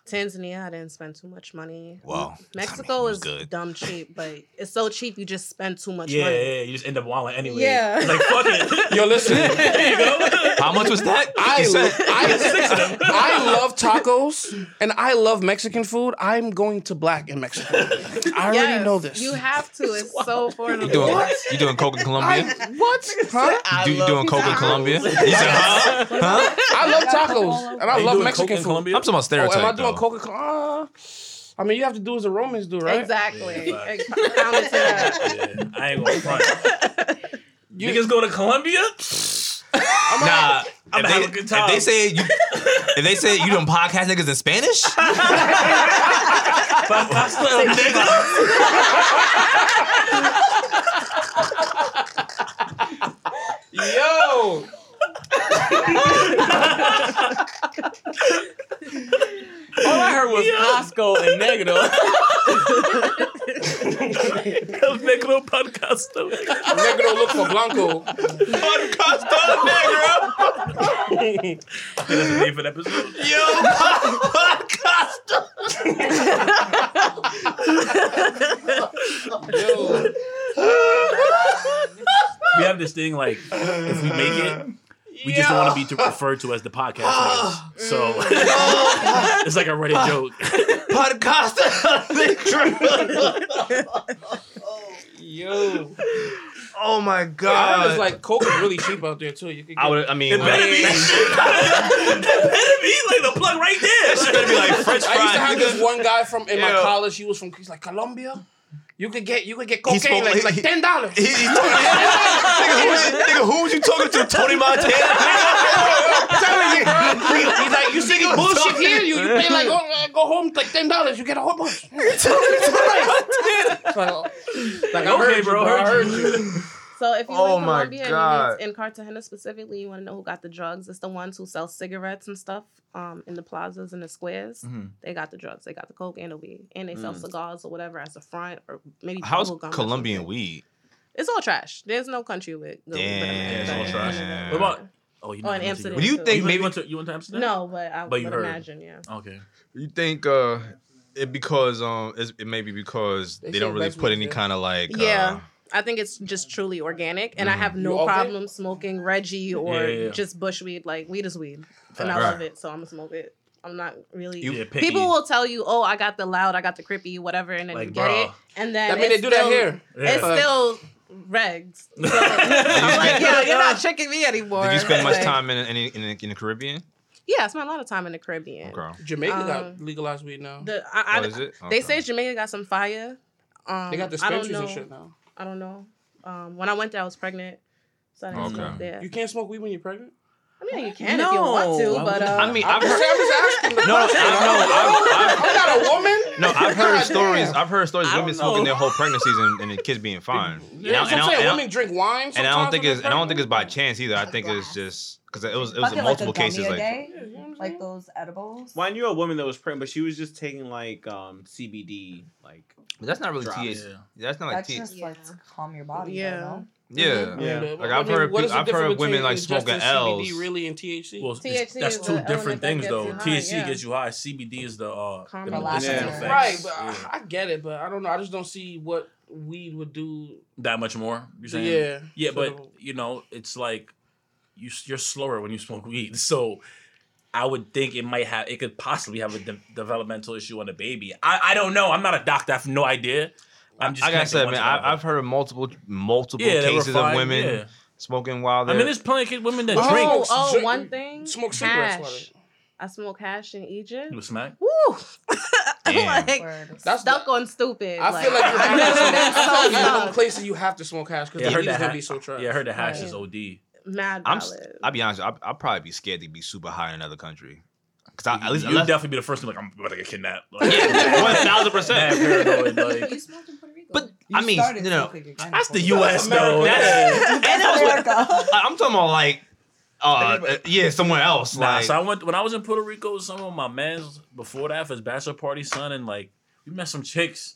S7: Tanzania, I didn't spend too much money.
S1: Wow.
S7: M-
S1: I mean,
S7: Mexico
S1: it was
S7: is
S1: good.
S7: dumb cheap, but it's so cheap you just spend too much
S3: Yeah,
S7: money.
S3: yeah, yeah, you just end up walling anyway.
S7: Um, Yeah.
S3: It's like fuck it.
S5: Yo, listen.
S3: there you go.
S1: How much was that?
S5: I,
S1: 50 cent?
S5: I, I love tacos and I love Mexican food. I'm going to black in Mexico. I already
S7: Yes,
S5: know this.
S7: You have to. It's so foreign.
S1: you doing you doing coke in Colombia?
S5: I, what? Huh?
S1: You, do, you doing coke in Colombia? You said, huh? Huh?
S5: I love
S4: Got Coke
S5: tacos
S4: all over.
S5: and I
S3: Are you
S5: love
S3: doing
S5: Mexican
S3: coke in
S5: food.
S3: Colombia?
S1: I'm talking about
S5: Oh, am
S1: stereotype.
S5: I doing
S1: though.
S5: Coca Cola? I mean, you have to do as the Romans do, right?
S7: Exactly.
S3: Yeah,
S7: Ex- pound it to that.
S3: yeah, I ain't gonna front.
S5: You-
S3: Niggas go to Colombia.
S1: Nah,
S3: I'm
S1: if,
S3: having
S1: they,
S3: a good
S1: if
S3: time.
S1: they say you, if they say you done podcast niggas in Spanish,
S3: But I still nigga.
S15: Yo, all I heard was Costco and Negro.
S3: El negro podcasto.
S5: Negro look for Blanco.
S1: podcast negro,
S3: That's the name for the episode.
S1: yo, podcast.
S5: Yo,
S3: We have this thing like if we make it, we just don't want to be to- referred to as the podcast. niggas. so it's like a Reddit joke.
S15: Yo,
S1: Oh my
S5: I heard
S1: god!
S5: it's like Coke is really cheap out there too. You could get,
S2: I would. I mean,
S3: It better be. it better be like the plug right there.
S1: That shit better be like French
S5: I used to have
S1: fries.
S5: this one guy from in my
S1: Yeah.
S5: college. He was from he's like Colombia. You could get you could get cocaine
S1: spoke
S5: like,
S1: like-
S5: like ten dollars.
S1: He, he's talking, nigga, who was, nigga, who was you talking to? Tony Montana? I'm telling you.
S5: He's like, you see the bullshit here? You, you pay like go, uh, go home like ten dollars, you get a whole bunch. It's like, oh, like
S3: Okay,
S5: I heard
S3: bro,
S5: you, bro. I
S3: heard
S5: heard you.
S7: So if you
S1: Oh
S7: in
S1: my
S7: Colombia
S1: God.
S7: and you need, in Cartagena specifically, you want to know who got the drugs. It's the ones who sell cigarettes and stuff um, in the plazas and the squares.
S1: Mm-hmm.
S3: Mhm.
S7: They got the drugs. They got the coke and the weed, and they sell cigars or whatever as a front or maybe.
S1: Mm.
S5: Oh,
S1: How's
S7: bubble gum or
S1: Colombian
S7: something.
S1: weed?
S7: It's all trash. There's no country with. good weed, but
S1: Damn.
S7: America.
S3: it's all trash.
S7: Yeah.
S3: What about- Oh, you
S7: Oh, in
S3: know,
S7: Amsterdam.
S1: What do you
S7: too.
S1: think
S3: You,
S1: maybe-
S3: went to, you went to Amsterdam?
S7: No, but I
S3: But you
S7: would
S3: heard.
S7: imagine. Yeah.
S3: Okay.
S1: You think uh it because um it's, it may be because
S5: They
S1: they,
S5: say
S1: don't really
S5: vegetables
S1: put any
S5: good.
S1: kind of like uh, Mm.
S7: Yeah. I think it's just truly organic, and I have
S5: You
S7: no
S5: okay?
S7: problem smoking Reggie or
S3: Yeah, yeah, yeah.
S7: just bush weed. Like weed is weed, and I
S1: Right.
S7: love it, so I'm gonna smoke it. I'm not really.
S3: yeah, picky.
S7: People will tell you, "Oh, I got the loud, I got the crippy, whatever," and then
S3: Like,
S7: you get
S3: bruh.
S7: it, and
S5: I
S7: then
S5: mean, they
S7: it's
S5: do that
S7: still-
S5: here.
S7: It's
S3: Yeah.
S7: still regs. So,
S1: you
S7: I'm like,
S1: spend-
S7: yeah, you're not tricking me anymore.
S1: Did you spend much
S7: Like,
S1: time in in, in, the, in the Caribbean?
S7: Yeah, I spent a lot of time in the Caribbean.
S1: Okay.
S5: Jamaica got
S7: Um,
S5: legalized weed now.
S7: The I, I,
S1: Oh, is it?
S7: they
S1: Okay.
S7: say Jamaica got some fire. Um,
S5: they got
S7: I don't
S5: dispensaries
S7: know.
S5: and shit now.
S7: I don't know. Um, when I went there, I was pregnant, so I didn't
S1: Okay.
S7: smoke there.
S5: You can't smoke weed when you're pregnant.
S7: I mean, you can if you want
S3: No.
S7: to, but uh,
S1: I mean,
S5: I'm
S1: I've
S5: just,
S1: heard
S5: I'm just asking.
S1: no, I, no, I've,
S5: I'm not a woman.
S1: I've, no, I've heard
S5: God
S1: stories.
S5: damn.
S1: I've heard stories. Of women
S3: don't
S1: smoking
S3: know.
S1: their whole pregnancies and, and the kids being fine.
S5: Yeah,
S1: and,
S5: so I'm
S1: I,
S5: saying
S1: and, I,
S5: women drink wine.
S1: and I don't
S5: sometimes
S1: think
S5: when
S1: it's
S5: they're
S1: and I don't think it's by
S5: pregnant.
S1: chance either. I think it's just because it was it was
S4: Fuck
S1: in
S4: it, like a
S1: multiple
S4: gummy
S1: cases
S4: a
S1: like
S4: day,
S7: Mm-hmm.
S5: Yeah, you know what I'm
S4: like
S5: saying?
S4: those edibles.
S2: well, I knew a woman that was pregnant, but she was just taking like um CBD, like
S1: But that's not really
S2: Drops.
S1: THC. That's not like
S4: That's
S1: THC.
S4: just like to
S7: Yeah.
S4: calm your body.
S7: Yeah.
S4: Yeah. Though,
S1: yeah.
S2: Yeah.
S1: Like, I've heard
S5: what is
S1: peop- I've
S5: the
S1: heard
S5: difference
S1: women,
S5: between
S1: like, smoking
S5: ingesting
S1: Ls.
S5: CBD really and THC.
S3: Well,
S7: THC
S3: it's- that's
S7: is
S3: two
S7: the
S3: different
S7: element that
S3: things,
S7: gets
S3: though.
S7: you high,
S3: THC
S7: yeah.
S3: gets you high. CBD is the uh, the
S7: Relaxer.
S3: medicinal
S2: Yeah.
S3: effects.
S5: right, but
S3: Yeah.
S1: uh,
S5: I, I get it, but I don't know. I just don't see what weed would do.
S3: that much more. You're saying?
S5: Yeah,
S3: Yeah, but
S5: So-
S3: you know, it's like you you're slower when you smoke weed. So I would think it might have it could possibly have a de- developmental issue on the baby. I, I don't know. I'm not a doctor. I have no idea. I'm just
S1: like I
S3: connecting
S1: said,
S3: one
S1: man,
S3: to
S1: I,
S3: another.
S1: I've heard multiple multiple
S3: yeah, they were
S1: cases of
S3: fine,
S1: women
S3: yeah.
S1: smoking while
S3: I
S1: they're.
S3: mean, there's plenty of women that
S5: Oh,
S3: drink.
S7: Oh, oh,
S5: drink-
S7: one thing.
S5: smoke cigarettes.
S7: I smoked hash in Egypt.
S3: You was smack?
S7: Woo!
S1: Damn.
S7: like
S4: Word.
S12: That's
S7: stuck on stupid.
S12: I feel like you're,
S7: I've never been
S12: I
S7: so
S12: feel like you're in one
S7: stuck.
S12: place that you have to smoke hash because
S3: Yeah, I
S12: the
S3: heard
S12: weed is
S3: that
S12: gonna
S3: hat.
S12: be so trash.
S3: Yeah, I heard the hash
S4: Right.
S3: is OD.
S7: Mad
S1: I'm s-
S7: valid.
S1: I'll be honest. I I'll probably be scared to be super high in another country. Cause I, at least
S3: You'd
S1: unless,
S3: definitely be the first to be like, I'm about to get kidnapped. Like,
S1: yeah, one thousand percent.
S3: Mad paranoid, like,
S4: you smoked in Puerto Rico.
S1: But
S4: You
S1: I mean,
S4: started
S1: you know,
S4: smoking again.
S3: that's the U.S. though.
S1: America.
S3: That's,
S4: That's America.
S1: I- I'm talking about like, uh, uh, yeah, somewhere else.
S3: nah,
S1: like,
S3: so I went when I was in Puerto Rico. Some of my mans before that for his bachelor party, son, and like we met some chicks.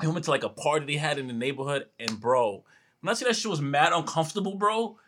S3: We went to like a party they had in the neighborhood, and bro, when I see that shit was mad uncomfortable, bro.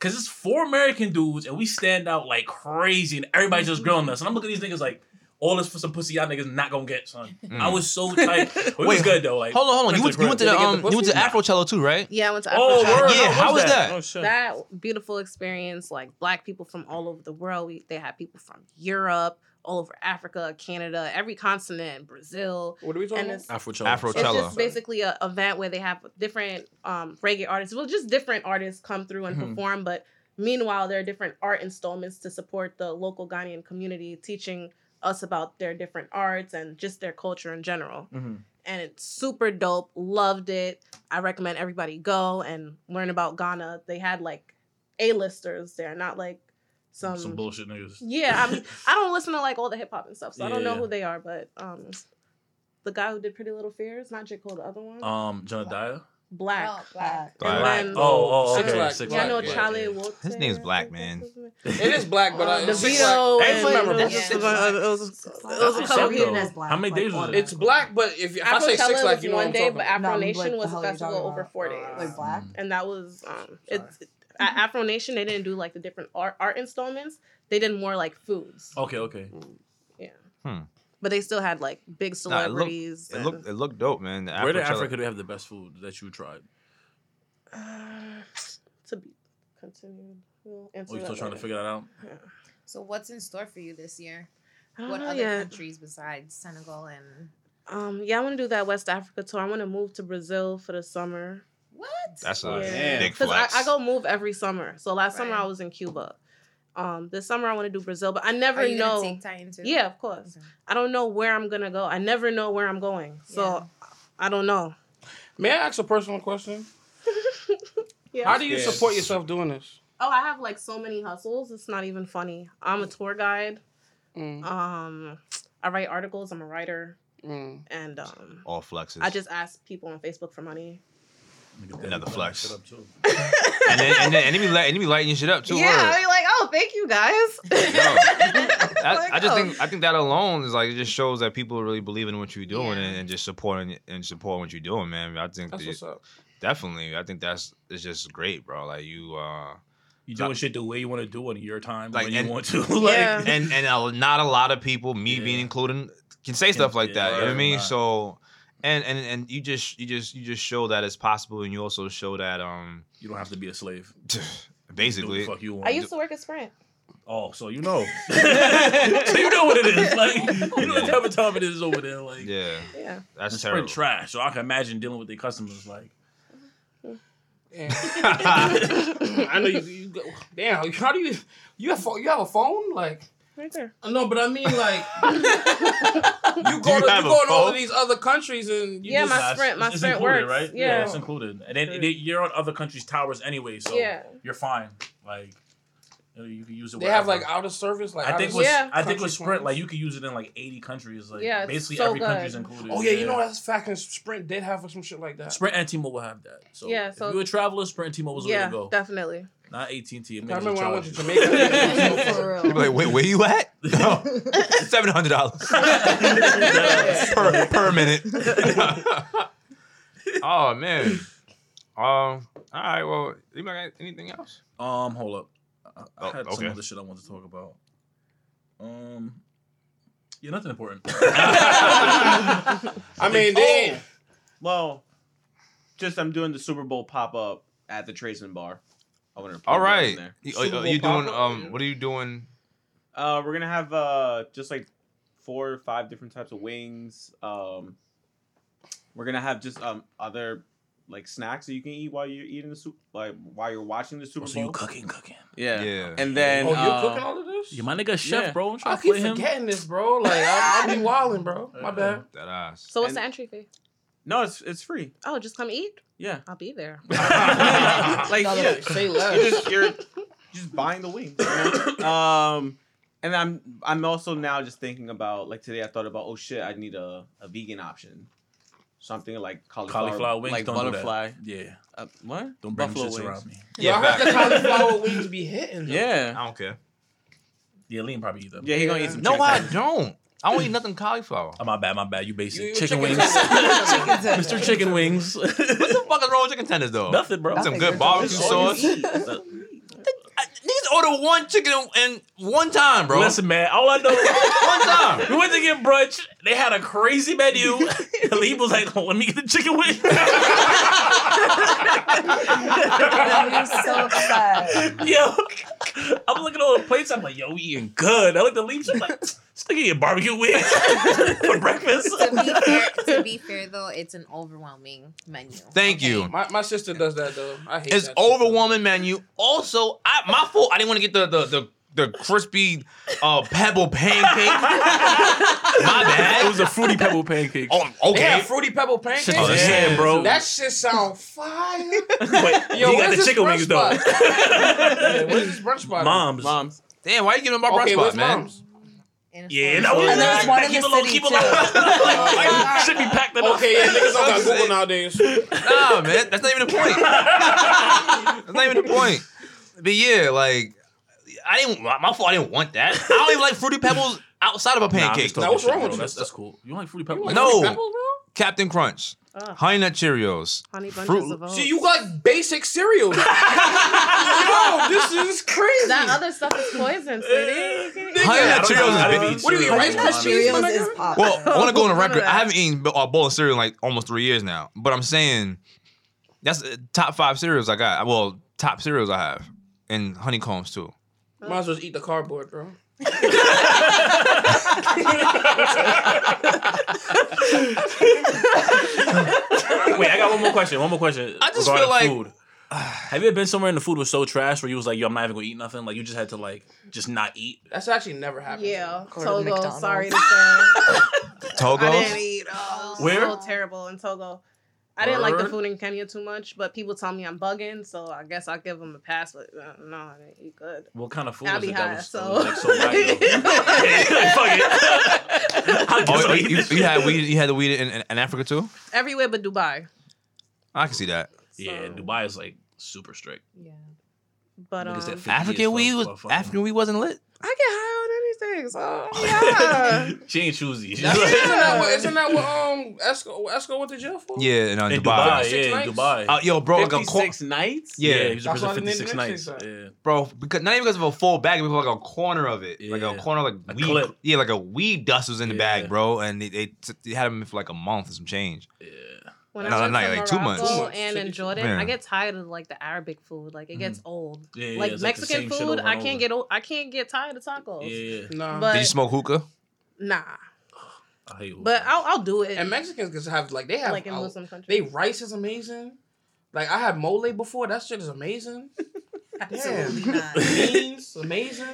S3: Cause it's four American dudes and we stand out like crazy and everybody's just grilling us. And I'm looking at these niggas like, all this for some pussy y'all niggas not gonna get, son.
S1: Mm.
S3: I was so tight. We
S1: Wait,
S3: was good though. Like
S1: hold on, hold on. You went,
S3: Went to
S1: you went to the
S12: the
S1: um, you went
S12: pussy?
S1: to Afrocello too, right?
S7: yeah, I went to
S3: Oh,
S7: Africa.
S3: word.
S1: Yeah,
S3: How
S1: how
S3: was
S1: was
S3: that?
S1: that?
S8: Oh shit.
S7: that beautiful experience like black people from all over the world we, they had people from europe all over africa canada every continent brazil
S12: What are we talking
S7: And
S12: about?
S7: it's-
S3: Afro
S1: Afro-
S7: it's
S1: Coachella.
S7: just basically a event where they have different um, reggae artists well just different artists come through and
S3: Hmm.
S12: Mhm.
S7: perform but meanwhile there are different art installments to support the local ghanaian community teaching us about their different arts and just their culture in general and it's super dope. Loved it. I recommend everybody go and learn about Ghana. They had like A-listers there, not like some,
S3: Some bullshit niggas.
S7: Yeah, I mean, I don't listen to like all the hip hop and stuff, so I don't know
S3: Yeah.
S7: who they are, but um the guy who did Pretty Little Fears, not J. Cole, the other one.
S3: Um, Jonadiah.
S7: Black.
S11: Oh, black.
S7: And
S1: Black.
S7: then-
S3: Oh, oh,
S12: Six
S3: okay.
S12: Flags.
S3: Six
S7: yeah, I know
S3: Flags,
S7: Charlie
S3: yeah.
S7: Wilson.
S1: His name's Black, man.
S12: It is black, but I,
S7: Uh,
S12: it's,
S7: DeVito.
S12: black.
S7: and-
S12: It's memorable.
S7: it was just a- it was- it was a
S4: I
S7: couple
S4: should
S7: of
S4: read
S3: people.
S4: it as black,
S3: How many days was
S4: all
S3: it?
S4: the-
S12: It's black, but if, if I say
S7: Afrochella
S12: six flags,
S7: was
S12: you know what
S7: one
S12: I'm
S7: day,
S12: talking
S7: but
S12: about.
S4: No,
S7: Afro
S4: I'm
S7: Nation
S4: like,
S7: was
S4: the
S7: a
S4: hell you
S7: festival
S4: talking
S7: over
S4: about?
S7: four days.
S4: Like black.
S7: and that was um
S12: Sorry.
S7: it's A- Afro Nation they didn't do like the different art art installments. They did more like foods.
S3: Okay, okay.
S1: Mm,
S7: But they still had like big
S1: Nah, it looked-
S7: celebrities.
S1: It looked it looked dope, man. The
S3: Where in
S1: Afrocello-
S3: Africa do they have the best food that you tried?
S7: and, uh, to be continued. We'll answer
S3: Oh, you
S7: that
S3: still trying to
S7: later.
S3: figure that out?
S11: So what's in store for you this year?
S7: I don't
S11: What
S7: know
S11: other
S7: yet.
S11: countries besides Senegal and
S7: Oh, Um yeah, I want to do that West Africa tour. I want to move to Brazil for the summer.
S11: what?
S1: That's a
S7: Yeah.
S1: big
S7: Because I,
S1: flex.
S7: I go move every summer. So last summer
S11: Right.
S7: I was in Cuba. Um this summer I want to do Brazil, but I never
S11: Are you
S7: know.
S11: gonna take Titan too?
S7: Yeah, of course.
S11: Okay.
S7: I don't know where I'm gonna go. I never know where I'm going. So I don't know.
S12: May I ask a personal question?
S7: Yeah.
S12: How do you
S2: Yes.
S12: support yourself doing this?
S7: Oh, I have like so many hustles. It's not even funny. I'm a tour guide.
S12: Mm,
S7: Um, I write articles. I'm a writer,
S12: mm.
S7: and um,
S1: All flexes.
S7: I just ask people on Facebook for money.
S1: Another flex. and then and then and they be, light, and they be lighting your shit up too.
S7: yeah,
S1: word.
S7: I'd be like, oh, thank you guys.
S1: I,
S7: Like,
S1: I just
S7: oh.
S1: think I think that alone is like it just shows that people really believe in what you're doing
S11: Yeah.
S1: and, and just supporting and supporting what you're doing, man. I think
S12: That's
S1: that-
S12: what's up.
S1: definitely, I think that's it's just great, bro. Like you, uh,
S3: You doing shit the way you want to do it in your time
S1: Like,
S3: when
S1: and-
S3: you want to. like,
S7: Yeah.
S1: and and a, not a lot of people, me
S3: Yeah.
S1: being included, can say stuff like that. You know what I
S3: Yeah,
S1: mean?
S3: right.
S1: So, and and and you just you just you just show that it's possible, and you also show that um,
S3: you don't have to be a slave. Do what the
S1: basically,
S3: fuck you want.
S7: I used to work at Sprint.
S3: oh, so you know. so you know what it is. Like, you know what
S1: Yeah.
S3: type of time it is over there. Like,
S1: yeah,
S7: Yeah,
S1: that's
S3: it's
S1: terrible.
S3: pretty trash. So I can imagine dealing with their customers. Like,
S12: Yeah. I know you. you go, damn, how do you? You have pho- you have a phone like?
S7: right there.
S12: No, but I mean like you
S1: Do
S12: go
S1: you
S12: to, you
S1: have a
S12: go to all
S1: phone?
S12: of these other countries and you
S7: Yeah,
S12: just,
S7: my
S3: Nah,
S7: Sprint-
S3: it's-
S7: my
S3: it's
S7: Sprint
S3: included,
S7: works.
S3: Right?
S7: Yeah. Mm.
S3: it's included. And then it- you're on other countries' towers anyway, so
S7: Yeah.
S3: you're fine. Like, you, know, you can use it.
S12: they have
S3: wherever.
S12: like out of service like
S3: I
S12: out
S3: think
S12: of-
S3: with
S7: Yeah.
S3: I think with
S12: country
S3: Sprint,
S12: plans.
S3: like you could use it in like 80 countries. Like
S7: Yeah, it's
S3: basically
S7: so
S3: every
S7: good.
S3: country's included.
S12: oh yeah, you know that's fact. And Sprint did have some shit like that.
S3: Sprint and T-Mobile have that. So
S7: Yeah, so-
S3: if you're a traveler, Sprint and T-Mobile's yeah,
S7: yeah,
S3: way to go.
S7: definitely.
S3: Not AT&T. It
S12: I
S3: makes
S12: remember
S3: you
S12: when I went to
S3: charge.
S12: Jamaica.
S4: For real.
S1: People like, wait, where you at? Seven hundred dollars per per minute. oh man. Um. All right. Well, you got anything else?
S3: Um, hold up. I, I
S1: Oh,
S3: had
S1: okay.
S3: some other shit I wanted to talk about. Um, yeah, nothing important.
S12: I mean, they,
S2: Well, just I'm doing the Super Bowl pop up at the Tracing Bar. I want to.
S1: All right. You,
S12: Super
S1: are Oh, you
S12: Bowl
S1: doing?
S12: pop-up?
S1: Um. What are you doing?
S2: Uh, we're gonna have uh just like four or five different types of wings. Um, we're gonna have just um other like snacks that you can eat while you're eating the soup, like while you're watching the Super
S3: Oh, so
S2: Bowl.
S3: you cooking, cooking.
S2: yeah.
S1: Yeah.
S2: And then
S12: oh, you
S2: uh,
S12: cooking all of this?
S5: Christmas?
S3: Yeah, my nigga chef,
S5: Yeah. Oh,
S3: bro. I'm
S5: I
S3: trying to
S5: keep
S3: play him.
S5: forgetting this, bro. Like I, I be wilding, bro. My bad.
S1: That ass.
S7: So what's
S2: And-
S7: the entry fee?
S2: No, it's it's free.
S7: Oh, just come eat.
S2: Yeah.
S7: I'll be there.
S2: like
S5: No, no,
S2: yeah,
S5: say
S2: you're
S5: less.
S2: just you're just buying the wings. you know? um, and I'm I'm also now just thinking about like today I thought about oh shit I need a, a vegan option, something like cauliflower,
S3: Cauliflower wings
S2: like
S3: don't do that.
S2: butterfly.
S3: Yeah,
S2: Uh, what?
S3: don't bring them
S2: Buffalo
S3: shits
S2: wings.
S3: around me.
S5: Yeah,
S1: Yeah,
S5: I heard
S1: back.
S5: the cauliflower wings be hitting. though.
S2: Yeah,
S1: I don't care.
S3: Yeah, Lean probably eat them.
S2: yeah, he gonna eat some.
S1: No,
S2: chicken
S1: I
S2: tenders.
S1: don't. I don't eat nothing cauliflower.
S3: Oh, my bad, my bad. You
S5: You- you
S3: basic
S5: chicken
S3: chicken wings,
S5: tenders.
S3: Mr. Chicken Wings.
S1: What the fuck is wrong with chicken tenders though?
S3: Nothing, bro.
S1: Some
S4: Nothing.
S1: good
S4: They're
S1: barbecue
S4: delicious.
S1: sauce. I- Niggas order one chicken and one time, bro.
S3: Listen, man. All I know,
S1: one time.
S3: we went to get brunch. They had a crazy menu. Lean was like, "Let me get the chicken wings."
S4: I'm so upset.
S3: yo, I'm looking at all the plates. I'm like, "Yo, we eating good." I looked at Lean. She's like, "Still get your barbecue wings for breakfast."
S11: to be fair, to be fair though, it's an overwhelming menu.
S1: Thank you.
S5: My, my sister does that though. I hate
S1: It's
S5: that shit.
S1: overwhelming menu. Also, I, my fault. I didn't want to get the the the, the crispy uh, pebble pancake. my bad.
S3: It was a fruity pebble pancake.
S1: oh,
S5: They have
S1: okay.
S5: fruity pebble pancakes.
S1: Oh,
S5: Yeah.
S1: yeah,
S3: bro.
S5: That shit sound fire.
S3: But
S5: Yo,
S3: you got
S5: where's
S3: the
S5: this
S3: chicken
S5: brunch
S3: wings though.
S5: spot? yeah, where's this brunch spot?
S3: Mom's.
S2: Moms,
S1: Damn, why you giving my brunch
S5: Okay,
S1: spot,
S5: where's
S1: man?
S5: mom's?
S11: And it's
S3: Yeah,
S11: like-
S3: that was
S4: And there's
S3: like,
S4: one in
S3: keep
S4: the
S3: it low,
S4: city,
S3: keep it
S4: too.
S3: low. Like, should be packed enough.
S5: Okay, yeah, niggas don't got
S1: That's it.
S5: Google nowadays.
S1: Nah, man, that's not even the point. that's not even the point. But yeah, like I didn't. My fault. I didn't want that. I don't even like fruity pebbles outside of a
S3: Nah, I'm
S1: pancake.
S3: just talking
S5: Now, what's
S3: shit,
S5: wrong
S3: bro.
S5: with you?
S3: That's, that's cool. You don't like fruity pebbles?
S1: No.
S5: Fruity pebble, bro?
S1: Captain Crunch,
S7: Ugh.
S1: Honey Nut Cheerios,
S7: Honey bunches
S1: Fruit-
S7: of oats.
S5: See, you like basic cereal. Yo, this is crazy.
S7: that other stuff is poison, sweetie.
S5: Nigga,
S1: Honey Nut
S3: I don't know
S1: Cheerios
S3: how to
S1: is big.
S3: eat
S5: What do you
S3: cereal.
S5: rice
S3: Honey Nut
S5: krispies?
S4: Cheerios
S5: my
S4: is
S5: nigga?
S4: popping.
S1: Well, I want to go on the
S7: None of
S1: record. I
S7: that.
S1: haven't eaten a bowl of cereal in like almost three years now. But I'm saying that's uh, top five cereals I got. Well, top cereals I have, and honeycombs too.
S5: Might as well just eat the cardboard, bro.
S3: Wait, I got one more question. One more question.
S1: I just
S3: regarding
S1: feel like-
S3: food. Have you ever been somewhere and the food was so trash where you was like, "Yo, I'm not even gonna eat nothing." Like you just had to like just not eat.
S5: That's actually never happened.
S7: Yeah,
S4: Go to
S7: Togo.
S4: McDonald's.
S7: Sorry to say, I didn't
S1: Togo.
S7: eat. Oh,
S11: Where?
S7: so terrible in Togo. I didn't like the
S3: Word.
S7: food in Kenya too much, but people tell me I'm bugging, so I guess I'll give them a pass. But uh, no, I didn't eat good.
S3: What kind of food
S7: I'll
S3: was
S7: be
S3: it
S7: high,
S3: that was
S7: so.
S3: that was, like, so bad? Fuck it. I guess
S1: Oh,
S3: I'll
S1: you,
S3: eat this
S1: you
S3: shit.
S1: had weed. You had the weed in, in, in Africa too.
S7: Everywhere but Dubai.
S1: I can see that.
S7: So,
S3: Yeah, Dubai is like super strict.
S11: Yeah.
S7: But um,
S3: Niggas that
S7: I
S3: fit
S7: get
S1: African
S3: years for-
S1: weed was
S3: for- for-
S1: African weed wasn't lit.
S7: high on anything, so yeah.
S3: she ain't choosy. She's
S5: That's,
S3: like,
S5: isn't, that what, isn't that what um Esco Esco went to jail for?
S1: Yeah, in, uh,
S3: in
S1: Dubai.
S3: Dubai, yeah, in
S5: nights?
S3: Dubai.
S1: Uh, yo, bro, like a cor-
S2: fifty-six nights.
S1: yeah,
S3: he was in
S5: That's
S3: prison
S5: why they named
S3: 56
S5: it
S3: nights.
S5: that.
S3: Yeah.
S1: bro, because not even because of a full bag, it was like a corner of it, like a
S3: Yeah.
S1: corner, like
S3: A
S1: weed,
S3: clip.
S1: yeah, like a weed dust was in the
S3: Yeah.
S1: bag, bro, and they, they, t- they had him for like a month or some change.
S3: Yeah.
S7: When
S1: No,
S7: I went
S1: not
S7: to
S1: like two
S7: Morocco
S1: months.
S5: Two months.
S7: and in Jordan,
S1: Yeah.
S7: I get tired of like the Arabic food. Like it gets old.
S3: Yeah, yeah,
S7: like
S3: it's like the
S7: Mexican
S3: same shit
S7: food,
S3: over
S7: I
S3: and
S7: can't
S3: over.
S7: get o- I can't get tired of tacos.
S3: Yeah, yeah.
S5: Nah.
S7: But
S1: Did you smoke hookah?
S7: nah,
S3: I hate
S7: but I'll I'll do it.
S5: and Mexicans can have like they have
S7: like in
S5: a-
S7: Muslim
S5: They
S7: countries.
S5: rice is amazing. Like I had mole before. That shit is amazing.
S11: Absolutely
S5: Damn.
S11: not.
S5: Beans, amazing.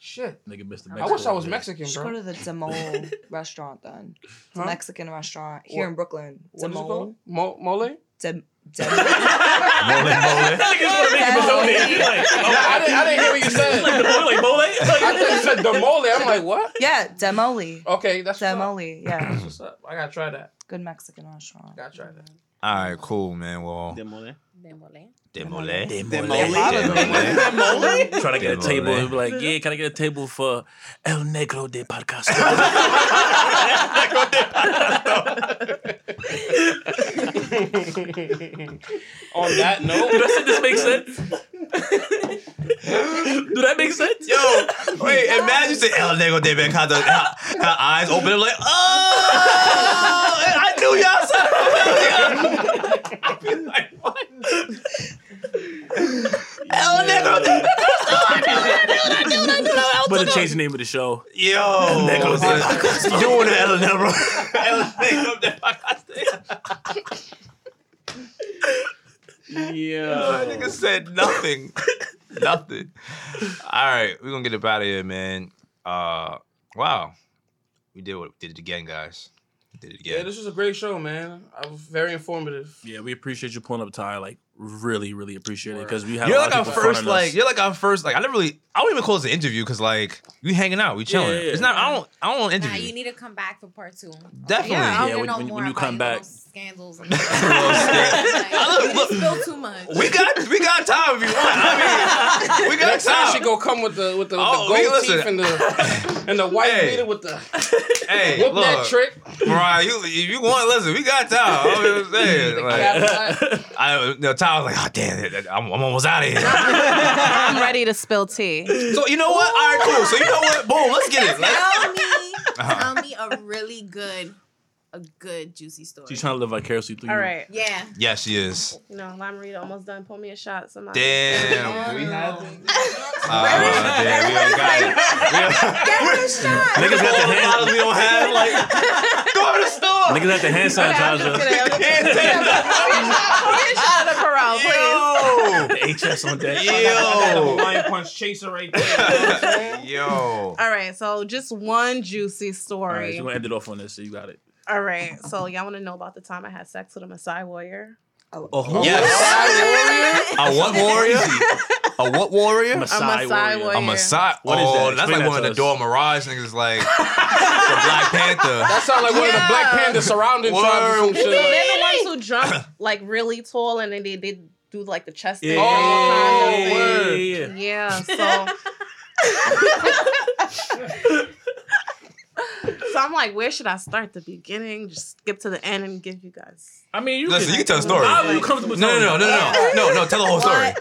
S5: Shit.
S3: nigga missed the
S5: I
S3: Mexican
S5: wish I was
S3: one.
S5: Mexican,
S4: Just go
S5: bro.
S4: to the Demol restaurant then. It's a
S5: Huh?
S4: Mexican restaurant here in Brooklyn.
S5: What is it
S4: Demol.
S5: called? Mo- mole?
S1: Mole,
S4: Dem-
S1: mole.
S3: That nigga's wanna make him a
S4: Mole.
S3: donate. Like,
S5: Nah, Oh, I, didn't, I didn't hear what you
S3: oh, like the
S5: said.
S3: boy, like mole. Like,
S5: I just said the mole. I'm like, what?
S4: yeah, Demoli.
S5: Okay, that's what's up.
S4: Demoli. Yeah,
S5: That's what's up. I gotta try that.
S4: good Mexican restaurant.
S5: Gotta try that.
S1: All right, cool, man. Well,
S2: Demole.
S11: Demole.
S1: demole,
S2: Demole. Demole.
S3: Try to get a
S1: Demole.
S3: table. He'll be like, yeah, can I get a table for El Negro de Podcast?
S5: On that
S3: Did
S5: note,
S3: I say this make sense? Do that make sense?
S1: Yo, wait, imagine you say El Negro de Bencata. Her, her eyes open up like, oh, and I knew y'all said El Negro de
S3: But to change the name of the show.
S1: Yo,
S3: Negro de
S1: you doing El Negro? El Negro de Bencata.
S2: Yeah.
S1: Nigga said nothing. Nothing. All right, we're gonna get up out of here, man. Uh, wow, we did what did it again, guys. Did it
S5: Yeah,
S1: again.
S5: this was a great show, man. I was very informative.
S3: Yeah, we appreciate you pulling up, Ty. Like, really, really appreciate it because we had
S1: you're
S3: a lot
S1: like our
S3: of people
S1: first,
S3: fronting us.
S1: like you're like our first, like I never really, I don't even call this an interview because like we hanging out, we chilling.
S3: yeah, yeah.
S1: It's not, I don't, I don't want
S11: Nah,
S1: interview.
S11: you need to come back for part two.
S1: Definitely.
S11: I wanna
S3: Yeah, when-
S11: know
S3: when-
S11: more
S3: when you
S11: about
S3: come
S11: your
S3: back.
S11: little Scandals. And
S1: I
S11: like,
S1: look-
S11: you
S1: look-
S11: spill too much.
S1: we got, we got time if you want. I mean, we got
S5: Next time
S1: time.
S5: she go come with the with the,
S1: Oh,
S5: the
S1: we-
S5: gold
S1: listen.
S5: teeth and the and the white
S1: Hey.
S5: beater with the
S1: Hey,
S5: whoop that
S1: look.
S5: trick.
S1: Mariah, you, if you want, listen, we got time. I'm just saying. Like, I, no, Ty was like, oh, damn it, I'm, I'm almost out of here.
S7: I'm ready to spill tea.
S1: so, you know what? All right, cool. So, you know what? Boom, let's get it. Let's-
S11: tell me, tell me a really good, a good juicy story.
S3: She's trying to live vicariously through
S7: All
S3: you.
S7: right.
S11: Yeah.
S1: yes, she is.
S7: You know, Lime Rita almost done. Pull me a shot. Somebody.
S1: Damn. We have.
S11: Get
S1: Uh, damn, we don't got it.
S11: this shot.
S3: Niggas got the hand.
S1: We, we don't have, like, go to the store.
S3: Niggas got the hand sanitizer.
S7: Shot of Perel, please.
S3: Oh,
S1: Yo.
S3: HS on deck.
S1: Yo.
S6: Lion punch chaser right there.
S1: Yo.
S7: All right, so just one juicy
S3: All right,
S7: story.
S3: so we're gonna end it off on this. So you got it.
S7: All right, so y'all want to know about the time I had sex with a Maasai warrior?
S3: Oh,
S1: Yes. A what warrior? A what warrior?
S7: A Maasai warrior.
S1: A Maasai.
S3: What is
S1: oh,
S3: that?
S1: that's
S3: Explain
S1: like
S3: that
S1: one of
S3: to
S1: the
S3: us.
S1: Dora Mirage niggas, like the Black Panther.
S5: That sound like one of the
S7: Yeah.
S5: Black Panda surrounding
S1: Word.
S5: tribes or some shit. like-
S7: They're the ones who jump like really tall, and then they they do like the chest thing.
S3: Yeah.
S7: all the time.
S3: yeah, yeah,
S1: Oh,
S3: yeah.
S7: Yeah, so. so I'm like, where should I start? The beginning? Just skip to the end and give you guys.
S3: I mean, you
S1: Listen,
S3: can,
S1: you can tell the story.
S3: I'm comfortable.
S1: No, no, no, no,
S3: telling you.
S1: no, no, no. Tell the whole story.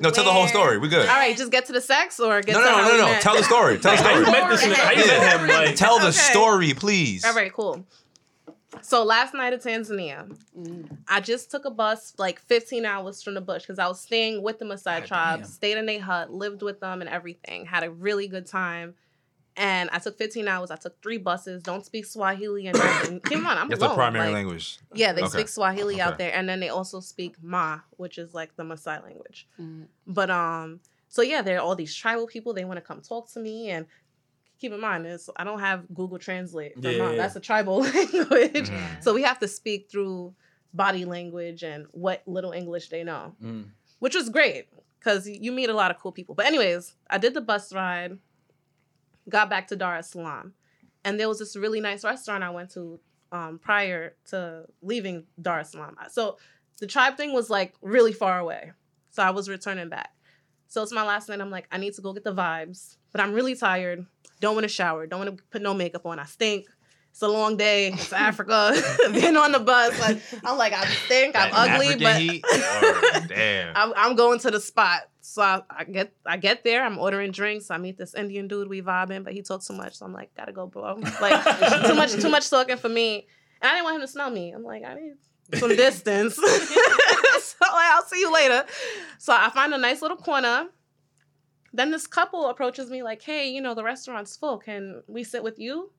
S1: No, tell the whole story. We good.
S7: All right, just get to the sex or get
S1: No,
S7: to
S1: no,
S7: how
S1: no,
S7: we
S1: no, no.
S7: met?
S1: Tell the story. Tell the
S3: How you
S1: story.
S3: met this nigga? How you met him? Like,
S1: Tell the
S7: Okay.
S1: story, please.
S7: All right, cool. So last night in Tanzania, I just took a bus like 15 hours from the bush because I was staying with the Maasai tribe,
S3: damn.
S7: stayed in their hut, lived with them and everything, had a really good time. And I took 15 hours. I took three buses. Don't speak Swahili and nothing. Come on, I'm
S1: That's
S7: alone.
S1: the primary
S7: like-
S1: language.
S7: Yeah, they
S1: Okay.
S7: speak Swahili
S1: Okay.
S7: out there, and then they also speak Ma, which is like the Maasai language. But um, so yeah, there are all these tribal people. They want to come talk to me, and keep in mind, is I don't have Google Translate.
S3: Yeah,
S7: For Ma.
S3: yeah, Mm-hmm. yeah.
S7: That's a tribal language,
S1: Mhm.
S7: so we have to speak through body language and what little English they know,
S3: Mm.
S7: which was great because you meet a lot of cool people. But anyways, I did the bus ride, got back to Dar es Salaam, and there was this really nice restaurant I went to um, prior to leaving Dar es Salaam. So the tribe thing was like really far away. So I was returning back. So it's my last night. I'm like, I need to go get the vibes, but I'm really tired. Don't want to shower. Don't want to put no makeup on. I stink. It's a long day. It's Africa. Been on the bus. Like I'm like, I stink. I'm
S1: That
S7: ugly,
S1: African
S7: but
S1: heat? Oh, damn.
S7: I'm, I'm going to the spot. So I, I get I get there. I'm ordering drinks. I meet this Indian dude. We vibing, but he talks too much. So I'm like, gotta go, bro. Like too much too much talking for me. And I didn't want him to smell me. I'm like, I need some distance. so like, I'll see you later. So I find a nice little corner. Then this couple approaches me like, hey, you know the restaurant's full. Can we sit with you?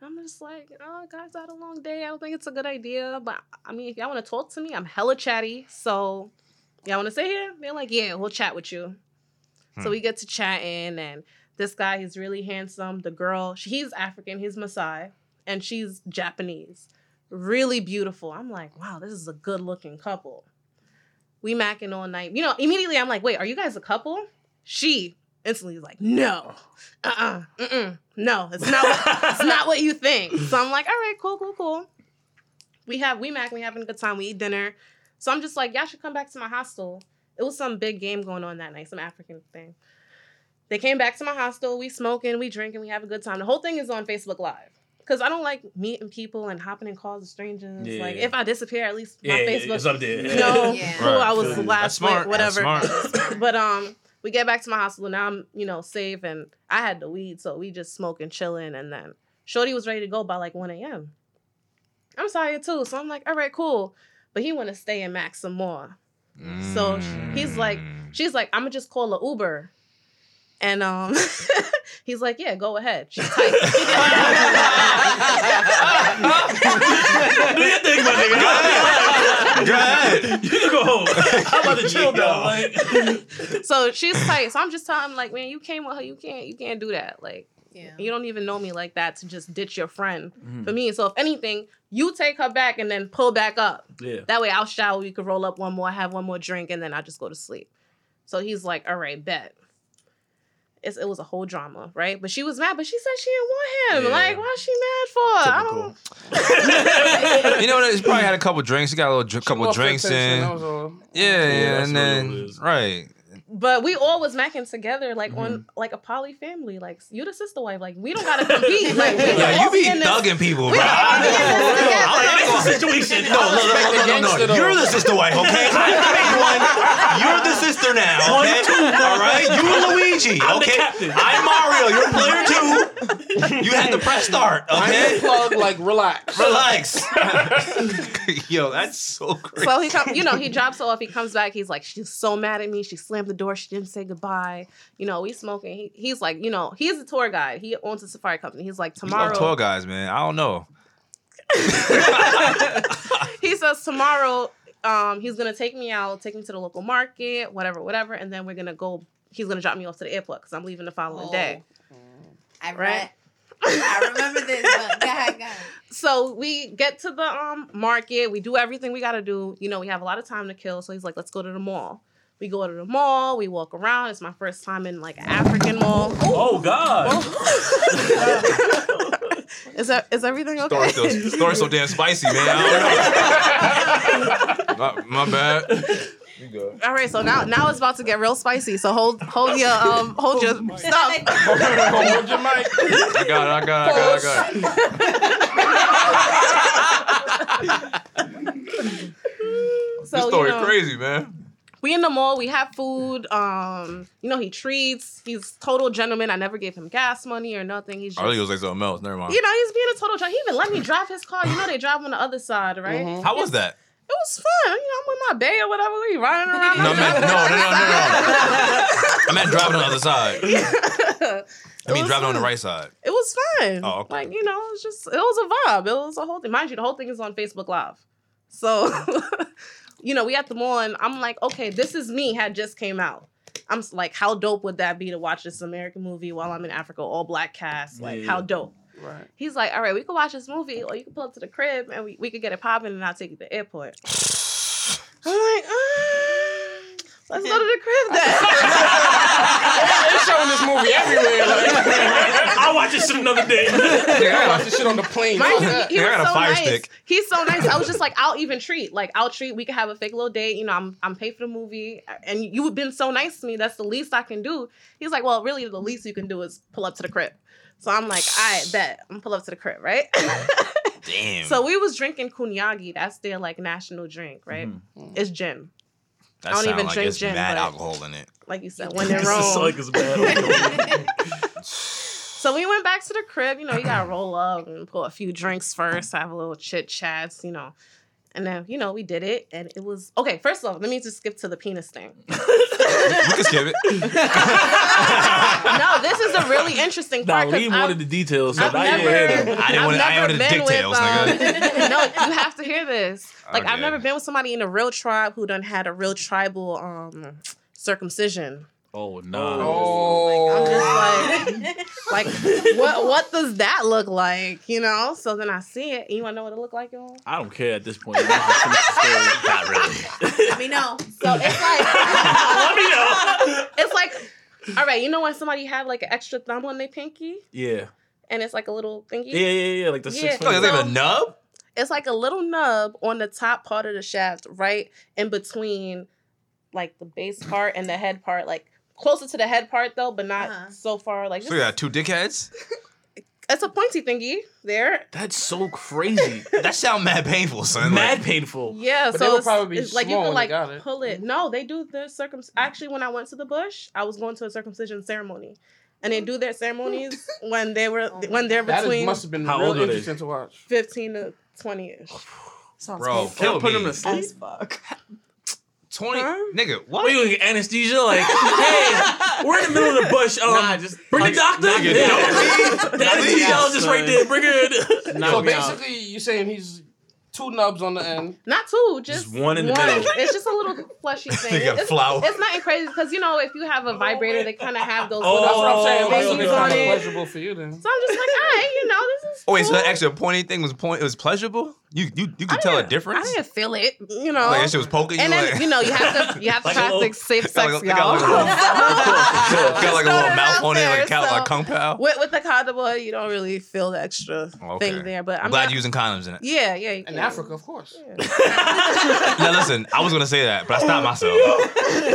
S7: I'm just like, oh, guys, I had a long day. I don't think it's a good idea. But I mean, if y'all want to talk to me, I'm hella chatty. So y'all want to sit here? They're like, yeah, we'll chat with you. So
S1: Hmm.
S7: we get to chatting, and this guy, he's really handsome. The girl, she- he's African, he's Maasai, and she's Japanese. Really beautiful. I'm like, wow, this is a good looking couple. We macking all night. You know, immediately I'm like, wait, are you guys a couple? She instantly is like, no, uh-uh, mm-mm, no, it's not it's not what you think. So I'm like, all right, cool, cool, cool. We have we mac, we having a good time, we eat dinner. So I'm just like, y'all should come back to my hostel. It was some big game going on that night, some African thing. They came back to my hostel, we smoking, we drinking, we have a good time. The whole thing is on Facebook Live. Cause I don't like meeting people and hopping in calls with strangers.
S3: Yeah.
S7: Like if I disappear, at least my
S3: Yeah,
S7: Facebook
S3: it's up there.
S7: you know
S11: Yeah.
S7: who
S1: Right.
S7: I was
S3: That's
S7: last
S1: smart.
S7: with, whatever.
S1: That's
S7: but um, we get back to my hospital. Now I'm, you know, safe, and I had the weed, so we just smoking, chilling, and then Shorty was ready to go by like 1 a.m. I'm tired too, so I'm like, all right, cool. But he want to stay and max some more. So he's like- She's like, I'm gonna just call a Uber, and um, he's like, yeah, go ahead. She's tight.
S3: Do your thing, my
S1: Go ahead.
S3: nigga. You can go home. I'm about to chill now. Like,
S7: so she's tight. So I'm just telling him like, man, you came with her. You can't. You can't do that. Like.
S11: Yeah.
S7: You don't even know me like that to just ditch your friend
S3: Mm.
S7: for me. So if anything, you take her back and then pull back up.
S3: yeah.
S7: That way I'll shower, you can roll up one more, have one more drink, and then I'll just go to sleep. So he's like, all right, bet. It's, it was a whole drama, right? But she was mad, but she said she didn't want him.
S1: Yeah.
S7: Like, why she mad for? Uh, I don't,
S1: Mm. You know what? She probably had a couple drinks. She got a little dr- couple
S12: Well,
S1: drinks in.
S12: attention, that
S1: Yeah,
S12: was all.
S7: "Oh,
S1: yeah,
S3: that's
S1: and
S3: what
S1: then
S3: it is.
S1: right.
S7: but we all was macking together, like
S1: Mm-hmm.
S7: on like a poly family. Like you the sister wife. Like we don't gotta compete. Like we
S1: Yo,
S7: all
S1: you be
S7: in this-
S1: thugging people, bro.
S7: we all in this together.
S3: I like the situation.
S1: No, no, no, no, no, no,
S12: Gangster,
S1: no.
S12: though.
S1: You're the sister wife, okay? I ain't one. You're the sister now, okay? All right? You're Luigi,
S3: I'm the
S1: okay?
S3: captain.
S1: I'm Mario. You're player two. You had to press start,
S12: I'm
S1: okay?
S12: the plug, like, relax.
S1: Relax. Yo, that's so crazy.
S7: So he come, you know, he drops her off. He comes back. He's like, she's so mad at me. She slammed the door. She didn't say goodbye. You know, we smoking. He, he's like, you know, he's a tour guide. He owns a safari company. He's like,
S1: You love tour
S7: tomorrow.
S1: guys, man. I don't know.
S7: He says tomorrow, um, he's gonna take me out, take me to the local market, whatever, whatever, and then we're gonna go. He's gonna drop me off to the airport because I'm leaving the following
S11: Oh.
S7: day.
S11: I read.
S7: Right.
S11: I remember this. But go ahead, go ahead.
S7: So we get to the um market. We do everything we gotta do. You know, we have a lot of time to kill. So he's like, let's go to the mall. We go to the mall. We walk around. It's my first time in like an African mall.
S3: Oh God.
S7: Is that is everything okay?
S1: Story's so, story so damn spicy, man. I don't know. my, my bad.
S7: All right, so now now it's about to get real spicy. So hold hold your um hold your stuff.
S12: Hold your mic.
S1: I got it. I got it. I got it. I got it.
S7: So
S1: This story
S7: you know,
S1: crazy, man.
S7: we in the mall. We have food. Um, you know he treats. He's total gentleman. I never gave him gas money or nothing. He's
S1: I really
S7: just.
S1: was like something else. Never mind.
S7: You know, he's being a total drunk. He even let me drive his car. You know, they drive on the other side, right?
S12: Mhm.
S1: How was that?
S7: It was fun. You know, I'm with my bae or whatever. We riding around.
S1: No,
S7: I'm
S1: man, no,
S7: driving on
S1: no,
S7: the
S1: no, no, no.
S4: oh.
S7: other side.
S1: I meant driving on the other side. I mean,
S7: was
S1: driving on the
S7: fun.
S1: right side.
S7: It was fun.
S1: Oh, okay.
S7: Like, you know, it's just it was a vibe. It was a whole thing. Mind you, the whole thing is on Facebook Live. So, you know, we at the mall and I'm like, okay, this is me had just came out. I'm s- like, how dope would that be to watch this American movie while I'm in Africa, all black cast? Like,
S3: Yeah.
S7: how dope.
S12: Right.
S7: He's like, all right, we could watch this movie, or you can pull up to the crib and we, we could get it popping and I'll take you to the airport. I'm like, ah, let's go to the crib then.
S12: They're showing this movie everywhere. Like,
S3: I'll watch this shit another day.
S12: I watch this shit on the plane.
S7: Mind you,
S12: Fuck
S7: he, he
S1: I got
S7: was
S1: a
S7: so
S1: fire
S7: nice.
S1: stick.
S7: He's so nice. I was just like, I'll even treat. Like, I'll treat. We could have a fake little date. You know, I'm I'm paid for the movie, and you have been so nice to me. That's the least I can do. He's like, well, really, the least you can do is pull up to the crib. So I'm like, I bet I'm pull up to the crib, right?
S1: Damn.
S7: so we was drinking kunyagi. That's their like national drink, right? It's gin,
S1: that
S7: I don't
S1: sound
S7: even
S1: like
S7: drink
S1: it's
S7: gin,
S1: mad
S7: but-
S1: alcohol in it.
S7: like you said. When in Rome.
S3: It's like it's bad.
S7: So we went back to the crib. You know, you gotta roll up and pull a few drinks first, have a little chit chats, you know. And then, you know, we did it. And it was okay, first of all, let me just skip to the penis thing.
S1: We can skip it.
S7: no, this is a really interesting
S3: Nah,
S7: part. 'cause
S3: Lee
S7: I've-
S3: wanted the details, so
S7: I've
S3: now you hear
S7: never,
S1: I
S3: them.
S1: didn't
S7: I've
S1: wanna- I
S7: never
S1: wanted the
S7: been with, um,
S1: details, nigga.
S7: no, you have to hear this. Like I've
S1: Okay.
S7: never been with somebody in a real tribe who done had a real tribal um circumcision.
S3: Oh no.
S12: Oh.
S7: I'm just like, like, what what does that look like? You know. So then I see it. You want to know what it looked like, y'all?
S3: I don't care at this point. I'm just gonna finish the story. Not really.
S11: Let me know.
S7: So it's like,
S3: Let me know.
S7: it's like, all right. You know when somebody have like an extra thumb on their pinky,
S3: Yeah.
S7: and it's like a little thingy.
S3: Yeah, yeah, yeah. Like the
S7: Yeah.
S3: six.
S1: Look,
S3: fingers.
S1: it's like a nub.
S7: It's like a little nub on the top part of the shaft, right in between, like the base part and the head part, like. Closer to the head part though, but not
S11: Uh-huh.
S7: so far. Like
S1: So you got two dickheads.
S7: it's a pointy thingy there.
S3: That's so crazy.
S1: That sound mad painful, son.
S3: Mad
S1: Like,
S3: painful.
S7: Yeah,
S12: But
S7: so
S12: they would
S7: it's,
S12: probably be
S7: it's like you
S12: small
S7: can
S12: when they
S7: like
S12: got it.
S7: pull it. No, they do their circum. Actually, when I went to the bush, I was going to a circumcision ceremony, and they do their ceremonies when they were
S11: Oh my
S7: when they're
S12: That is,
S7: between
S12: must have been
S3: How
S12: real
S3: old are they?
S12: interesting to watch.
S7: fifteen to twenty ish.
S11: Sounds
S1: bro,
S11: painful.
S1: kill me.
S12: Put them to sleep.
S11: As fuck.
S1: Twenty,
S7: Huh?
S1: nigga.
S3: What are
S1: What?
S3: you gonna get anesthesia? Like, hey, we're in the middle of the bush. Um,
S5: Nah, just
S3: bring the doctor.
S5: Nah,
S3: yeah.
S1: don't
S3: the anesthesiologist right there. Bring her. in.
S5: Nah,
S12: so
S5: we out.
S12: basically, you're saying he's two nubs on the end.
S7: Not two, just,
S8: Just one in the middle.
S7: It's just a little fleshy thing.
S1: They got
S7: it's,
S1: flour.
S7: It's nothing crazy because you know if you have a
S12: Oh,
S7: vibrator, they kind of have those.
S8: Oh,
S7: little
S12: That's what I'm saying. Like,
S7: things
S12: so
S8: okay,
S12: it's
S7: on
S12: not
S7: it.
S12: pleasurable for you then.
S7: So I'm just like, all right, you know, this is.
S1: Oh wait, so
S7: cool.
S1: that extra pointy thing was point. It was pleasurable. You you you could
S7: I
S1: tell a
S7: didn't-
S1: difference.
S7: I didn't feel it, you know.
S1: like that shit was poking
S7: and
S1: you.
S7: then
S1: like,
S7: you know you have to you have to
S8: Like a
S7: try
S8: little-
S7: to safe sex,
S1: got like, a- they got
S7: y'all.
S1: like a little, got like a
S7: Just
S1: little
S7: throw it
S1: mouth
S7: out
S1: on it, like
S7: there,
S1: a cow, like
S7: so-
S1: kung pao.
S7: with, with the cardboard, you don't really feel the extra
S1: Okay.
S7: thing there. But I'm
S1: I'm glad
S7: not,
S1: you're using condoms in it.
S7: Yeah, yeah. you
S12: In
S7: can.
S12: Africa, of course.
S1: Now listen, I was gonna say that, but I stopped myself.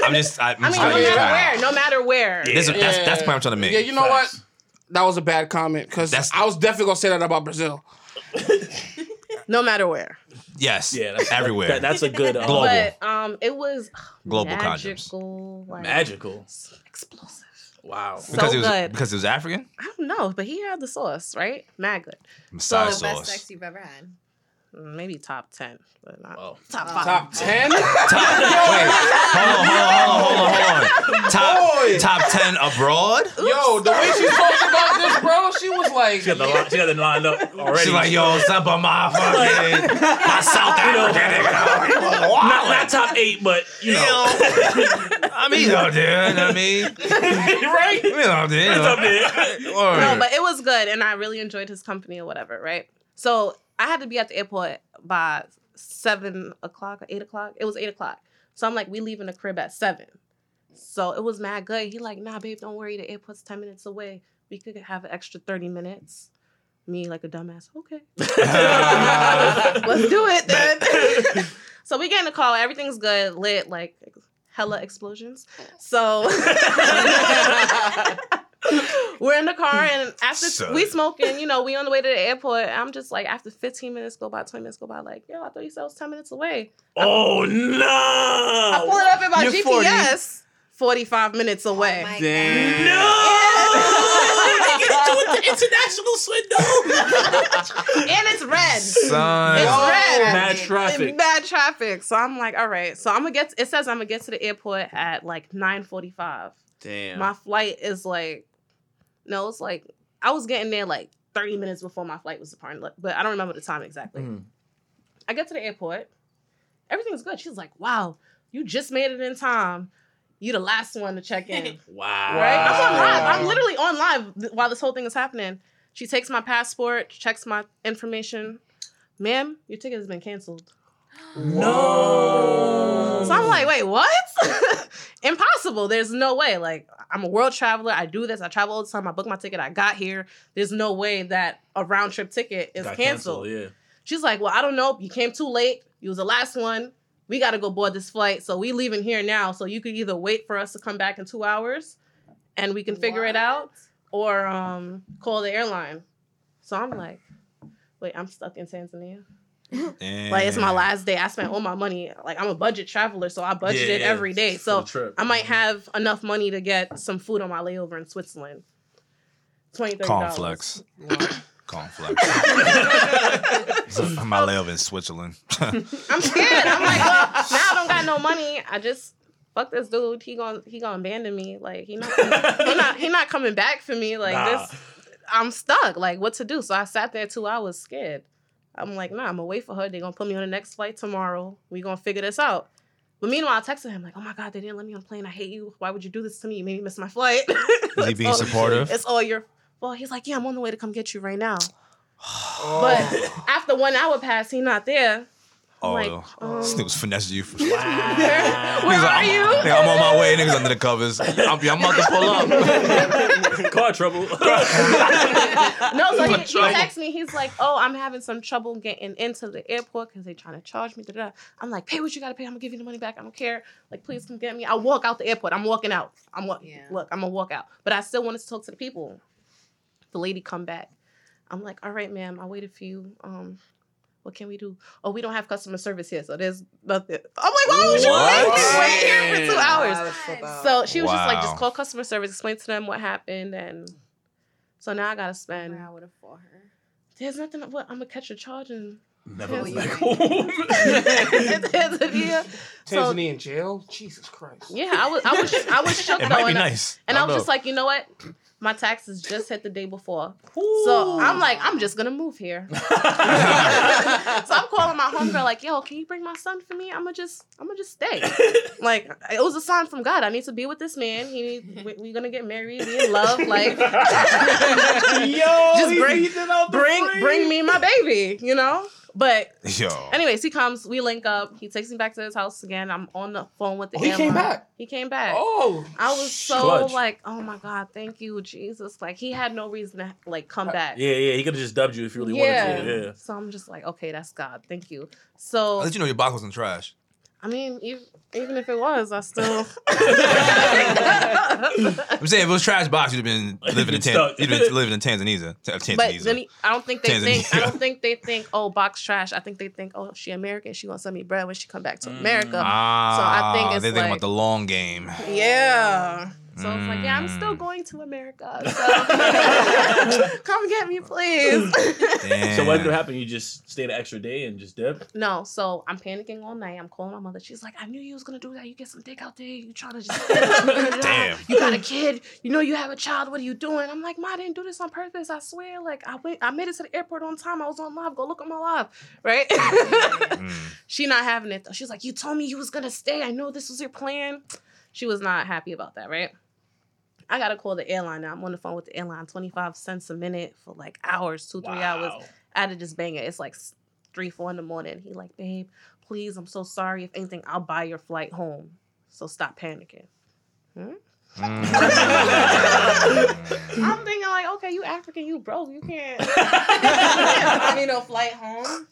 S1: I'm just. I, I'm
S7: I mean, no
S1: sorry.
S7: matter
S12: Yeah.
S7: where, no matter where.
S1: This is- that's
S12: Yeah.
S1: that's the point I'm trying to make.
S12: Yeah, you know what?
S8: Facts.
S12: That was a bad comment because
S1: That's-
S12: I was definitely gonna say that about Brazil.
S7: No matter where.
S1: Yes.
S8: Yeah, that's
S1: everywhere.
S8: That, that's a good um,
S1: Global.
S7: But um, it was
S1: Global condoms.
S7: magical, like,
S8: magical.
S7: explosive.
S8: Wow.
S1: because
S7: so
S1: it was
S7: good.
S1: because it was African.
S7: I don't know, but he had the sauce, right? Mad good.
S1: Messiah
S11: oh, the best
S1: sauce.
S11: sex you've ever had. Oh
S7: Maybe top ten, but not.
S8: Wow.
S11: Top five.
S12: Top ten.
S1: Top, wait, hold on, hold on, hold on, hold on, hold on. Top, top ten abroad.
S12: Yo, the way she talked about this, bro, she was like,
S8: She had the line, she had it lined up already.
S1: She's like, yo, what's up, my fucking my South African nigga.
S8: not, not top eight, but you know,
S1: I mean, you know, dude. I mean,
S8: right?
S1: you know, dude.
S8: It's up there.
S7: No, but it was good, and I really enjoyed his company or whatever, right? So I had to be at the airport by seven o'clock or eight o'clock. It was eight o'clock. So I'm like, we leaving the crib at seven. So it was mad good. He like, nah, babe, don't worry. The airport's ten minutes away. We could have an extra thirty minutes. Me like a dumbass. Okay, let's do it then. so we get in the call. Everything's good, lit, like hella explosions. So. We're in the car and after
S1: Son.
S7: we smoking, you know, we on the way to the airport. I'm just like, after 15 minutes go by, 20 minutes go by, like, yo, I thought you said it was 10 minutes away.
S8: oh
S7: I
S3: Oh,
S7: pull
S8: no!
S7: it up in my
S12: you're
S7: GPS, 45 minutes away.
S11: my
S12: Damn.
S8: No! They get to the international swindle.
S7: and it's red.
S1: Son.
S7: It's
S12: Oh,
S7: red.
S8: Mad traffic.
S7: Bad traffic. So I'm like, all right. So I'm gonna get it says I'm gonna get to the airport at like 9:45.
S2: Damn.
S7: My flight is like no, it's like I was getting there like 30 minutes before my flight was departing, like, but I don't remember the time exactly.
S8: Mm.
S7: I get to the airport. Everything's good. She's like, "Wow, you just made it in time. You the last one to check in."
S8: Wow.
S7: right? I'm on live.
S12: Wow.
S7: I'm literally on live th- while this whole thing is happening. She takes my passport, checks my information. Ma'am, your ticket has been canceled.
S8: No.
S7: So I'm
S8: Mm.
S7: like, wait, what? Impossible. There's no way. Like, I'm a world traveler. I do this. I travel all the time. I book my ticket. I got here. There's no way that a round trip ticket is
S8: Got
S7: canceled.
S8: Yeah.
S7: She's like, well, I don't know. You came too late. You was the last one. We got to go board this flight. So we leaving here now. So you could either wait for us to come back in two hours and we can figure it out or um, call the airline. So I'm like, wait, I'm stuck in Tanzania. Like, it's my last day. I spent all my money. Like, I'm a budget traveler. So I budgeted
S8: Yeah.
S7: every day.
S8: For
S7: So
S8: the trip.
S7: I might have enough money to get some food on my layover in Switzerland. $20, $30.
S1: Conflex. Conflex. My layover in Switzerland.
S7: I'm scared. I'm like, well, now I don't got no money. I just fuck this dude. He gon' he gonna abandon me. Like he not he not he not coming back for me. Like
S8: Nah.
S7: this, I'm stuck. Like what to do? So I sat there two hours scared. I'm like, nah, I'm gonna wait for her. They gonna put me on the next flight tomorrow. We gonna figure this out. But meanwhile, I texted him like, oh my god, they didn't let me on the plane. I hate you. Why would you do this to me? You made me miss my flight.
S1: Is he
S7: It's
S1: being
S7: all-
S1: supportive?
S7: It's all your. Well, he's like, yeah, I'm on the way to come get you right now.
S3: Oh.
S7: But after one hour passed, he not there. I'm
S1: Oh,
S7: like,
S1: no.
S7: um,
S1: this nigga was finessing you. For- Niggas,
S7: Where are
S1: I'm,
S7: you?
S1: nigga, I'm on my way. Niggas under the covers. I'm, I'm about to pull up.
S8: Car trouble.
S7: No, so he, he texts me. He's like, "Oh, I'm having some trouble getting into the airport because they trying to charge me." Da-da. I'm like, "Pay what you gotta pay. I'm gonna give you the money back. I don't care. Like, please come get me." I walk out the airport. I'm walking out. I'm walking.
S11: Yeah.
S7: Look, I'm gonna walk out. But I still wanted to talk to the people. The lady come back. I'm like, "All right, ma'am. I waited for you. Um, what can we do? Oh, we don't have customer service here, so there's nothing." I'm like, "Why would you
S1: What?
S7: wait right here for two hours?" So she was just like,
S1: Wow.
S7: just call customer service, explain to them what happened, and so now I gotta spend.
S11: Where I would have fought her.
S7: There's nothing. What I'm gonna catch a charge and
S3: Never
S7: Yes.
S3: go back home.
S7: Tanzania. So-
S12: Tanzania in jail. Jesus Christ.
S7: Yeah, I was I was I was shook
S3: it
S7: though,
S3: might be
S7: and, I-
S3: nice.
S7: and I,
S3: don't
S7: was just
S3: know.
S7: like, you know what? My taxes just hit the day before, so I'm like, I'm just gonna move here. so I'm calling my homegirl like, yo, can you bring my son for me? I'm gonna just I'm gonna just stay. like it was a sign from God. I need to be with this man. He we, we gonna get married. We in love. Like
S6: Yo,
S7: Just
S6: he
S7: bring-
S6: eating out the
S7: bring
S6: frame.
S7: bring me my baby. You know, but.
S1: Yo.
S7: Anyways, he comes, we link up, he takes me back to his house again. I'm on the phone with the
S12: Oh, he came
S7: airline.
S12: back?
S7: He came back.
S12: Oh,
S7: I was so
S3: Clutch.
S7: like, oh my god, thank you, Jesus. Like he had no reason to like come back.
S3: yeah, yeah. He could have just dubbed you if you really wanted to. Yeah.
S7: So I'm just like, okay, that's God. Thank you.
S1: I'll
S7: So
S1: let you know your box was in trash.
S7: I mean, even, even if it was, I still.
S1: I'm saying if it was trash box, you'd have been living in
S3: You'd
S1: Tan-
S3: stuck.
S1: you'd have been living in Tanzania. Ta-
S7: but
S1: Tanzania.
S7: then he- I don't think they think. I
S1: Tanzania.
S7: don't think they think. Oh, box trash. I think they think. Oh, she American. She gonna send me bread when she come back to
S3: Mm-hmm.
S7: America.
S1: ah,
S7: think it's
S1: they think
S7: like-
S1: about the long game.
S7: Yeah. So I was like, yeah, I'm still
S1: Mm.
S7: going to America. So come get me, please.
S3: So what ended up
S1: Damn.
S3: happening? You just stayed an extra day and just dipped.
S7: No, so I'm panicking all night. I'm calling my mother. She's like, I knew you was gonna do that. You get some dick out there. You trying to just
S1: Damn.
S7: You got a kid. You know you have a child. What are you doing? I'm like, Ma, I didn't do this on purpose. I swear. Like I went, I made it to the airport on time. I was on live. Go look at my live, right?
S1: Mm.
S7: she not having it though. She's like, you told me you was gonna stay. I know this was your plan. She was not happy about that, right? I gotta call the airline now. I'm on the phone with the airline. 25 cents a minute for like hours, two, three hours. I had to just bang it. It's like s- three, four in the morning. He like, babe, please, I'm so sorry. If anything, I'll buy your flight home. So stop panicking.
S1: Mm.
S7: I'm thinking like, okay, you African, you broke, you can't. you can't buy me no flight home.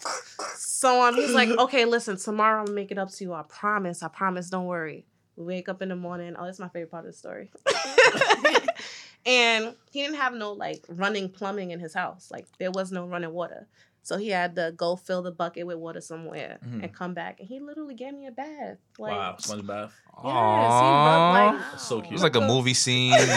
S7: So um, he's like, okay, listen, tomorrow I'll make it up to you. I promise. I promise. Don't worry. We wake up in the morning. Oh, that's my favorite part of the story. and he didn't have no like running plumbing in his house. Like there was no running water. So he had to go fill the bucket with water somewhere
S3: Mhm.
S7: and come back. And he literally gave me a bath. Like,
S3: Wow, SpongeBob.
S1: Aw.
S7: Yes, he rubbed, like,
S3: That's so cute.
S1: It was like a movie scene, It's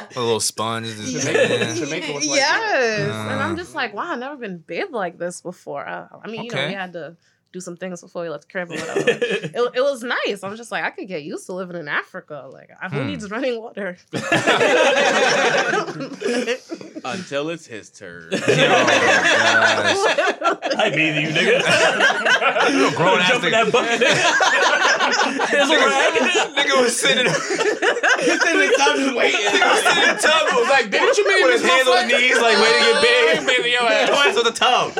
S1: like a little sponge. It's just-
S12: Jamaica,
S1: yeah.
S12: Jamaica was like
S7: yes. and
S1: Uh.
S7: I'm just like, wow, I've never been bathed like this before. Uh, I mean, you know,
S1: Okay.
S7: we had to do some things before we left the crib or whatever. it, it was nice. I'm just like, I could get used to living in Africa. Like, I- who
S1: Hmm.
S7: needs running water?
S2: Until it's his turn.
S1: Yo,
S3: I bathing you, nigga.
S1: You a grown ass
S3: Jump in
S1: nigga.
S3: that bucket. nigga. There's a rag.
S1: Nigga was sitting in
S6: the tub
S1: nigga was sitting in the tub. was like,
S12: What you mean?
S1: with his hands on his knees, like waiting to get bathed.
S12: baby, yo,
S1: Your ass on the tub.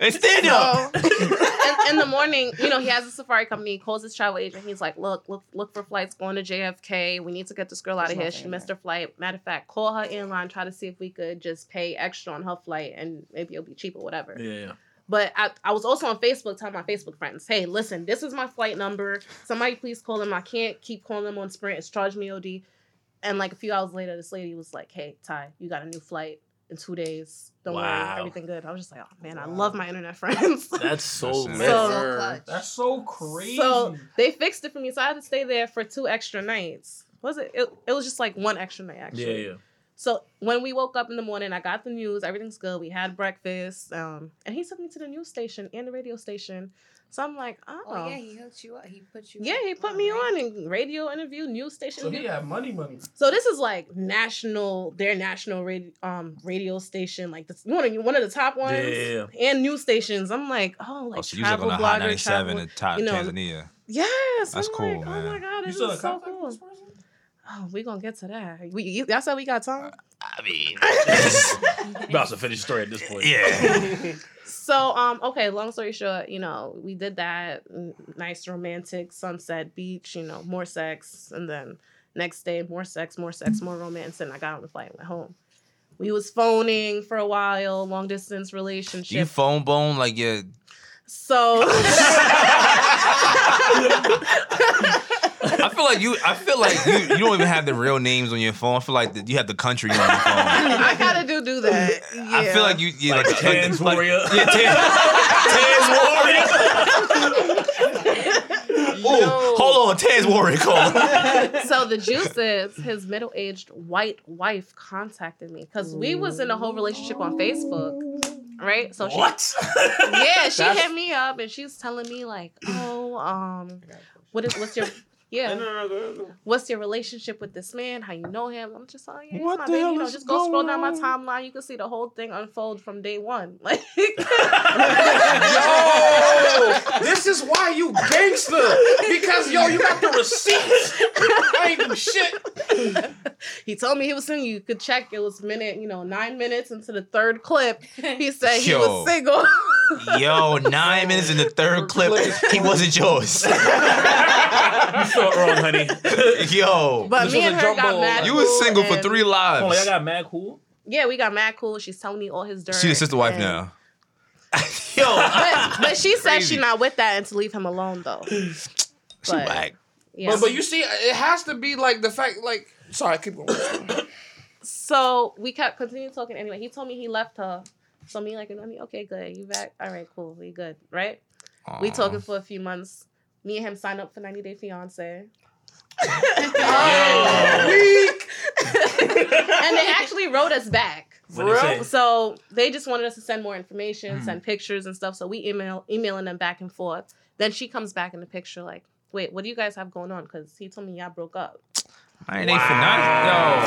S1: And stand up.
S7: So, in, in the morning, you know, he has a safari company. He calls his travel agent. He's like, "Look, look, look for flights going to JFK. We need to get this girl out
S4: That's
S7: of
S4: my
S7: here. She
S4: favorite.
S7: missed her flight. Matter of fact, call her airline. Try to see if we could just pay extra on her flight, and maybe it'll be cheaper, whatever."
S3: Yeah, yeah.
S7: But I, I was also on Facebook telling my Facebook friends, "Hey, listen, this is my flight number. Somebody please call them. I can't keep calling them on Sprint. It's charged me OD." And like a few hours later, this lady was like, "Hey, Ty, you got a new flight." In two days, don't
S3: Wow.
S7: worry, everything good. I was just like, oh man, I love my internet friends.
S3: That's so
S1: Listen.
S3: lit.
S7: So-
S11: clutch.
S12: That's so crazy.
S7: So they fixed it for me, so I had to stay there for two extra nights. Was it? It, it was just like one extra night
S3: Yeah,
S7: actually.
S3: yeah.
S7: So when we woke up in the morning, I got the news. Everything's good. We had breakfast, um, and he took me to the news station and the radio station. So I'm like, oh,
S11: Oh yeah,
S7: yeah,
S11: he hooked you up. He put you.
S7: he put me on in radio interview, news station.
S12: So
S7: interview.
S12: he had money, money.
S7: So this is like national, their national radio, um, radio station, like this one of one of the top ones,
S3: Yeah, yeah,
S7: and news stations. I'm like, oh, like
S1: Oh, so you was like
S7: travel
S1: on the Hot
S7: blogger,
S1: 97
S7: travel.
S1: in Ta-
S7: you know,
S1: Tanzania.
S7: Yes,
S1: That's
S7: I'm
S1: cool,
S7: like,
S1: man.
S7: Oh my god,
S12: You
S7: this
S12: still in
S7: is so
S12: contact with
S7: cool.
S12: this person?
S7: Oh, we gonna get to that. We, you, y'all said we got time.
S1: I mean,
S3: About to finish the story at this point.
S1: yeah.
S7: So, um, okay. Long story short, you know, we did that n- nice romantic sunset beach. You know, more sex, and then next day more sex, more sex, more romance, and I got on the flight and went home. We was phoning for a while, long distance
S1: Do you
S7: relationship.
S1: phone bone like your
S7: so,
S1: I feel like you. I feel like you. You don't even have the real names on your phone. I feel like that you have the country on your phone.
S7: I gotta do do that. Yeah.
S1: I feel like you. you
S3: Like Tans Warrior.
S1: yeah, Tans, Tans Warrior. Ooh,
S7: Yo.
S1: hold on, Tans Warrior call.
S7: so the juice is his middle-aged white wife contacted me because we was in a whole relationship on facebook right? So she
S3: What?
S7: yeah, she
S16: That's-
S7: hit me up and she's telling me like, oh, um, what is what's your yeah, what's your relationship with this man? How you know him? I'm just like, yeah, what my baby. You know, just go scroll down my timeline. You can see the whole thing unfold from day one. Like,
S5: Yo, this is why you gangster. Because yo, you got the receipts. I ain't do shit.
S7: he told me he was single. You could check. It was minute, you know, nine minutes into the third clip. He said he
S1: Yo.
S7: was single.
S1: Yo, nine minutes in the third clip, he wasn't yours.
S3: You thought wrong, honey.
S1: Yo,
S7: But
S16: This
S7: me
S16: was
S7: and
S16: a
S7: her
S16: jump
S7: got
S16: ball.
S7: mad.
S1: you was
S7: cool
S1: single for
S7: and-
S1: three
S3: Oh, y'all
S1: lives.
S3: got mad cool.
S7: Yeah, we got mad cool. She's telling me all his dirt.
S1: She the sister wife
S7: and-
S1: now. Yo,
S7: But, but she said
S1: Crazy.
S7: she not with that and to leave him alone though.
S1: she
S7: But-
S1: whack.
S7: Yeah.
S5: But but you see, it has to be like the fact like. Sorry, keep going.
S7: So we kept continuing talking anyway. He told me he left her. So me like, I mean, okay, good. You back? All right, cool. We good, right? We
S1: Aw.
S7: talking for a few months. Me and him signed up for 90 Day Fiance. Oh. and they actually wrote us back.
S3: What they say?
S7: So they just wanted us to send more information, send pictures and stuff. So we email emailing them back and forth. Then she comes back in the picture like, wait, what do you guys have going on? Because he told me y'all broke up.
S1: I ain't for nothing.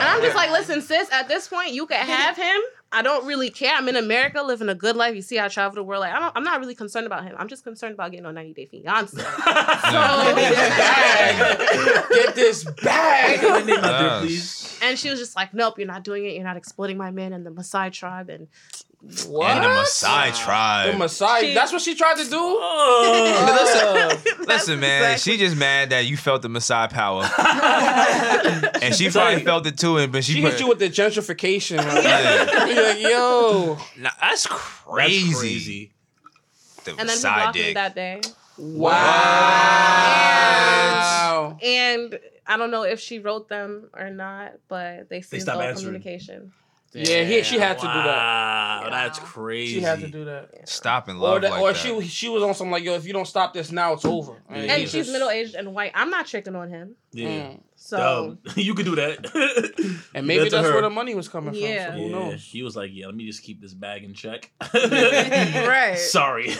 S7: And I'm just like, listen, sis, at this point, you can have him. I don't really care. I'm in America living a good life. You see, I travel the world. Like, I don't, I'm not really concerned about him. I'm just concerned about getting on 90 Day Fiance.
S5: Get this bag.
S3: Put my name out there,
S1: Yes.
S3: please.
S7: and she was just like, nope, you're not doing it. You're not exploiting my man and the Maasai tribe. And
S5: What?
S1: And the Maasai
S5: The
S1: tribe.
S5: Maasai.
S7: She-
S5: That's what she tried to do.
S3: Oh.
S1: Listen, man, she just mad that you felt the Maasai power, and she probably felt it too. And but she,
S5: She
S1: put-
S5: hit you with the gentrification. Right?
S1: Yeah.
S5: You're like, yo,
S1: Nah, that's crazy.
S3: That's crazy.
S1: The
S7: and then he
S1: Maasai
S7: blocked me
S1: dick.
S7: that day.
S5: wow.
S7: And I don't know if she wrote them or not, but they seemed
S3: stopped
S7: all
S3: answering.
S7: communication.
S5: Yeah, he, she had to do that.
S3: wow, that's crazy.
S5: She had to do that.
S1: Stop in love
S5: Or, that,
S1: like
S5: or
S1: that.
S5: she she was on some like yo if you don't stop this now it's Mm. over
S3: And
S7: And
S3: Yeah.
S7: she's middle aged and white. I'm not tricking on him.
S3: Yeah.
S5: Mm.
S7: So
S3: Dumb. you could do that.
S5: and maybe
S3: That's
S5: that's
S3: her.
S5: where the money was coming
S7: Yeah.
S5: from so who knows
S3: He was like, yeah, let me just keep this bag in check.
S7: Right.
S3: Sorry. I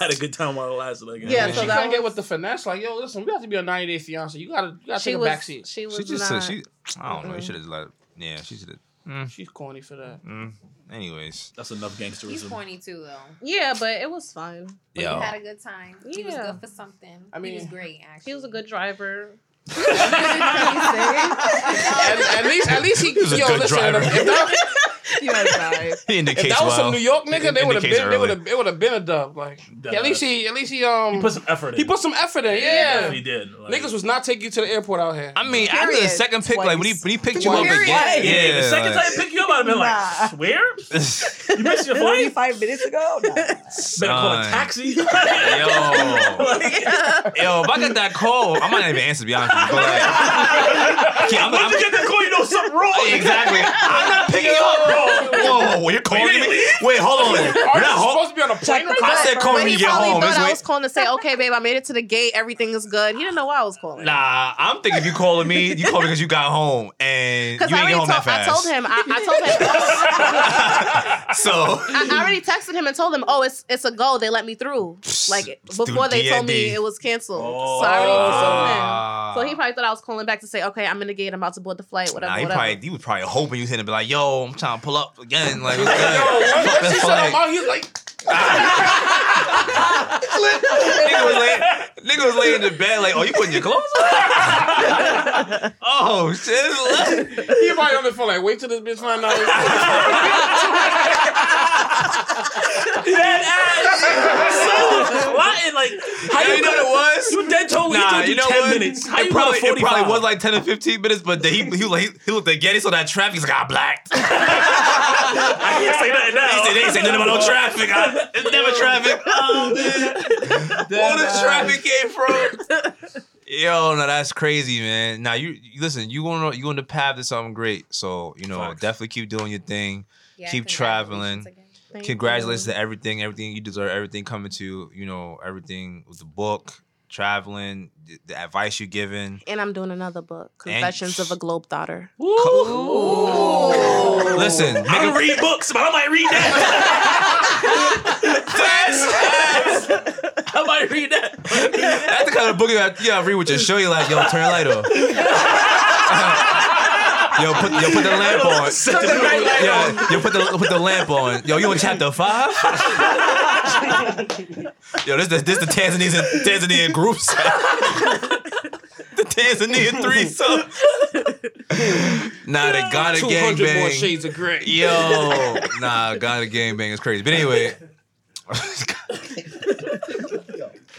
S3: had a good time while it lasted. I guess.
S7: Yeah,
S5: and
S7: so
S5: she
S7: that
S5: gotta get
S7: was-
S5: with the finesse like yo listen we have to be a 90 day fiance you gotta you gotta
S7: she
S5: take
S7: was
S5: a back seat
S7: she was
S1: She just
S7: not.
S1: said she. I don't know. You
S7: Mm-mm.
S1: should have let. Yeah, she should have.
S5: she's corny for that
S1: Mm. Anyways,
S3: That's enough gangsterism.
S11: He's corny too, though.
S7: yeah, but it was fun.
S11: But
S1: yo,
S11: he had a good time. He was
S7: Yeah.
S11: good for something.
S5: I
S11: he was
S5: mean-
S11: great. Actually,
S7: He was a good driver.
S5: at, at least at least he
S1: was a
S5: yo
S1: good
S5: listen
S1: driver.
S5: if that,
S7: He was nice.
S1: he
S5: if
S1: indicates
S5: that was
S1: well.
S5: some New York nigga they
S1: Indicates
S5: would have been they
S1: early.
S5: would have it would have been a dub like
S3: Duh.
S5: at least he at least he um
S3: He put some effort in.
S5: he put some effort in
S3: Yeah,
S5: yeah,
S3: He did. Like,
S5: niggas was not taking you to the airport out here
S1: I mean, after the
S4: Period.
S1: second pick, like when he
S4: Twice.
S1: when he picked you up
S4: Period.
S1: again,
S3: Yeah,
S1: yeah,
S3: the second
S1: like,
S3: time I pick you up, I'd have been
S4: Nah.
S3: like, where? You missed your flight?
S4: Forty-five minutes ago. No.
S3: Better call a
S1: son.
S3: taxi.
S1: Yo, yo, if I got that call, I might not even answer. To be honest, with you, but like, yeah, I'm,
S3: Once you
S1: I'm,
S3: get that call, you know something wrong.
S1: exactly. I'm not picking you up, bro. Whoa, whoa, you're calling
S3: didn't
S1: me? Wait, hold on. You're
S5: are
S1: not home.
S5: supposed to be on a plane right
S1: I said call
S7: But
S1: when
S7: he
S1: you get
S7: probably
S1: home.
S7: thought
S1: It's
S7: I
S1: wait-
S7: was calling to say, okay, babe, I made it to the gate. Everything is good. He didn't know why I was calling.
S1: Nah, I'm thinking you calling me, you called because you got home and you
S7: Because
S1: ain't
S7: I
S1: get
S7: already
S1: home
S7: told,
S1: that
S7: I
S1: fast.
S7: told him, I, I told him,
S1: So
S7: I I already texted him and told him, oh, it's it's a go. They let me through. Like before they told me
S1: DND.
S7: it was canceled.
S3: Oh.
S7: so I already told him.
S1: Ah.
S7: So he probably thought I was calling back to say, okay, I'm in the gate. I'm about to board the flight. Whatever.
S1: Nah, he
S7: whatever.
S1: probably he was probably hoping you was gonna be like, yo, I'm trying to pull up again. Like, what's good?
S5: Yo, when-
S1: Fuck
S5: when
S1: this
S5: she said
S1: flight.
S5: I'm out, he was like,
S1: nigga, was laying, nigga was laying in the bed like, oh, you putting your clothes on? oh shit. it's lit.
S5: he probably on the phone like, wait till this bitch find out.
S3: so, why? and, Like,
S1: How you know what it was?
S3: you dead told me he
S1: Nah,
S3: told you,
S1: you know
S3: 10
S1: what?
S3: minutes. How
S1: It
S3: you
S1: probably,
S3: probably,
S1: it
S3: 45?
S1: probably was like 10 or 15 minutes, but then he, he, like, he looked at Getty, so that traffic, he's like, "Ah, I blacked. he
S3: I can't say nothing now.
S1: said, they ain't say nothing about no traffic. I, it's never traffic.
S7: Oh,
S1: Where the traffic came from? Yo, no, that's crazy, man. Now you, you- listen, you going you on the path to something great. So you know,
S3: Facts.
S1: definitely keep doing your thing.
S11: Yeah,
S1: Keep
S11: congratulations
S1: traveling.
S11: again.
S7: Thank
S1: Congratulations
S7: you.
S1: to everything, everything you deserve, everything coming to you. You know, everything with the book, traveling, the, the advice you're giving.
S7: And I'm doing another book, Confessions of a Globe Daughter.
S1: Listen,
S8: I
S1: nigga,
S8: don't read books, but I might read that. I might read that.
S1: that's the kind of book you have, you have to read with your show. You're like, yo, turn the light off. yo, put yo put the lamp on. yo, yo, put the put the lamp on. Yo, you in chapter five? yo, this the this the Tanzanian Tanzanian groups. the Tanzanian threesome. nah, they got a gangbang.
S5: more shades of gray.
S1: Yo, nah, God, a gangbang is crazy. But anyway,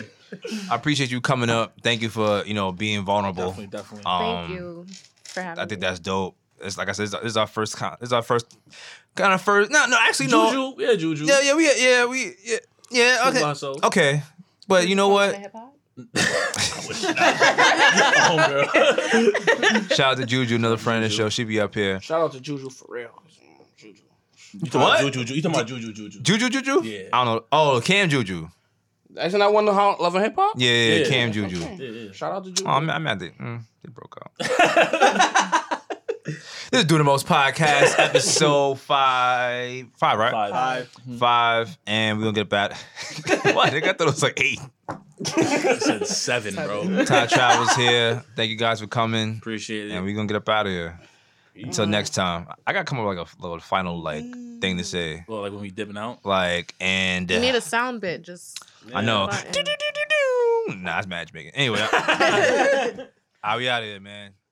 S1: I appreciate you coming up. Thank you for you know being vulnerable.
S3: Definitely, definitely.
S1: Um,
S7: Thank you for having
S1: I think
S7: me.
S1: that's dope. It's like I said, it's- this is our first. Con- this is our first kind of first. No, no, actually, no.
S3: Juju, yeah, Juju.
S1: Yeah, yeah, we, yeah, we, yeah, yeah. Okay,
S3: So,
S1: okay. But you know what?
S7: Hip-hop?
S1: Shout out to Juju, another friend of the show. She be up here.
S5: Shout out to Juju for real. Juju.
S1: What?
S8: Juju, Juju. You talking about Juju, Juju?
S1: Juju, Juju.
S8: Yeah.
S1: I don't know. Oh, Cam Juju.
S5: Isn't that one of how Love and Hip Hop?
S1: Yeah, yeah, yeah.
S3: Yeah.
S1: Cam Juju.
S3: yeah, yeah.
S5: Shout out to Juju.
S1: Oh, I'm, I'm at the. Mm, they broke out. this is Do the Most Podcast, episode five. Five, right?
S8: Five.
S2: Five.
S1: Five, and we're going to get back. what? They got thought it was like eight.
S3: I said seven, bro.
S1: Ty Travels here. Thank you guys for coming.
S3: Appreciate it.
S1: And we're going to get up out of here. Until next time. I got to come up with like a little final like thing to say.
S3: well, like when we dipping out.
S1: Like, and.
S7: You need
S1: uh,
S7: a sound bit. Just
S1: I know.
S7: button.
S1: Do, do, do, do, do. Nah, it's matchmaking. Anyway, I- I'll be out of here, man.